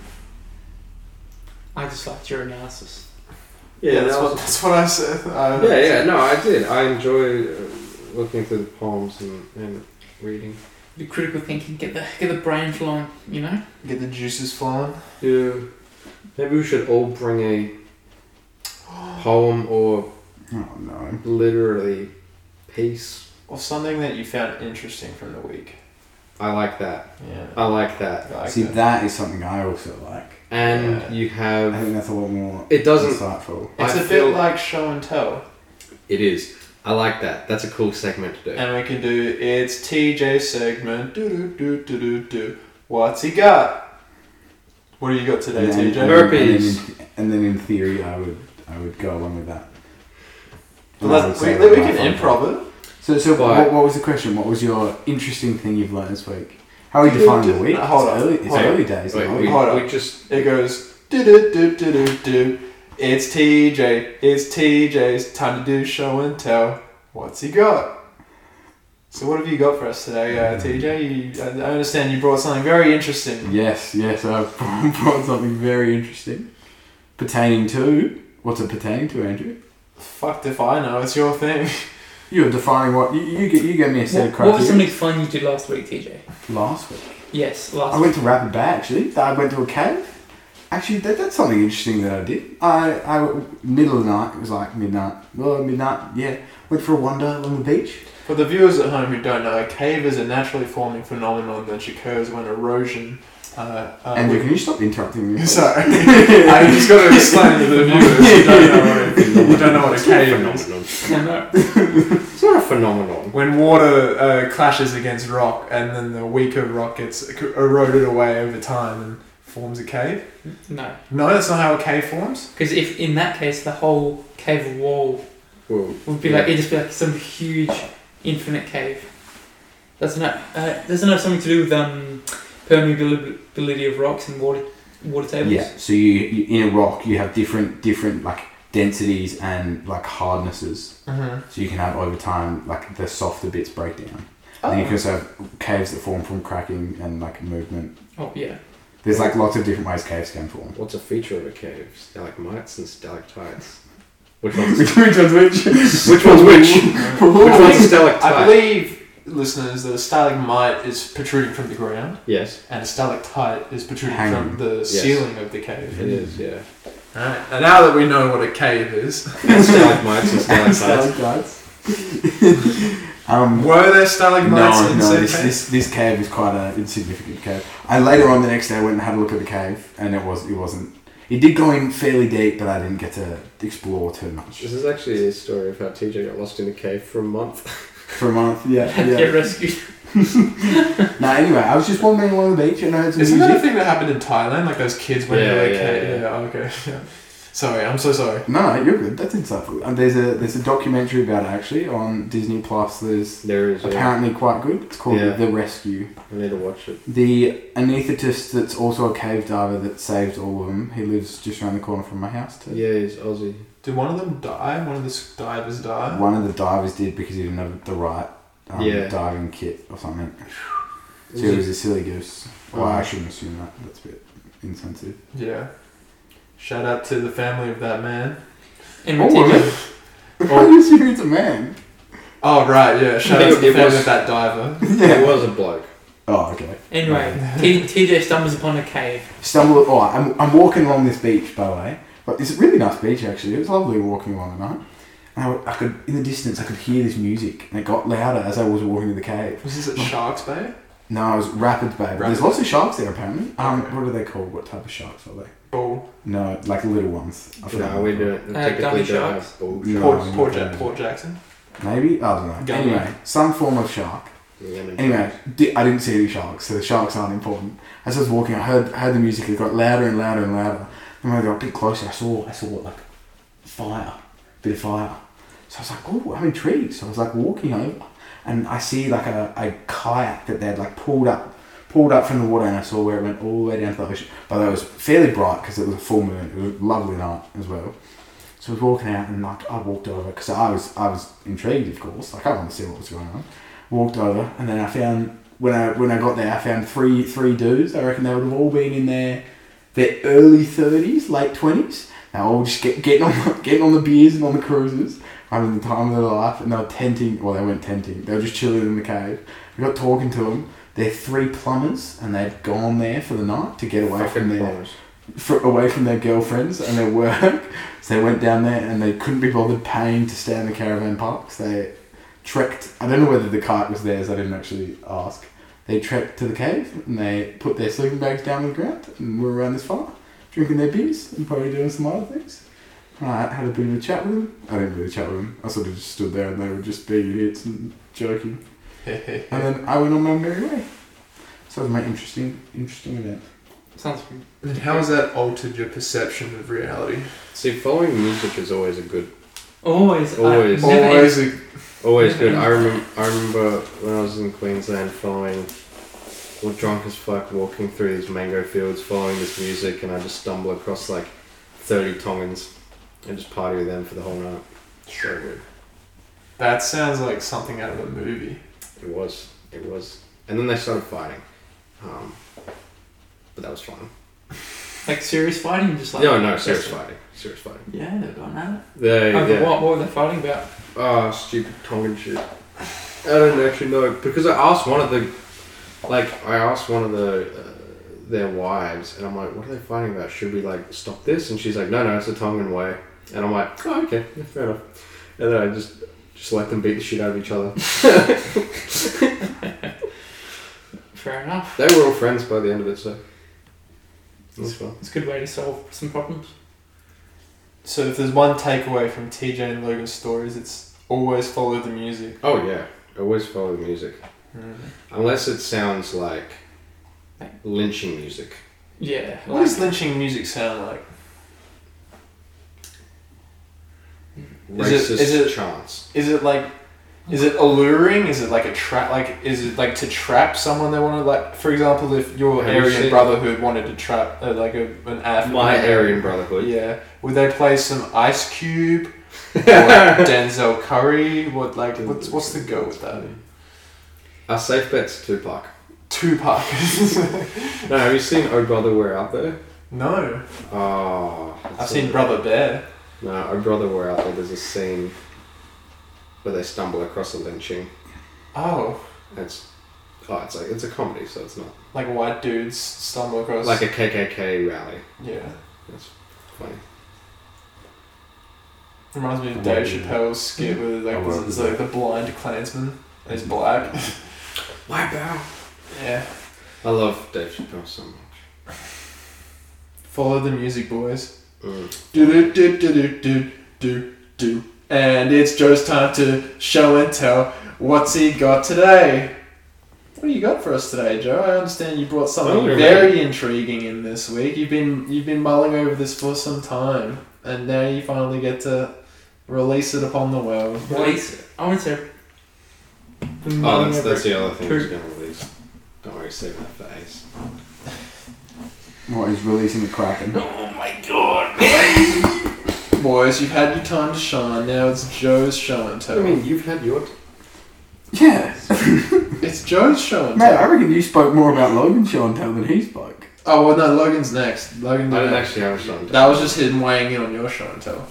Speaker 2: I just liked your analysis.
Speaker 1: that's, what, that's what I said. I,
Speaker 3: Yeah, yeah, no, I did. I enjoy uh, looking through the poems and, and reading.
Speaker 2: The critical thinking, get the get the brain flowing, you know?
Speaker 1: Get the juices flowing.
Speaker 3: Yeah. Maybe we should all bring a poem or
Speaker 4: Oh no!
Speaker 3: literally piece.
Speaker 1: Or something that you found interesting from the week.
Speaker 3: I like that.
Speaker 1: Yeah.
Speaker 3: I like that.
Speaker 1: I like
Speaker 4: See,
Speaker 1: that.
Speaker 4: that is something I also like.
Speaker 3: And
Speaker 1: Yeah.
Speaker 3: you
Speaker 4: I
Speaker 3: have.
Speaker 4: think that's a lot more
Speaker 3: It doesn't.
Speaker 4: insightful.
Speaker 1: It's
Speaker 3: I
Speaker 1: a
Speaker 3: feel-
Speaker 1: bit like show and tell.
Speaker 3: It is. I like that. That's a cool segment to do.
Speaker 1: And we can do it's TJ segment. Do do do do do do. What's he got? What do you got today,
Speaker 4: And then-
Speaker 1: TJ?
Speaker 4: and then-
Speaker 3: Burpees.
Speaker 4: And then, in, and then in theory, I would I would go along with that. And I would
Speaker 1: Let's, we,
Speaker 4: say
Speaker 1: we
Speaker 4: that I
Speaker 1: can
Speaker 4: find
Speaker 1: improv it.
Speaker 4: So, so
Speaker 3: Right.
Speaker 4: what, what was the question? What was your interesting thing you've learned this week? How are you defining the week?
Speaker 1: No, hold
Speaker 4: it's
Speaker 1: on,
Speaker 4: early, it's
Speaker 3: hold on.
Speaker 4: early days.
Speaker 3: Wait,
Speaker 4: aren't
Speaker 3: we,
Speaker 4: we?
Speaker 1: Hold
Speaker 3: we just.
Speaker 1: It goes do do do do do do. It's TJ. It's TJ's time to do show and tell. What's he got? So what have you got for us today, uh, TJ? You, I I understand you brought something very interesting.
Speaker 4: Yes, yes, I've brought something very interesting pertaining to what's it pertaining to, Andrew?
Speaker 1: Fucked if I know. It's your thing.
Speaker 4: You're defining what you you get. You gave me a set of
Speaker 2: What,
Speaker 4: criteria
Speaker 2: what was something fun you did last week, TJ?
Speaker 4: last week.
Speaker 2: Yes,
Speaker 4: I
Speaker 2: last week.
Speaker 4: went to Rapid Bay actually. I went to a cave. Actually, that, that's something interesting that I did. I, I middle of the night. It was like midnight. Well, midnight. Yeah, went for a wander along the beach.
Speaker 1: For the viewers at home who don't know, a cave is a naturally forming phenomenon that occurs when erosion. Uh, uh,
Speaker 4: Andrew, can you stop interrupting me?
Speaker 1: Sorry, I just got to explain to the viewers who don't know, what- who don't know what a cave is.
Speaker 3: phenomenon.
Speaker 2: No, no.
Speaker 3: It's not a phenomenon.
Speaker 1: When water uh, clashes against rock, and then the weaker rock gets e-, eroded away over time and forms a cave.
Speaker 2: No.
Speaker 1: No, that's not how a cave forms.
Speaker 2: Because if in that case the whole cave wall
Speaker 3: Well,
Speaker 2: would be like it'd just be like some huge infinite cave. Doesn't that uh, doesn't that have something to do with um, permeability of rocks and water water tables?
Speaker 4: Yeah. So you, you in a rock, you have different different like densities and like hardnesses.
Speaker 1: Mm-hmm.
Speaker 4: So you can have over time like the softer bits break down.
Speaker 2: Oh.
Speaker 4: And you can also have caves that form from cracking and like movement.
Speaker 2: Oh yeah.
Speaker 4: There's like lots of different ways caves can form.
Speaker 3: what's a feature of a cave? Stalagmites and stalactites. Which one's
Speaker 4: which one's which?
Speaker 3: Which one's which? Which one's
Speaker 1: I
Speaker 3: stalactite?
Speaker 1: believe listeners that a stalagmite is protruding from the ground
Speaker 4: Yes,
Speaker 1: and a stalactite is protruding
Speaker 4: Hanging.
Speaker 1: from the
Speaker 4: Yes.
Speaker 1: ceiling of the cave.
Speaker 4: it is. Yeah,
Speaker 1: Alright, and now that we know what a cave is,
Speaker 4: stalagmites and stalactites. Um,
Speaker 1: were there
Speaker 4: no,
Speaker 1: stalagmites in
Speaker 4: no,
Speaker 1: said
Speaker 4: this,
Speaker 1: cave?
Speaker 4: this this cave is quite an insignificant cave. I later on the next day went and had a look at the cave, and it was it wasn't. It did go in fairly deep, but I didn't get to explore too much.
Speaker 3: This is actually a story of how TJ got lost in a cave for a month.
Speaker 4: For a month, yeah, yeah.
Speaker 2: Get rescued.
Speaker 4: Now, anyway, I was just wandering along the beach and I heard some
Speaker 1: Isn't that a
Speaker 4: music.
Speaker 1: thing that happened in Thailand? Like those kids went
Speaker 3: Yeah,
Speaker 1: into a
Speaker 3: yeah,
Speaker 1: cave.
Speaker 3: yeah.
Speaker 1: yeah, okay. Yeah. Sorry, I'm so sorry.
Speaker 4: No, no, you're good. That's insightful. And there's a there's a documentary about it actually on Disney Plus. There's
Speaker 3: There is. Yeah.
Speaker 4: apparently quite good. It's called
Speaker 3: Yeah.
Speaker 4: The Rescue.
Speaker 3: I need to watch it.
Speaker 4: The anaesthetist that's also a cave diver that saved all of them. He lives just around the corner from my house. Too.
Speaker 3: Yeah, he's Aussie.
Speaker 1: Did one of them die? One of the s- divers die?
Speaker 4: One of the divers did because he didn't have the right um,
Speaker 3: Yeah.
Speaker 4: diving kit or something. So
Speaker 3: Was
Speaker 4: he
Speaker 3: it-
Speaker 4: was a silly goose. Well, I
Speaker 3: Oh.
Speaker 4: shouldn't assume that. That's a bit insensitive.
Speaker 1: Yeah. Shout out to the family of that man.
Speaker 2: In
Speaker 4: Oh,
Speaker 2: particular.
Speaker 4: really? I didn't assume it's a man.
Speaker 1: Oh, right, yeah. Shout out
Speaker 3: It-
Speaker 1: to the
Speaker 3: it
Speaker 1: family
Speaker 3: was-
Speaker 1: of that diver.
Speaker 3: He
Speaker 4: yeah.
Speaker 3: was a bloke.
Speaker 4: Oh, okay.
Speaker 2: Anyway, T- TJ stumbles upon a cave.
Speaker 4: stumble. Oh, I'm, I'm walking along this beach, by the way. But it's a really nice beach, actually. It was lovely walking along the night. And I, w- I could, in the distance, I could hear this music, and it got louder as I was walking to the cave.
Speaker 1: Was this at Sharks Bay?
Speaker 4: No, it was rapids, babe.
Speaker 1: Rapids.
Speaker 4: There's lots of sharks there, apparently. Um,
Speaker 1: Okay.
Speaker 4: what are they called? What type of sharks are they?
Speaker 1: Bull.
Speaker 4: No, like little ones. I forgot
Speaker 3: No,
Speaker 4: what
Speaker 3: we
Speaker 4: they're
Speaker 3: don't. We
Speaker 2: Uh,
Speaker 3: typically
Speaker 2: gummy
Speaker 3: don't
Speaker 2: sharks?
Speaker 3: have bull
Speaker 4: No,
Speaker 1: Port,
Speaker 4: I'm
Speaker 1: Port,
Speaker 4: not
Speaker 1: Ja-
Speaker 4: familiar.
Speaker 1: Port Jackson.
Speaker 4: called. Maybe I don't know.
Speaker 1: Gummy.
Speaker 4: Anyway, some form of shark.
Speaker 3: sharks.
Speaker 4: Anyway, di- I didn't see any sharks, so the sharks aren't important. As I was walking, I heard heard the music. It got louder and louder and louder. And when I got a bit closer, I saw I saw like fire, bit of fire. So I was like, oh, I'm intrigued. So I was like walking over, and I see like a, a kayak that they'd like pulled up, pulled up from the water, and I saw where it went all the way down to the ocean. But it was fairly bright because it was a full moon. It was a lovely night as well. So I was walking out, and like I walked over because I was I was intrigued, of course. Like I wanted to see what was going on walked over, and then I found when I when I got there, I found three three dudes. I reckon they would have all been in their their early thirties, late twenties. They were all just get, getting on getting on the beers and on the cruises, having the time of their life, and they were tenting. Well, they weren't tenting. They were just chilling in the cave. I got talking to them. They're three plumbers, and they'd gone there for the night to get away from their fr away from their girlfriends and their work. So they went down there and they couldn't be bothered paying to stay in the caravan park. So they trekked. I don't know whether the cart was theirs. I didn't actually ask. They trekked to the cave and they put their sleeping bags down on the ground and were around this fire, drinking their beers and probably doing some other things. And I had a bit of a chat with them. I didn't really chat with them. I sort of just stood there and they were just being idiots and joking. And then I went on my merry way. So that was my interesting, interesting event.
Speaker 2: Sounds
Speaker 1: And how has that altered your perception of reality?
Speaker 3: See, following music is always a good,
Speaker 2: always.
Speaker 3: Always.
Speaker 2: I've never
Speaker 1: Always a
Speaker 3: always good. I remember, I remember when I was in Queensland, following, well, drunk as fuck, walking through these mango fields, following this music, and I just stumble across like thirty Tongans, and just party with them for the whole night. So good.
Speaker 1: That sounds like something out of a movie.
Speaker 3: It was. It was. And then they started fighting. Um, but that was fun.
Speaker 2: Like serious fighting, just like
Speaker 3: No, no, serious fighting. Serious fighting.
Speaker 2: Yeah, they've gone at it.
Speaker 3: They,
Speaker 2: Over
Speaker 3: yeah.
Speaker 2: what? What were they fighting about?
Speaker 3: Ah, stupid Tongan shit. I don't actually know because I asked one of the, like I asked one of the uh, their wives, and I'm like, what are they fighting about? Should we like stop this? And she's like, no, no, it's the Tongan way. And I'm like, oh, okay, yeah, fair enough. And then I just just let them beat the shit out of each other.
Speaker 2: Fair enough.
Speaker 3: They were all friends by the end of it, so it was fun.
Speaker 2: It's a good way to solve some problems.
Speaker 1: So if there's one takeaway from TJ and Logan's stories, it's always follow the music.
Speaker 3: Oh yeah, always follow the music
Speaker 1: Mm.
Speaker 3: unless it sounds like lynching music.
Speaker 2: Yeah.
Speaker 1: What
Speaker 2: like-
Speaker 1: does lynching music sound like?
Speaker 3: Racist
Speaker 1: Is it- is it-
Speaker 3: chants.
Speaker 1: Is it like, is it alluring? Is it like a trap? Like, is it like to trap someone they want to like? For example, if your
Speaker 3: Have you
Speaker 1: Aryan
Speaker 3: seen-
Speaker 1: brotherhood wanted to trap uh, like a, an African,
Speaker 3: My Aryan Brotherhood.
Speaker 1: yeah, would they play some Ice Cube or Denzel Curry? What like what's what's the go with that?
Speaker 3: Our Uh, safe bet's Tupac.
Speaker 1: Tupac.
Speaker 3: No, have you seen Oh Brother We're Out There?
Speaker 1: no,
Speaker 3: Oh,
Speaker 1: I've seen Brother Bear.
Speaker 3: No, Oh Brother We're Out There. There's a scene where they stumble across a lynching,
Speaker 1: Oh,
Speaker 3: It's oh, it's like it's a comedy, so it's not
Speaker 1: Like white dudes stumble across.
Speaker 3: like a KKK rally.
Speaker 1: yeah.
Speaker 3: It's funny.
Speaker 1: Reminds me of
Speaker 4: What
Speaker 1: Dave
Speaker 4: do you-
Speaker 1: Chappelle's skit where like
Speaker 4: Oh, well,
Speaker 1: it's, it's like the blind Klansman. and He's black.
Speaker 3: Why bow?
Speaker 1: yeah.
Speaker 3: I love Dave Chappelle so much.
Speaker 1: Follow the music, boys.
Speaker 3: Mm.
Speaker 1: Do do do do do do do do. And it's Joe's time to show and tell. What's he got today? What do you got for us today, Joe? I understand you brought something
Speaker 3: Well,
Speaker 1: very intriguing in this week. You've been you've been mulling over this for some time, and now you finally get to release it upon the world.
Speaker 2: Release. I want to.
Speaker 3: Oh, that's, that's the other thing he's going to release. Don't worry, save that for Ace.
Speaker 4: What is releasing the Kraken?
Speaker 1: Boys, you've had your time to shine. Now it's Joe's show and
Speaker 3: I
Speaker 1: tell.
Speaker 3: mean, you've had your. T-
Speaker 4: Yeah,
Speaker 1: It's Joe's show and
Speaker 4: mate. I
Speaker 1: tell.
Speaker 4: reckon you spoke more about Logan Sean Tell than he spoke.
Speaker 1: Oh well, no, Logan's next. Logan.
Speaker 3: I didn't
Speaker 1: did
Speaker 3: actually have a shot.
Speaker 1: That was just him weighing in on your show and tell.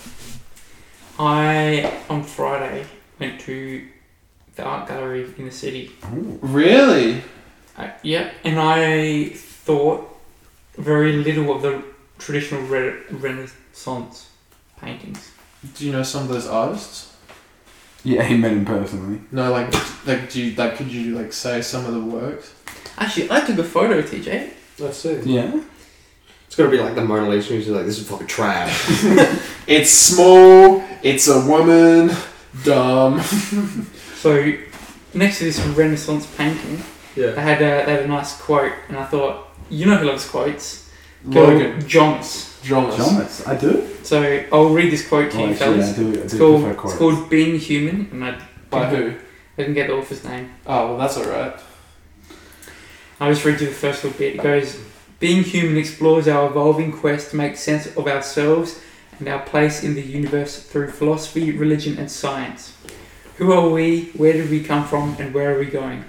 Speaker 2: I on Friday went to the art gallery in the city.
Speaker 4: Ooh.
Speaker 1: Really?
Speaker 2: Uh, yeah, and I thought very little of the traditional re- Renaissance paintings.
Speaker 1: Do you know some of those artists?
Speaker 4: Yeah, he met him personally.
Speaker 1: No, like, like, do you like? Could you like say some of the works?
Speaker 2: Actually, I took a photo, TJ.
Speaker 3: Let's see.
Speaker 4: Yeah.
Speaker 3: It's going to be like the Mona Lisa. He's like, this is fucking trash.
Speaker 1: It's small. It's a woman. Dumb.
Speaker 2: So next to this Renaissance painting,
Speaker 3: yeah.
Speaker 2: they had a, they had a nice quote, and I thought, you know who loves quotes? Go
Speaker 1: Logan.
Speaker 2: Johns.
Speaker 1: Jonas.
Speaker 4: Thomas, I do.
Speaker 2: So I'll read this quote to
Speaker 4: Oh,
Speaker 2: you,
Speaker 4: actually, I
Speaker 2: fellas.
Speaker 4: do. I
Speaker 2: It's
Speaker 4: do
Speaker 2: called,
Speaker 4: prefer
Speaker 2: it's
Speaker 4: quotes.
Speaker 2: called Being Human, and I
Speaker 1: By who?
Speaker 2: didn't get the author's name.
Speaker 1: Oh well, that's all right.
Speaker 2: I'll just read you the first little bit. It goes Being human explores our evolving quest to make sense of ourselves and our place in the universe through philosophy, religion, and science. Who are we? Where did we come from? And where are we going?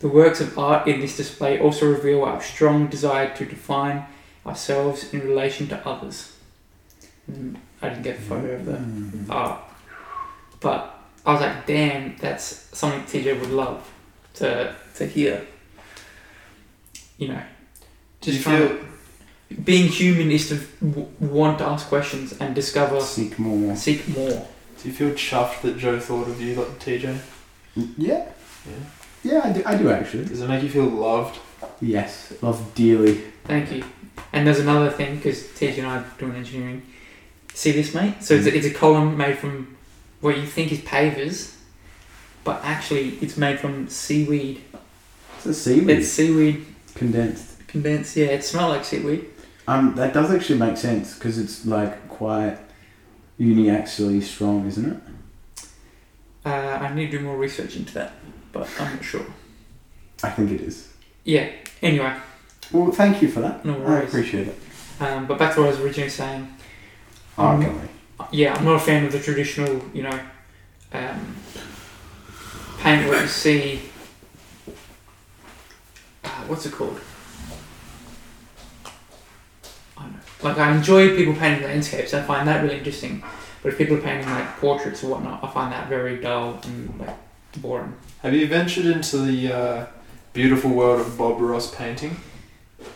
Speaker 2: The works of art in this display also reveal our strong desire to define ourselves in relation to others. Mm, I didn't get a photo of the
Speaker 4: Mm.
Speaker 2: art, but I was like, damn, that's something TJ would love to to hear. You know,
Speaker 1: Do
Speaker 2: just
Speaker 1: you
Speaker 2: trying
Speaker 1: feel?
Speaker 2: to, being human is to w- want to ask questions and discover,
Speaker 4: Seek more.
Speaker 2: seek more.
Speaker 1: Do you feel chuffed that Joe thought of you, like TJ?
Speaker 4: Yeah. Yeah, I do, I do actually.
Speaker 1: Does it make you feel loved?
Speaker 4: Yes, love dearly.
Speaker 2: Thank you. And there's another thing because TJ and I are doing engineering. See this, mate? So it's, a, it's a column made from what you think is pavers, but actually it's made from seaweed.
Speaker 4: It's a seaweed.
Speaker 2: It's seaweed
Speaker 4: condensed.
Speaker 2: condensed. Yeah, it smells like seaweed.
Speaker 4: Um, that does actually make sense because it's like quite uniaxially strong, isn't it?
Speaker 2: Uh, I need to do more research into that, but I'm not sure.
Speaker 4: I think it is.
Speaker 2: Yeah. Anyway,
Speaker 4: Well, thank you for that.
Speaker 2: no
Speaker 4: I
Speaker 2: worries.
Speaker 4: appreciate it. Oh,
Speaker 2: Um, but back to what I was originally saying.
Speaker 4: Art
Speaker 2: Um,
Speaker 4: gallery.
Speaker 2: Yeah, I'm not a fan of the traditional, you know, um, paint what you see. Uh, what's it called? I don't know. Like I enjoy people painting landscapes. I find that really interesting. But if people are painting like portraits or whatnot, I find that very dull and like boring.
Speaker 1: Have you ventured into the uh, beautiful world of Bob Ross painting?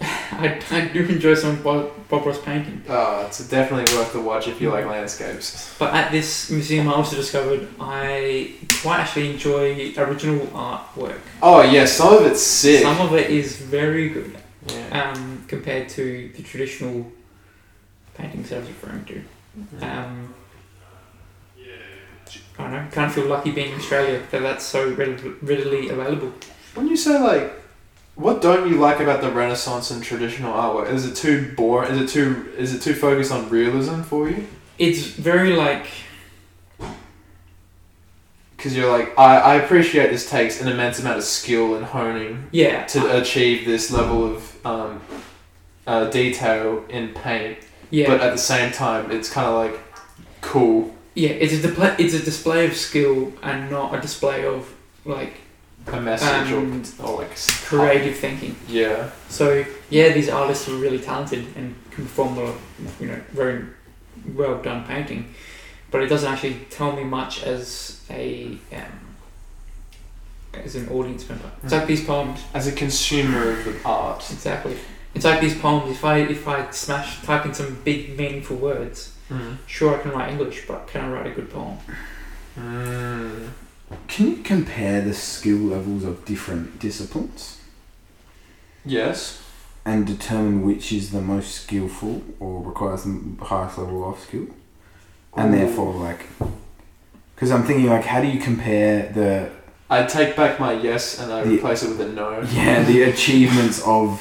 Speaker 2: I, I do enjoy some of Bob, Bob Ross painting.
Speaker 1: Oh, it's definitely worth the watch if you like landscapes.
Speaker 2: But at this museum, I also discovered I quite actually enjoy original artwork.
Speaker 1: Oh yeah, some of it's sick.
Speaker 2: Some of it is very good
Speaker 1: yeah.
Speaker 2: um, compared to the traditional paintings I was referring to. Um, I don't know. Can't feel lucky being in Australia that that's so readily readily available.
Speaker 1: When you say like, what don't you like about the Renaissance and traditional artwork? Is it too boring? Is it too is it too focused on realism for you?
Speaker 2: It's very like
Speaker 1: Because you're like, I, I appreciate this takes an immense amount of skill and honing
Speaker 2: yeah.
Speaker 1: to achieve this level of um, uh, detail in paint,
Speaker 2: yeah.
Speaker 1: but at the same time, it's kind of like cool
Speaker 2: yeah, it's a display. It's a display of skill and not a display of like
Speaker 1: a message
Speaker 2: Um,
Speaker 1: or, or like s-
Speaker 2: creative thinking.
Speaker 1: yeah.
Speaker 2: So yeah, these artists were really talented and can perform a you know very well done painting, but it doesn't actually tell me much as a um, as an audience member. It's
Speaker 3: Hmm.
Speaker 2: like these poems.
Speaker 1: As a consumer of the art.
Speaker 2: Exactly. It's like these poems. If I if I smash type in some big meaningful words,
Speaker 1: Hmm.
Speaker 2: sure I can write English, but can I write a good poem?
Speaker 1: Mm.
Speaker 4: Can you compare the skill levels of different disciplines
Speaker 1: Yes.
Speaker 4: and determine which is the most skillful or requires the highest level of skill? And therefore, like, because I'm thinking, like, how do you compare the
Speaker 1: I take back my yes and I
Speaker 4: The-
Speaker 1: replace it with a no.
Speaker 4: yeah the achievements of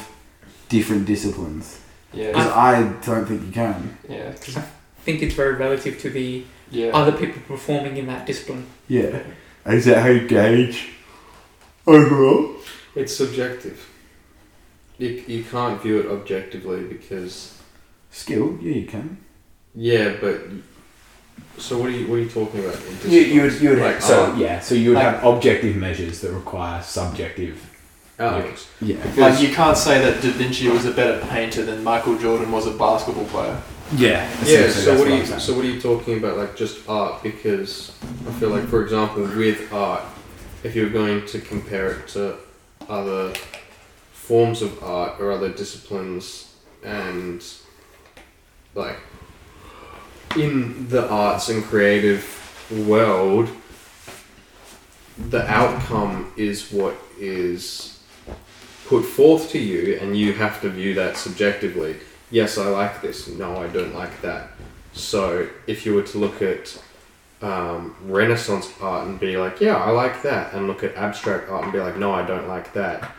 Speaker 4: different disciplines?
Speaker 1: Yeah.
Speaker 4: Because I don't think you can.
Speaker 1: Yeah. 'cause-
Speaker 2: I think it's very relative to the
Speaker 1: Yeah.
Speaker 2: other people performing in that discipline.
Speaker 4: Yeah. Is that how you gauge overall?
Speaker 3: It's subjective. You, you can't view it objectively because
Speaker 4: Skill? Yeah, you can.
Speaker 3: yeah, but so what are you what are you talking about? in
Speaker 17: You, you would, you would
Speaker 3: Like,
Speaker 17: so
Speaker 4: Uh,
Speaker 3: oh.
Speaker 17: yeah, so you would
Speaker 1: Like-
Speaker 17: have objective measures that require subjective.
Speaker 3: outlooks?
Speaker 4: Yeah.
Speaker 1: Like you can't say that Da Vinci was a better painter than Michael Jordan was a basketball player.
Speaker 17: Yeah,
Speaker 3: Yeah, so what, are you so what are you talking about? Like just art, because I feel like, for example, with art, if you're going to compare it to other forms of art or other disciplines, and like in the arts and creative world, the outcome is what is put forth to you, and you have to view that subjectively yes, I like this. No, I don't like that. So if you were to look at um, Renaissance art and be like, yeah, I like that, and look at abstract art and be like, no, I don't like that,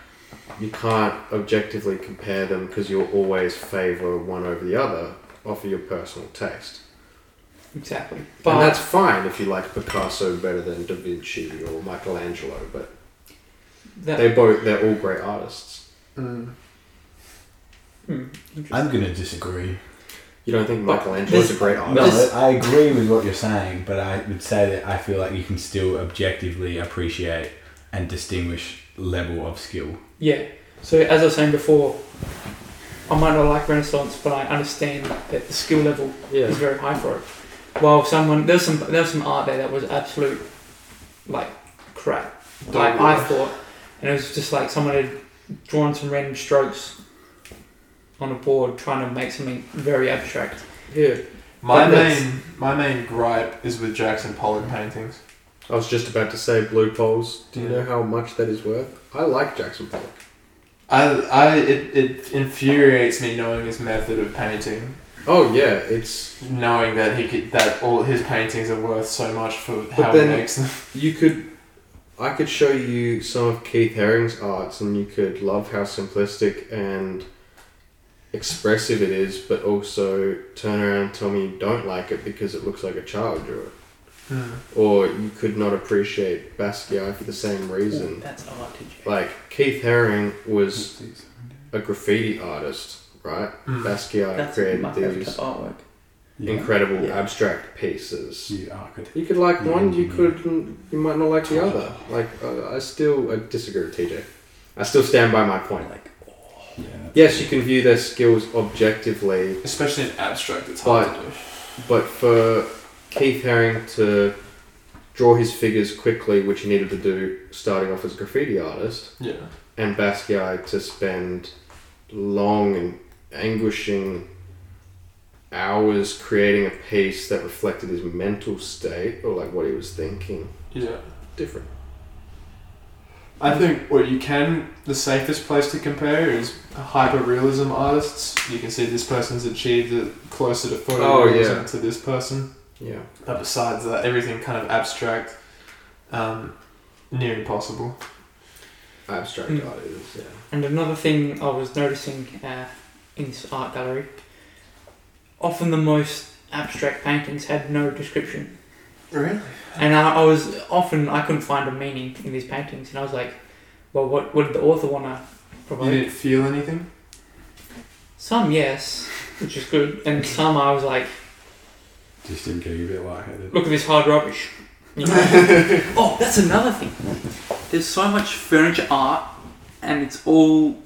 Speaker 3: you can't objectively compare them because you'll always favour one over the other off of your personal taste.
Speaker 2: Exactly.
Speaker 3: and that's
Speaker 2: But
Speaker 3: fine if you like Picasso better than Da Vinci or Michelangelo, but
Speaker 2: that,
Speaker 3: they both they're all great artists.
Speaker 1: Mm,
Speaker 2: hmm,
Speaker 17: I'm gonna disagree.
Speaker 3: You don't think
Speaker 2: But
Speaker 3: Michelangelo's a
Speaker 2: this-
Speaker 3: great
Speaker 17: No,
Speaker 3: artist?
Speaker 2: This-
Speaker 17: I agree with what you're saying, but I would say that I feel like you can still objectively appreciate and distinguish level of skill.
Speaker 2: yeah. So as I was saying before, I might not like Renaissance, but I understand that the skill level
Speaker 3: Yeah.
Speaker 2: is very high for it. While someone there's some there's some art there that was absolute like crap. Like I thought, and it was just like someone had drawn some random strokes on a board trying to make something very abstract.
Speaker 3: Yeah.
Speaker 1: My
Speaker 3: But that's-
Speaker 1: main my main gripe is with Jackson Pollock paintings.
Speaker 3: I was just about to say Blue Poles. Do you
Speaker 1: Yeah.
Speaker 3: know how much that is worth? I like Jackson Pollock.
Speaker 1: I I it, it infuriates me knowing his method of painting,
Speaker 3: Oh yeah, it's
Speaker 1: knowing that he could, that all his paintings are worth so much for
Speaker 3: But
Speaker 1: how
Speaker 3: then-
Speaker 1: he makes them.
Speaker 3: you could. I could show you some of Keith Haring's arts, and you could love how simplistic and expressive it is, but also turn around and tell me you don't like it because it looks like a child drew it.
Speaker 1: Hmm.
Speaker 3: Or you could not appreciate Basquiat for the same reason.
Speaker 2: that's art, TJ.
Speaker 3: Like Keith Haring was a graffiti artist, right?
Speaker 1: Mm.
Speaker 3: Basquiat
Speaker 2: that's my
Speaker 3: created
Speaker 2: favorite
Speaker 3: these
Speaker 2: type of artwork.
Speaker 4: Yeah.
Speaker 3: incredible
Speaker 2: Yeah.
Speaker 3: abstract pieces.
Speaker 4: You are good.
Speaker 3: You could like one, you
Speaker 4: Mhm.
Speaker 3: could, you might not like the other. Like uh, I still, I disagree with TJ. I still stand by my point. Like
Speaker 4: Yeah.
Speaker 3: yes, you can view their skills objectively,
Speaker 1: Especially in abstract, it's hard
Speaker 3: But-
Speaker 1: to do.
Speaker 3: but for Keith Haring to draw his figures quickly, which he needed to do starting off as a graffiti artist,
Speaker 1: Yeah.
Speaker 3: and Basquiat to spend long and anguishing hours creating a piece that reflected his mental state or like what he was thinking.
Speaker 1: Yeah.
Speaker 3: Different.
Speaker 1: I think what you can, the safest place to compare is hyperrealism artists. You can see this person's achieved it closer to photorealism
Speaker 3: yeah.
Speaker 1: to this person.
Speaker 3: Yeah.
Speaker 1: But besides that, everything kind of abstract, um, near impossible.
Speaker 3: Abstract
Speaker 2: Mm.
Speaker 3: art is, yeah.
Speaker 2: And another thing I was noticing uh, in this art gallery, often the most abstract paintings had no description.
Speaker 1: Really?
Speaker 2: And I, I was often I couldn't find a meaning in these paintings, and I was like, well, what what did the author want to
Speaker 1: You
Speaker 2: provide?
Speaker 1: didn't feel anything?
Speaker 2: Some yes, which is good, and some I was like,
Speaker 4: Just didn't get you a bit lightheaded.
Speaker 2: look at this hard rubbish. You know? oh, that's another thing. There's so much furniture art, and it's all,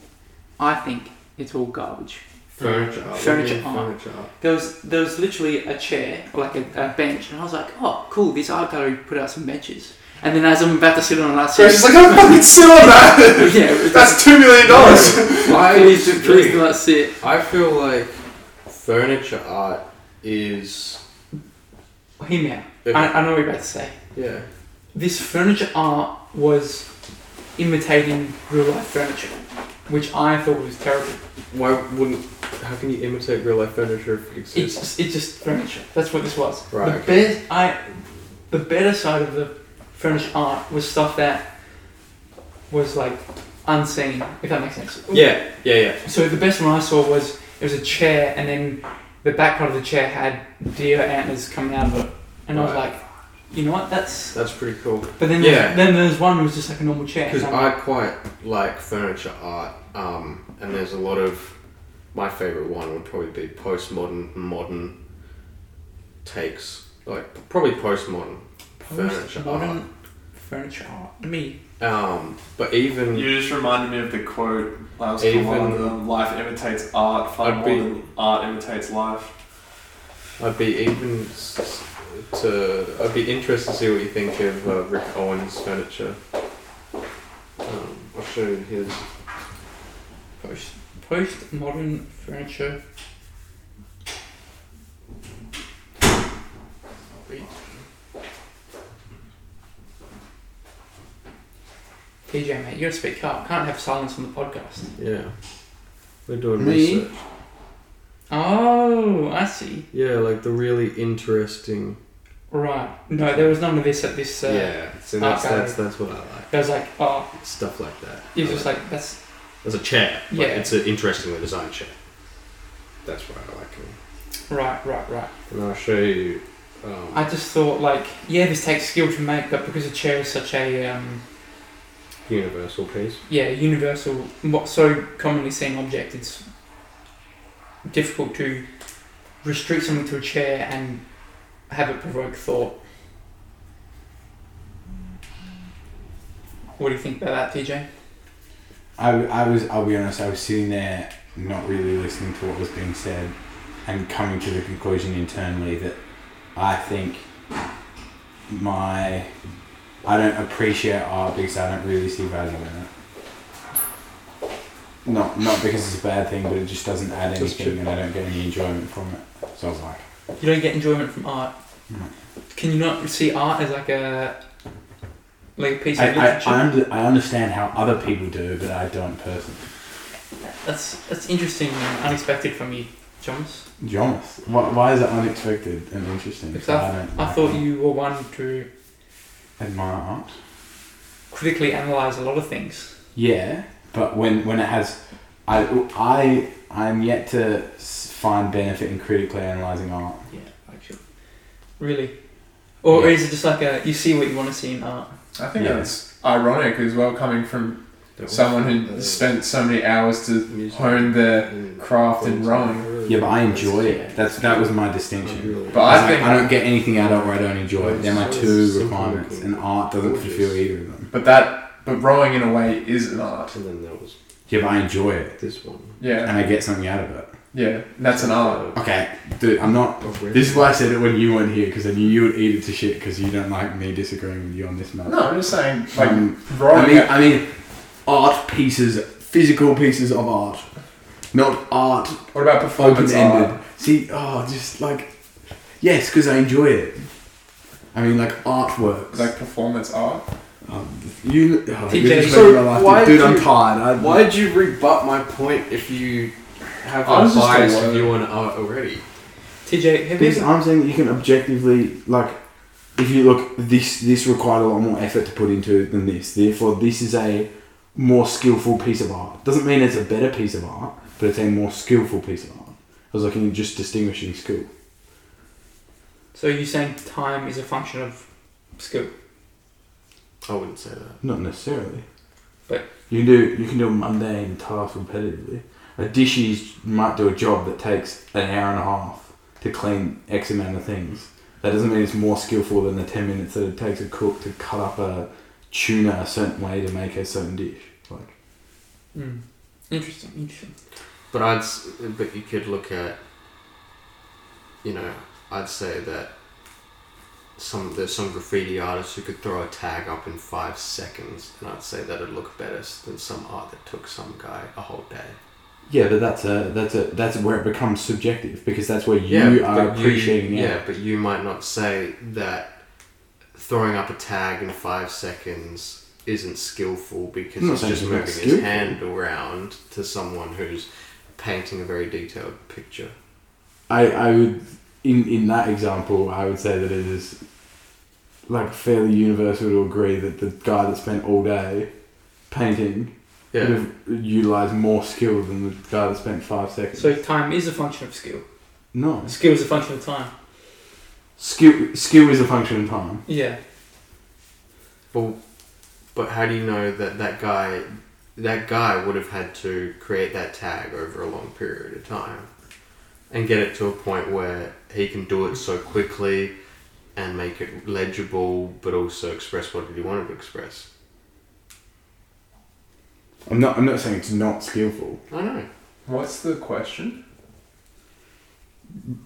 Speaker 2: I think, it's all garbage.
Speaker 3: Furniture art.
Speaker 2: Furniture
Speaker 3: Yeah,
Speaker 2: art.
Speaker 3: Furniture art.
Speaker 2: There was there was literally a chair, like a, a bench, and I was like, oh, cool. This art gallery put out some benches, And then as I'm about to sit on it, I
Speaker 18: So
Speaker 2: said,
Speaker 18: it's just like, don't fucking sit on that!
Speaker 2: yeah,
Speaker 18: That's $2 million!
Speaker 2: please, do-
Speaker 3: agree.
Speaker 2: please do not sit.
Speaker 3: I feel like furniture art is
Speaker 2: Hear me out. I, I know what you're about to say.
Speaker 3: yeah.
Speaker 2: This furniture art was imitating real life furniture, which I thought was terrible.
Speaker 3: Why wouldn't? How can you imitate real life furniture if it
Speaker 2: It's
Speaker 3: exists?
Speaker 2: just, it's just furniture. That's what this was.
Speaker 3: Right,
Speaker 2: The best I, the better side of the furniture art was stuff that was like unseen, if that makes sense.
Speaker 3: yeah, yeah, yeah.
Speaker 2: So the best one I saw was it was a chair, and then the back part of the chair had deer antlers coming out of it, and I was
Speaker 3: Right.
Speaker 2: like, you know what? That's.
Speaker 3: That's pretty cool.
Speaker 2: But then
Speaker 3: Yeah.
Speaker 2: there's, then there's one that was just like a normal chair.
Speaker 3: Because
Speaker 2: and I'm
Speaker 3: I quite like furniture art, um, and there's a lot of my favorite one would probably be postmodern, modern takes, like probably postmodern furniture
Speaker 2: Postmodern furniture art. Me.
Speaker 3: art. Um, but even
Speaker 1: You just reminded me of the quote last
Speaker 3: Even-
Speaker 1: time: um, "Life imitates art far
Speaker 3: I'd
Speaker 1: more
Speaker 3: be-
Speaker 1: than art imitates life."
Speaker 3: I'd be even s- s- to. I'd be interested to see what you think of uh, Rick Owens' furniture. Um, I'll show you his.
Speaker 2: Post postmodern furniture. TJ, mate, you gotta speak up. Can't have silence on the podcast.
Speaker 3: Yeah, we're doing
Speaker 4: Me?
Speaker 3: research.
Speaker 2: Oh, I see.
Speaker 3: Yeah, like the really interesting.
Speaker 2: Right. No, there was none of this at this. Uh,
Speaker 3: yeah, so that's
Speaker 2: okay.
Speaker 3: that's that's what I like.
Speaker 2: I was like, oh,
Speaker 3: Stuff like that.
Speaker 2: it's
Speaker 3: I
Speaker 2: just like that's
Speaker 3: there's a chair. like,
Speaker 2: Yeah.
Speaker 3: it's an interestingly designed chair. That's why I like it.
Speaker 2: right, right, right.
Speaker 3: And I'll show you. Um,
Speaker 2: I just thought like, yeah, this takes skill to make, but because a chair is such a um,
Speaker 3: universal piece.
Speaker 2: yeah, universal, what so commonly seen object, it's difficult to restrict something to a chair and have it provoke thought. What do you think about that, TJ?
Speaker 4: I, I was I'll be honest I was sitting there not really listening to what was being said and coming to the conclusion internally that I think my I don't appreciate art because I don't really see value in it. Not not because it's a bad thing, but it just doesn't add
Speaker 3: That's
Speaker 4: anything, and I don't get any enjoyment from it. So I was like,
Speaker 2: You don't get enjoyment from art.
Speaker 4: No.
Speaker 2: Can you not see art as like a like a piece of
Speaker 4: I, I,
Speaker 2: literature?
Speaker 4: I, under, I understand how other people do, but I don't personally.
Speaker 2: that's that's interesting and unexpected from you, Thomas.
Speaker 4: Jonas, why, why is it unexpected and interesting?
Speaker 2: Because I,
Speaker 4: don't
Speaker 2: I
Speaker 4: like
Speaker 2: thought
Speaker 4: it.
Speaker 2: you were one to
Speaker 4: admire art.
Speaker 2: critically analyze a lot of things.
Speaker 4: Yeah, but when when it has, I I I'm yet to s- find benefit in critically analyzing art.
Speaker 2: Yeah, actually. Really? Or
Speaker 4: Yeah.
Speaker 2: is it just like a you see what you want to see in art?
Speaker 1: I think
Speaker 4: Yeah.
Speaker 1: that's ironic as well, coming from someone who spent so many hours to hone their craft in rowing.
Speaker 4: Yeah, but I enjoy it. That's that was my distinction.
Speaker 1: But
Speaker 4: I,
Speaker 1: I
Speaker 4: was like,
Speaker 1: think,
Speaker 4: I don't get anything out of it. I don't enjoy it. They're my two requirements, and art doesn't fulfill either of them.
Speaker 1: but that, but rowing in a way is an art.
Speaker 3: And then there was
Speaker 4: Yeah, but I enjoy it,
Speaker 3: this one. Uh,
Speaker 4: and
Speaker 1: Yeah,
Speaker 4: I get something out of it.
Speaker 1: yeah, that's an art.
Speaker 4: Okay, dude, I'm not. This is why I said it when you weren't here, because I knew you would eat it to shit because you don't like me disagreeing with you on this matter.
Speaker 1: No, I'm just saying, like
Speaker 4: Um,
Speaker 1: rowing.
Speaker 4: I mean, I mean, art pieces, physical pieces of art, not art
Speaker 1: what about performance
Speaker 4: open-ended.
Speaker 1: art?
Speaker 4: See, oh, just like yes, because I enjoy it. I mean, like artworks.
Speaker 1: Like performance art.
Speaker 4: um, you, oh,
Speaker 2: TJ,
Speaker 4: you just
Speaker 3: so
Speaker 4: made my life,
Speaker 3: why
Speaker 4: dude.
Speaker 3: do
Speaker 4: I'm
Speaker 3: you-
Speaker 4: tired. I,
Speaker 3: Why did you rebut my point if you have
Speaker 1: I was
Speaker 3: a
Speaker 1: just
Speaker 3: biased
Speaker 1: alone.
Speaker 3: view on art already?
Speaker 2: TJ, have you
Speaker 4: Because
Speaker 2: ever,
Speaker 4: I'm saying that you can objectively like. If you look, this this required a lot more effort to put into it than this. Therefore, this is a more skillful piece of art. Doesn't mean it's a better piece of art, but it's a more skillful piece of art. I was looking at just distinguishing skill.
Speaker 2: so you're saying time is a function of skill?
Speaker 3: I wouldn't say that.
Speaker 4: Not necessarily.
Speaker 2: But-
Speaker 4: you can do you can do a mundane task repetitively. A dishies might do a job that takes an hour and a half to clean X amount of things. That doesn't mean it's more skillful than the ten minutes that it takes a cook to cut up a tuna a certain way to make a certain dish. Like
Speaker 2: Mm. Interesting, interesting.
Speaker 3: But I'd, s- but you could look at, you know, I'd say that some there's some graffiti artists who could throw a tag up in five seconds, and I'd say that'd look better than some art that took some guy a whole day.
Speaker 4: Yeah, but that's a that's a that's where it becomes subjective because that's where you
Speaker 3: yeah,
Speaker 4: are
Speaker 3: but
Speaker 4: appreciating
Speaker 3: you,
Speaker 4: it.
Speaker 3: Yeah, but you might not say that throwing up a tag in five seconds isn't skillful because
Speaker 4: I'm not
Speaker 3: it's
Speaker 4: saying
Speaker 3: just
Speaker 4: it's not
Speaker 3: moving his
Speaker 4: skillful.
Speaker 3: hand around to someone who's painting a very detailed picture.
Speaker 4: I, I would in in that example I would say that it is like fairly universal to agree that the guy that spent all day painting
Speaker 3: Yeah.
Speaker 4: would have utilized more skill than the guy that spent five seconds.
Speaker 2: So time is a function of skill.
Speaker 4: no,
Speaker 2: Skill is a function of time.
Speaker 4: skill skill is a function of time.
Speaker 2: Yeah.
Speaker 3: Well, but how do you know that that guy, that guy would have had to create that tag over a long period of time, and get it to a point where he can do it so quickly, and make it legible, but also express what did he wanted to express.
Speaker 4: I'm not I'm not saying it's not skillful.
Speaker 3: I know.
Speaker 1: What's the question?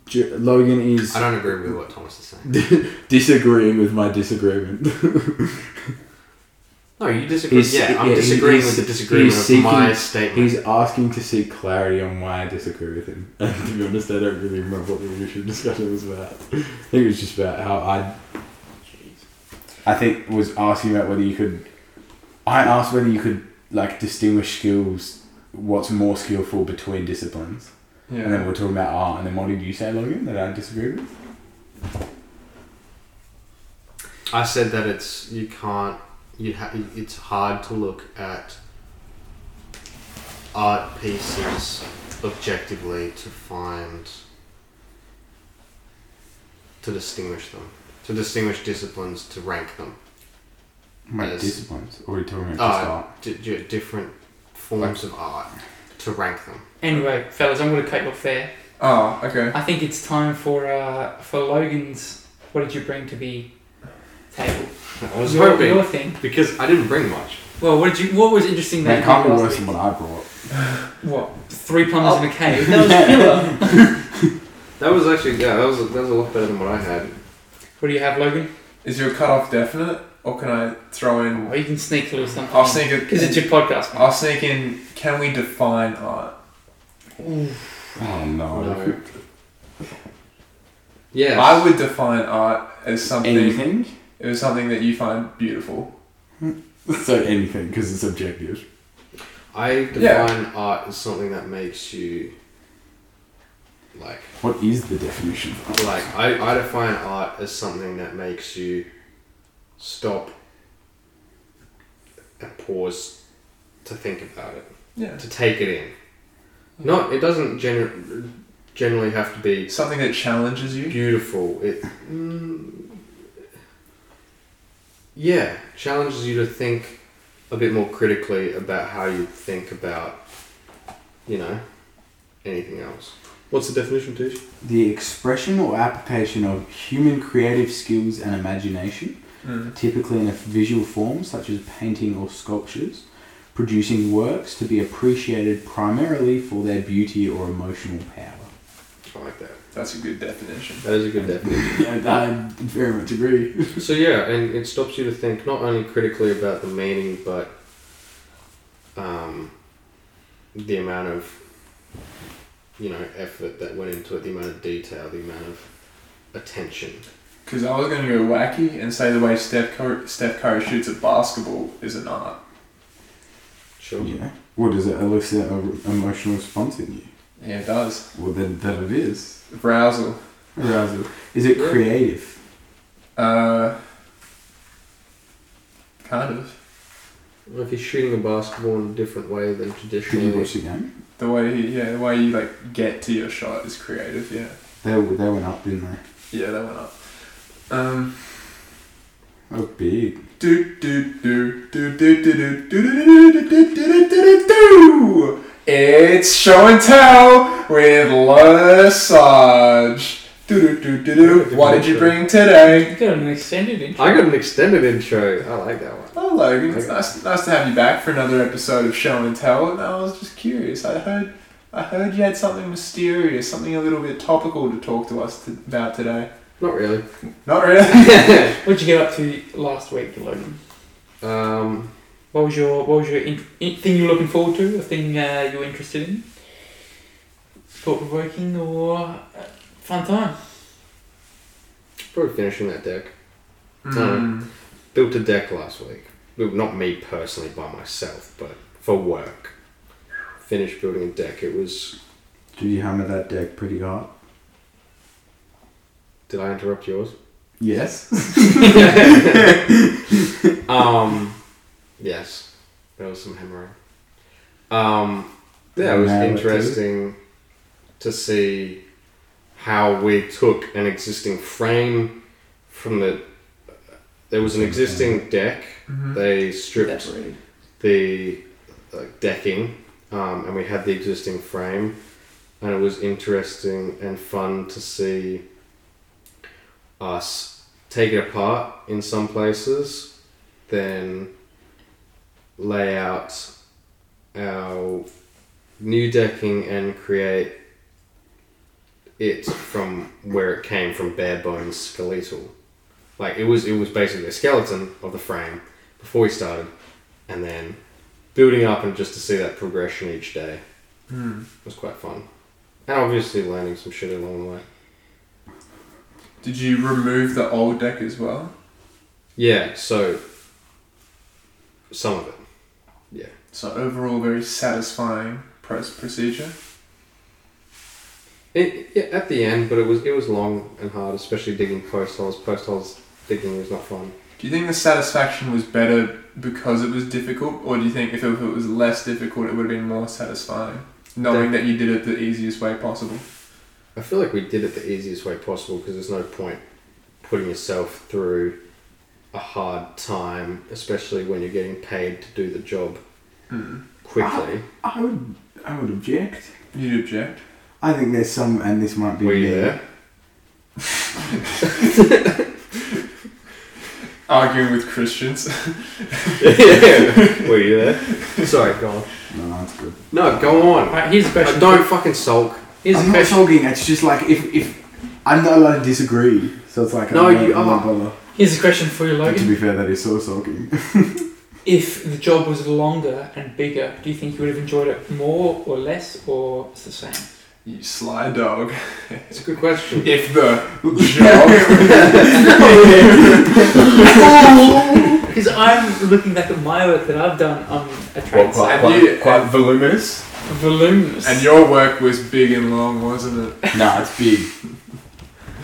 Speaker 4: J- Logan is
Speaker 3: I don't agree with what Thomas is saying.
Speaker 4: disagreeing with my disagreement.
Speaker 3: No, you disagree.
Speaker 4: He's-
Speaker 3: yeah, I'm
Speaker 4: yeah, he-
Speaker 3: disagreeing
Speaker 4: he's-
Speaker 3: with the disagreement
Speaker 4: he's
Speaker 3: of my
Speaker 4: seeking-
Speaker 3: statement.
Speaker 4: He's asking to seek clarity on why I disagree with him. And to be honest, I don't really remember what the initial discussion was about. I think it was just about how I. I think was asking about whether you could. I asked whether you could like distinguish skills, what's more skillful between disciplines, and then
Speaker 1: Yeah.
Speaker 4: we're talking about art. And then what did you say, Logan, that I disagree with?
Speaker 3: I said that it's you can't you ha- it's hard to look at art pieces objectively to find to distinguish them to distinguish disciplines to rank them
Speaker 4: My
Speaker 3: Yes.
Speaker 4: disciplines, or are we talking about just art?
Speaker 3: uh, di di- different forms of art to rank them
Speaker 2: Anyway, fellas, I'm going to cut you off there.
Speaker 1: Oh, okay.
Speaker 2: I think it's time for uh, for Logan's. What did you bring to the table?
Speaker 3: I was
Speaker 2: your,
Speaker 3: hoping
Speaker 2: your thing.
Speaker 3: because I didn't bring much
Speaker 2: Well, what did you? What was interesting that
Speaker 4: That
Speaker 2: you
Speaker 4: can't be
Speaker 2: did
Speaker 4: worse
Speaker 2: last
Speaker 4: than
Speaker 2: week?
Speaker 4: what I brought.
Speaker 2: What? Three plumbers in a cave.
Speaker 4: That was
Speaker 2: killer.
Speaker 3: that was actually yeah that was that was a lot better than what I had
Speaker 2: what do you have, Logan?
Speaker 1: Is your cutoff definite, or can I throw in?
Speaker 2: Oh, you can sneak a little something.
Speaker 1: I'll sneak it.
Speaker 2: Because it's your podcast.
Speaker 1: I'll sneak in. Can we define art?
Speaker 2: Ooh.
Speaker 4: Oh no.
Speaker 3: no yeah
Speaker 1: I would define art as something.
Speaker 4: Anything?
Speaker 1: It was something that you find beautiful.
Speaker 4: So anything, because it's objective.
Speaker 3: I define
Speaker 1: Yeah.
Speaker 3: art as something that makes you like
Speaker 4: What is the definition of art?
Speaker 3: like I, I define art as something that makes you stop and pause to think about it
Speaker 1: Yeah.
Speaker 3: to take it in not it doesn't gener- generally have to be
Speaker 1: Something that challenges you.
Speaker 3: beautiful it mm, yeah challenges you to think a bit more critically about how you think about you know anything else what's the definition Tish?
Speaker 19: The expression or application of human creative skills and imagination,
Speaker 4: Hmm.
Speaker 1: Mm.
Speaker 19: typically in a visual form such as painting or sculptures, producing works to be appreciated primarily for their beauty or emotional power.
Speaker 3: i like that
Speaker 1: That's a good definition.
Speaker 3: that is a good definition
Speaker 4: Yeah, I very much agree.
Speaker 3: So yeah, and it stops you to think not only critically about the meaning, but um, the amount of you know effort that went into it, the amount of detail, the amount of attention.
Speaker 1: Because I was going to go wacky and say the way Steph Curry, Steph Curry shoots at basketball is an art.
Speaker 3: Sure.
Speaker 4: Yeah. What does it elicit an emotional response in you?
Speaker 1: Yeah, it does.
Speaker 4: Well, then that it is.
Speaker 1: Arousal.
Speaker 4: Arousal. Is it
Speaker 3: Yeah.
Speaker 4: creative?
Speaker 1: Uh, kind of.
Speaker 3: Well, if he's shooting a basketball in a different way than
Speaker 4: Did you
Speaker 3: traditionally,
Speaker 4: watch the game?
Speaker 1: The way, yeah, the way you like get to your shot is creative. Yeah,
Speaker 4: They, they went up, didn't they?
Speaker 1: yeah, that went up. Um,
Speaker 4: Oh, big.
Speaker 1: do do do do do do do do do do do do do do do do do. It's show and tell with Lesage. Do do do do do. What did you bring today?
Speaker 2: You got an extended intro.
Speaker 3: I got an extended intro. I like that one.
Speaker 1: Oh, Logan, it's nice, nice to have you back for another episode of Show and Tell. And I was just curious. I heard, I heard you had something mysterious, something a little bit topical to talk to us t- about today.
Speaker 3: Not really.
Speaker 1: Not really.
Speaker 2: What'd you get up to last week, Logan?
Speaker 3: Um,
Speaker 2: What was your What was your in, in, thing you were looking forward to? A thing uh, you were interested in? Thought provoking or uh, fun time?
Speaker 3: probably finishing that deck.
Speaker 1: Hmm.
Speaker 3: Built a deck last week. Well, not me personally by myself, but for work. Finished building a deck. It was.
Speaker 4: Do you hammer that deck pretty hard?
Speaker 3: Did I interrupt yours?
Speaker 4: Yes.
Speaker 3: Um, yes, there was some hammering. Um, yeah, it was
Speaker 4: Narrative.
Speaker 3: interesting to see how we took an existing frame from the. There was an existing deck.
Speaker 1: Hmm.
Speaker 3: They stripped the uh, decking, um, and we had the existing frame, and it was interesting and fun to see us take it apart in some places, then lay out our new decking and create it from where it came from bare bones skeletal. Like it was it was basically a skeleton of the frame before we started and then building up and just to see that progression each day
Speaker 1: Hmm.
Speaker 3: was quite fun. And obviously learning some shit along the way.
Speaker 1: Did you remove the old deck as well?
Speaker 3: Yeah, so some of it.
Speaker 1: So overall, very satisfying press procedure.
Speaker 3: It, yeah, at the end, but it was it was long and hard, especially digging post holes. Post holes digging was not fun.
Speaker 1: Do you think the satisfaction was better because it was difficult, or do you think if it, if it was less difficult, it would have been more satisfying, knowing that you did it the easiest way possible?
Speaker 3: I feel like we did it the easiest way possible because there's no point putting yourself through a hard time, especially when you're getting paid to do the job
Speaker 1: Mm.
Speaker 3: quickly.
Speaker 4: I would. I would object.
Speaker 1: You'd object.
Speaker 4: I think there's some, and this might be
Speaker 3: Were you
Speaker 4: me.
Speaker 3: there?
Speaker 1: Arguing with Christians.
Speaker 3: yeah. Were you there? Sorry, go on.
Speaker 4: No, that's good.
Speaker 3: No, go on.
Speaker 2: Alright, here's a
Speaker 3: Uh,
Speaker 2: question.
Speaker 3: don't fucking sulk.
Speaker 2: Here's
Speaker 4: I'm
Speaker 2: a
Speaker 4: not
Speaker 2: question.
Speaker 4: talking. It's just like if if I'm not allowed to disagree, so it's like
Speaker 3: No,
Speaker 4: I'm not,
Speaker 3: you
Speaker 4: I'm not
Speaker 3: are.
Speaker 4: bother.
Speaker 2: Here's a question for you,
Speaker 4: But to
Speaker 2: Logan.
Speaker 4: be fair, that is so sulking.
Speaker 2: If the job was longer and bigger, do you think you would have enjoyed it more or less, or it's the same?
Speaker 1: You sly dog.
Speaker 3: It's a good question.
Speaker 1: If the job.
Speaker 2: Because I'm looking back at my work that I've done on a trade site.
Speaker 1: quite- you- quite
Speaker 4: voluminous.
Speaker 2: Voluminous.
Speaker 1: and your work was big and long, wasn't it?
Speaker 4: No, it's big.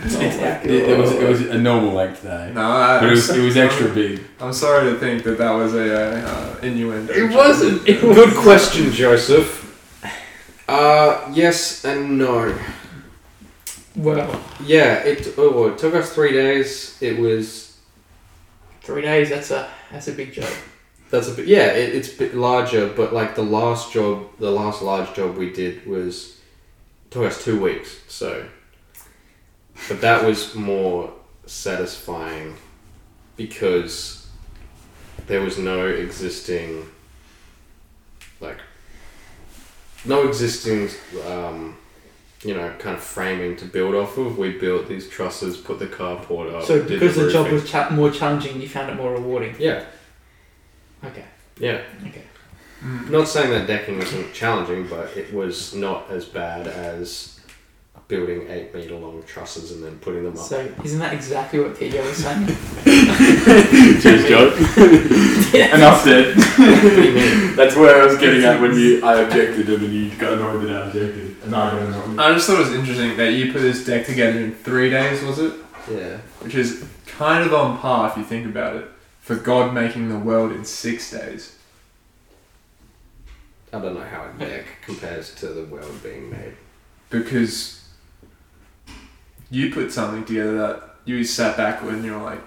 Speaker 4: It's-
Speaker 2: yeah.
Speaker 4: it, it was it was a normal length today,
Speaker 1: No, I,
Speaker 4: but it was it was extra big.
Speaker 1: I'm sorry to think that that was a uh, uh, innuendo.
Speaker 3: It wasn't. Good question, Joseph. Uh, yes and no.
Speaker 2: Well,
Speaker 3: Yeah, it, oh, well, it took us three days. It was
Speaker 2: three days. That's a that's a big job.
Speaker 3: that's a bit yeah. It, it's a bit larger, but like the last job, the last large job we did was took us two weeks. So, but that was more satisfying because there was no existing like no existing um, you know kind of framing to build off of. We built these trusses, put the carport
Speaker 4: Oh,
Speaker 3: up.
Speaker 2: so
Speaker 3: did
Speaker 2: because the, job
Speaker 3: roofing.
Speaker 2: was cha- more challenging, you found it more rewarding.
Speaker 3: yeah
Speaker 2: Okay.
Speaker 3: yeah.
Speaker 2: Okay.
Speaker 1: Mm.
Speaker 3: Not saying that decking wasn't challenging, but it was not as bad as building eight meter long trusses and then putting them up.
Speaker 2: So isn't that exactly what Theo was saying?
Speaker 4: Cheers, Joe. Enough said. That's where I was getting at when you I objected and then you got annoyed that I objected, and I got annoyed.
Speaker 1: I just thought it was interesting that you put this deck together in three days, was it?
Speaker 3: yeah.
Speaker 1: Which is kind of on par if you think about it for God making the world in six days.
Speaker 3: I don't know how a deck compares to the world being made.
Speaker 1: Because you put something together that you sat back with and you were like,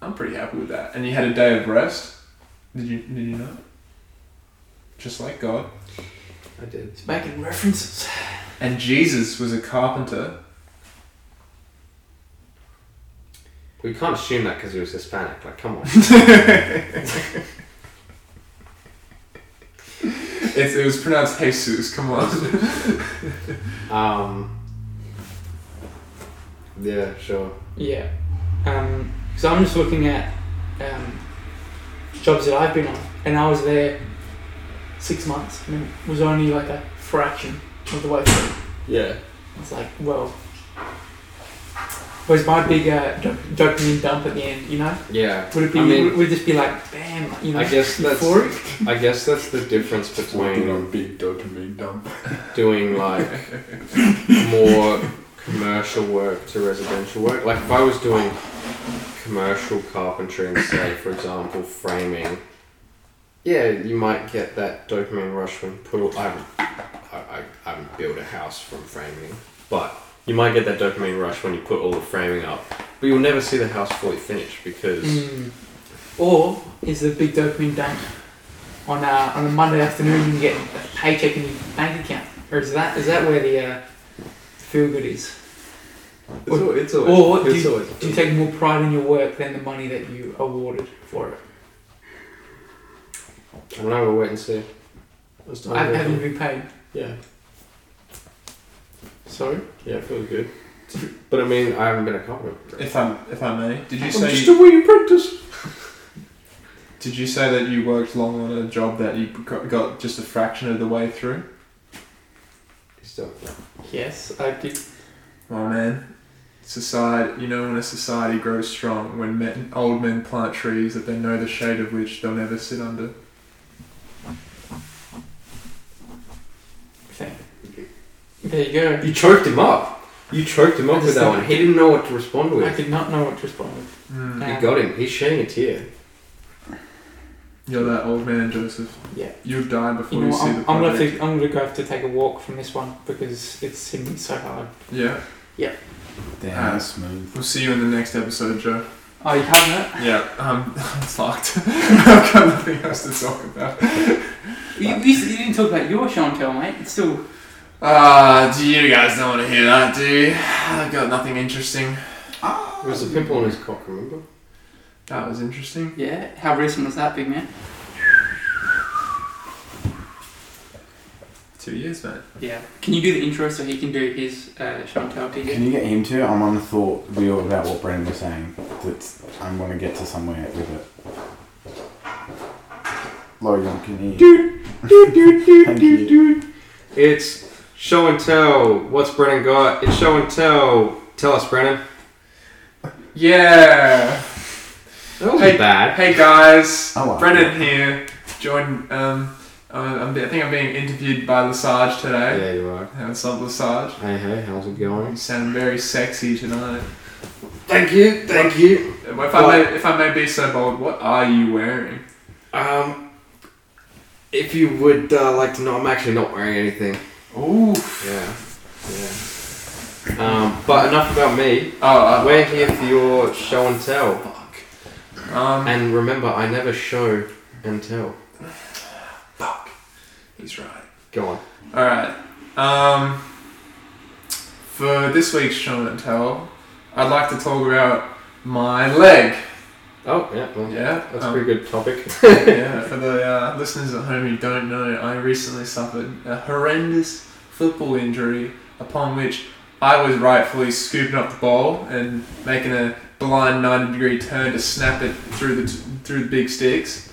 Speaker 1: I'm pretty happy with that. And you had a day of rest. Did you, did you know? Just like God.
Speaker 3: I did.
Speaker 2: It's making references.
Speaker 1: And Jesus was a carpenter.
Speaker 3: We can't assume that because he was Hispanic. Like, come on.
Speaker 1: It's, it was pronounced Jesus, come on.
Speaker 3: Um, Yeah, sure.
Speaker 2: Yeah. Um, so I'm just looking at um, jobs that I've been on, and I was there six months, and it was only like a fraction of the way through.
Speaker 3: Yeah.
Speaker 2: It's like, well, where's my big uh, dop- dopamine dump at the end? You know,
Speaker 3: Yeah.
Speaker 2: would it be?
Speaker 3: I mean-
Speaker 2: would, would this be like, bam? You know,
Speaker 3: I guess that's
Speaker 2: euphoric.
Speaker 3: I guess that's the difference
Speaker 1: Working
Speaker 3: between
Speaker 1: on big dopamine dump.
Speaker 3: doing like more commercial work to residential work. Like if I was doing commercial carpentry and say, for example, framing, yeah, you might get that dopamine rush when put. All, I haven't, I, I, I haven't built a house from framing, but you might get that dopamine rush when you put all the framing up. But you'll never see the house fully finished because
Speaker 2: Mm. Or is the big dopamine dump on uh, on a Monday afternoon you get a paycheck in your bank account, or is that is that where the uh, feel good is? Mm.
Speaker 3: it's, al- it's always,
Speaker 2: Or do
Speaker 3: it's
Speaker 2: you,
Speaker 3: always-
Speaker 2: do you take more pride in your work than the money that you awarded for it?
Speaker 3: I don't know. We'll wait and see. It's time
Speaker 2: I
Speaker 3: to-
Speaker 2: haven't been paid.
Speaker 3: Yeah,
Speaker 2: Sorry,
Speaker 3: yeah, it feels good. But I mean, I haven't been a carpenter.
Speaker 1: If I'm, if I may, did you
Speaker 3: I'm
Speaker 1: say
Speaker 3: just
Speaker 1: you,
Speaker 3: a wee apprentice.
Speaker 1: did you say that you worked long on a job that you got got just a fraction of the way through?
Speaker 3: Still,
Speaker 2: yes, I did.
Speaker 1: My man, society. You know when a society grows strong, when men, old men plant trees that they know the shade of which they'll never sit under.
Speaker 2: Thing. There you go.
Speaker 3: You choked him up. You choked him
Speaker 2: I
Speaker 3: up with
Speaker 2: just
Speaker 3: that
Speaker 2: don't-
Speaker 3: one. He didn't know what to respond
Speaker 2: I
Speaker 3: with.
Speaker 2: did not know what to respond with.
Speaker 1: Mm.
Speaker 3: You
Speaker 2: Um,
Speaker 3: got him. He's shedding a tear.
Speaker 1: You're that old man, Joseph.
Speaker 2: Yeah.
Speaker 1: You've died before
Speaker 2: You
Speaker 1: you,
Speaker 2: know, what,
Speaker 1: see
Speaker 2: I'm,
Speaker 1: the
Speaker 2: I'm gonna
Speaker 1: project.
Speaker 2: have to, I'm gonna go have to take a walk from this one because it's hitting me so hard.
Speaker 1: Yeah.
Speaker 20: Damn.
Speaker 1: Uh,
Speaker 4: smooth.
Speaker 1: We'll see you in the next episode, Joe.
Speaker 2: Oh, you haven't?
Speaker 1: Yeah. Um, I'm fucked. I've got nothing else to talk about.
Speaker 2: You, you, you didn't talk about your show and tell, mate. It's still
Speaker 1: Ah, do you guys don't want to hear that, do you? I've got nothing interesting.
Speaker 3: It was a pimple on his cock. Remember?
Speaker 1: That was interesting.
Speaker 2: yeah. How recent was that, big man?
Speaker 1: Two years, mate.
Speaker 2: Yeah. Can you do the intro so he can do his uh, show and tell?
Speaker 4: Can you get him to? I'm on the thought wheel about what Brendan was saying. That I'm going to get to somewhere with it. Logan, can you? Thank you.
Speaker 3: It's show and tell. What's Brennan got? It's show and tell. Tell us, Brennan.
Speaker 1: Yeah.
Speaker 3: That wasn't
Speaker 1: Hey.
Speaker 3: bad.
Speaker 1: Hey guys,
Speaker 4: I like
Speaker 1: Brendan here. Joined. Um, I'm, I'm, I think I'm being interviewed by Lesage today.
Speaker 3: Yeah, you are.
Speaker 1: Yeah. What's up, Lesage?
Speaker 3: Hey, hey, how's it
Speaker 1: You
Speaker 3: going?
Speaker 1: sound very sexy tonight.
Speaker 3: Thank you, thank you.
Speaker 1: If I may, if I may be so bold, what are you wearing?
Speaker 3: Um, if you would uh, like to know, I'm actually not wearing anything.
Speaker 1: Ooh.
Speaker 3: Yeah, yeah. Um, but enough about me.
Speaker 1: Oh. Uh,
Speaker 3: We're here for your show and tell.
Speaker 1: um.
Speaker 3: And remember, I never show and tell.
Speaker 1: Fuck. He's right.
Speaker 3: Go on.
Speaker 1: All right. Um, for this week's show and tell, I'd like to talk about my leg.
Speaker 3: Oh, yeah. Well,
Speaker 1: Yeah.
Speaker 3: That's a
Speaker 1: um,
Speaker 3: pretty good topic.
Speaker 1: yeah, for the uh, listeners at home who don't know, I recently suffered a horrendous football injury upon which I was rightfully scooping up the ball and making a blind 90 degree turn to snap it through the, through the big sticks.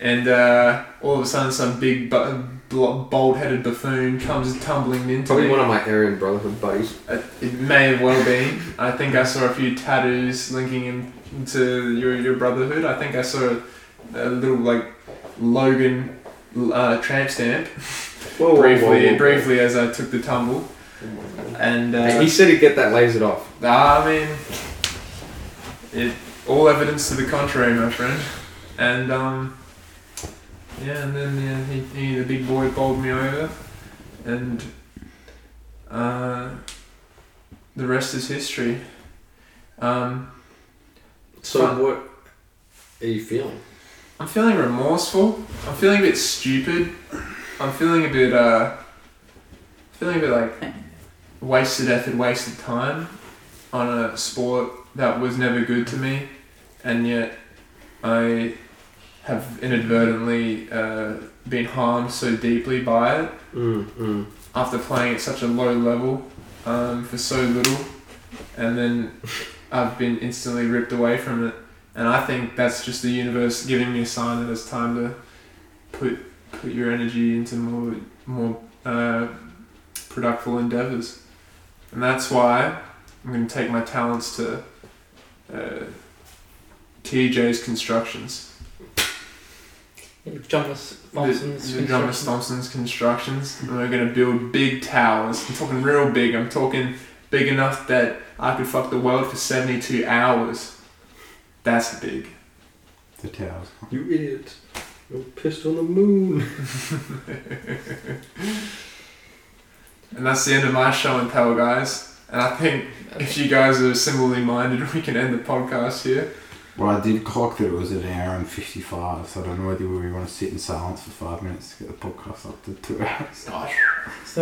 Speaker 1: And uh, all of a sudden, some big bu- bald headed buffoon comes tumbling into
Speaker 3: Probably
Speaker 1: me.
Speaker 3: one of my Aryan Brotherhood buddies.
Speaker 1: Uh, It may have well been. I think I saw a few tattoos linking him to your, your brotherhood. I think I saw a, a little like Logan uh, tramp stamp
Speaker 3: Oh, Whoa,
Speaker 1: briefly, briefly as I took the tumble. And uh,
Speaker 3: He said he'd get that lasered off.
Speaker 1: I mean, it all evidence to the contrary, my friend. And um, yeah, and then yeah, he, he the big boy bowled me over, and uh, the rest is history. Um,
Speaker 3: So
Speaker 1: Fun.
Speaker 3: what are you feeling?
Speaker 1: I'm feeling remorseful. I'm feeling a bit stupid. I'm feeling a bit uh, feeling a bit like wasted effort, wasted time on a sport that was never good to me, and yet I have inadvertently uh, been harmed so deeply by it
Speaker 3: Mm, mm.
Speaker 1: after playing at such a low level um, for so little. and then I've been instantly ripped away from it. And I think that's just the universe giving me a sign that it's time to put put your energy into more more uh, productive endeavors. And that's why I'm going to take my talents to uh, TJ's Constructions,
Speaker 2: Jonas Thompson's
Speaker 1: the, the drummer
Speaker 2: construction.
Speaker 1: Thompson's Constructions, and we're going to build big towers. I'm talking real big. I'm talking big enough that I could fuck the world for 72 hours. That's big.
Speaker 4: The towers.
Speaker 3: You idiot. You're pissed on the moon.
Speaker 1: And that's the end of my show and tell, guys. And I think if you guys are similarly minded, we can end the podcast here.
Speaker 4: Well, I did clock that it was an hour and 55, so I don't know whether we want to sit in silence for five minutes to get the podcast up to two hours.
Speaker 2: It's not about-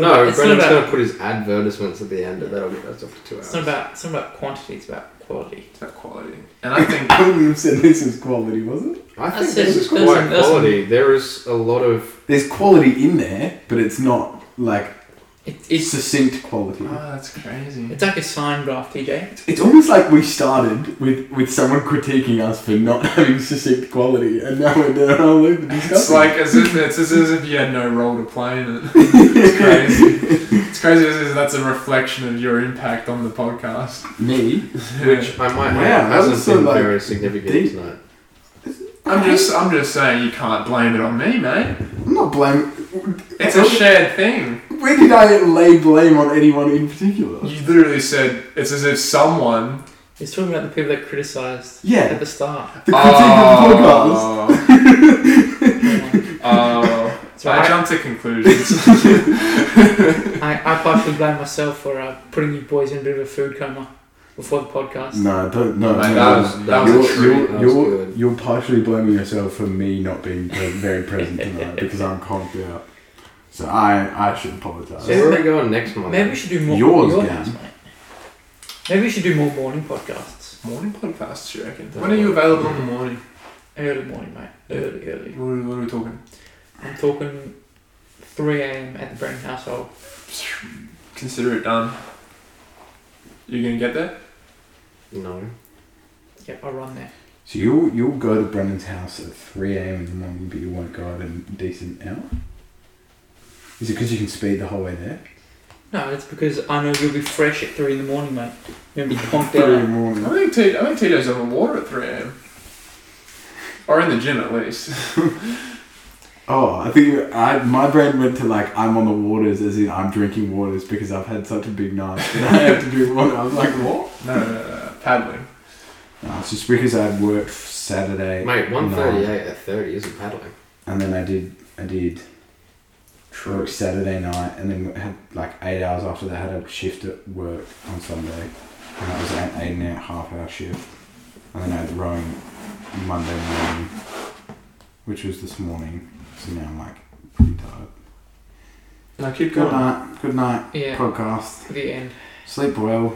Speaker 3: No,
Speaker 2: it's not
Speaker 3: Brendan's
Speaker 2: about
Speaker 3: going to put his advertisements at the end, and that'll get us up for two hours.
Speaker 2: It's not about it's not about quantity. It's about quality.
Speaker 1: It's about quality. And I think ah,
Speaker 4: William said this is quality, wasn't it?
Speaker 3: I
Speaker 2: That's
Speaker 3: think
Speaker 2: it.
Speaker 3: this is
Speaker 2: That's
Speaker 3: quite
Speaker 2: it. That's it.
Speaker 3: quality. There is a lot of.
Speaker 4: There's quality in there, but it's not like
Speaker 2: It, it's
Speaker 4: succinct quality.
Speaker 1: Oh, that's crazy.
Speaker 2: it's like a sign graph, TJ.
Speaker 4: It's almost like we started with, with someone critiquing us for not having succinct quality, and now we're down all over the discussion.
Speaker 1: It's like as if it's as if you had no role to play in it. It's crazy. It's crazy. As that's a reflection of your impact on the podcast.
Speaker 4: me.
Speaker 3: Which I might
Speaker 4: Wow,
Speaker 3: add
Speaker 4: that
Speaker 3: hasn't
Speaker 4: was so,
Speaker 3: been
Speaker 4: like,
Speaker 3: very significant
Speaker 4: deep.
Speaker 3: tonight.
Speaker 1: I'm just I'm just saying you can't blame it on me, mate.
Speaker 4: I'm not blaming.
Speaker 1: It's a shared thing.
Speaker 4: Where did I lay blame on anyone in particular?
Speaker 1: You literally said it's as if someone.
Speaker 2: It's talking about the people that criticised
Speaker 4: Yeah,
Speaker 2: at the start.
Speaker 4: the critique
Speaker 1: oh,
Speaker 2: Yeah.
Speaker 1: Oh,
Speaker 2: So
Speaker 1: so I
Speaker 2: I,
Speaker 1: jumped to conclusions.
Speaker 2: I, I partially blame myself for uh, putting you boys in a bit of a food coma before the podcast.
Speaker 4: of the podcast. No, don't. No,
Speaker 1: Mate,
Speaker 4: no,
Speaker 1: Oh, that was
Speaker 4: no.
Speaker 1: that
Speaker 4: you're,
Speaker 1: was a treat.
Speaker 4: you're,
Speaker 3: That was
Speaker 4: you're,
Speaker 3: good.
Speaker 4: you're partially blaming yourself for me not being pre- very present tonight because I'm conked out. So I I should apologise.
Speaker 3: So where are we going next month?
Speaker 2: Maybe we should do more.
Speaker 4: Yours,
Speaker 2: your
Speaker 4: Dan.
Speaker 2: house, mate. Maybe we should do more morning podcasts.
Speaker 1: Morning podcasts, you reckon?
Speaker 3: Don't
Speaker 1: When are you
Speaker 3: worry.
Speaker 1: available in the morning?
Speaker 2: Early morning, mate. Early, early.
Speaker 1: What are, what are we talking?
Speaker 2: I'm talking 3 a.m. at the Brennan household.
Speaker 1: Consider it done. You gonna get there?
Speaker 3: No.
Speaker 2: Yep, I run there.
Speaker 4: So you'll you'll go to Brennan's house at three a.m. in the morning, but you won't go out in a decent hour. Is it because you can speed the whole way there?
Speaker 2: No, it's because I know you'll be fresh at 3 in the morning, mate. You're going to be conked
Speaker 4: Three in the
Speaker 2: out.
Speaker 1: I
Speaker 4: morning.
Speaker 1: think T- I think Tito's on the water at three a.m. Or in the gym at least.
Speaker 4: Oh, I think I my brain went to like I'm on the waters, as in I'm drinking waters because I've had such a big night and I have to drink water. I was like, what?
Speaker 1: No, no, no, no. paddling.
Speaker 4: No, it's just because I worked Saturday.
Speaker 3: Mate,
Speaker 4: night.
Speaker 3: 138 at 30 isn't paddling.
Speaker 4: and then I did I did work Saturday night, and then had like eight hours after that had a shift at work on Sunday, and that was an eight and a half hour shift, and then I had rowing Monday morning, which was this morning. So now I'm like pretty tired.
Speaker 1: No, keep
Speaker 4: Good
Speaker 1: going.
Speaker 4: night. Good night.
Speaker 2: Yeah,
Speaker 4: Podcast.
Speaker 2: for the end.
Speaker 4: Sleep well.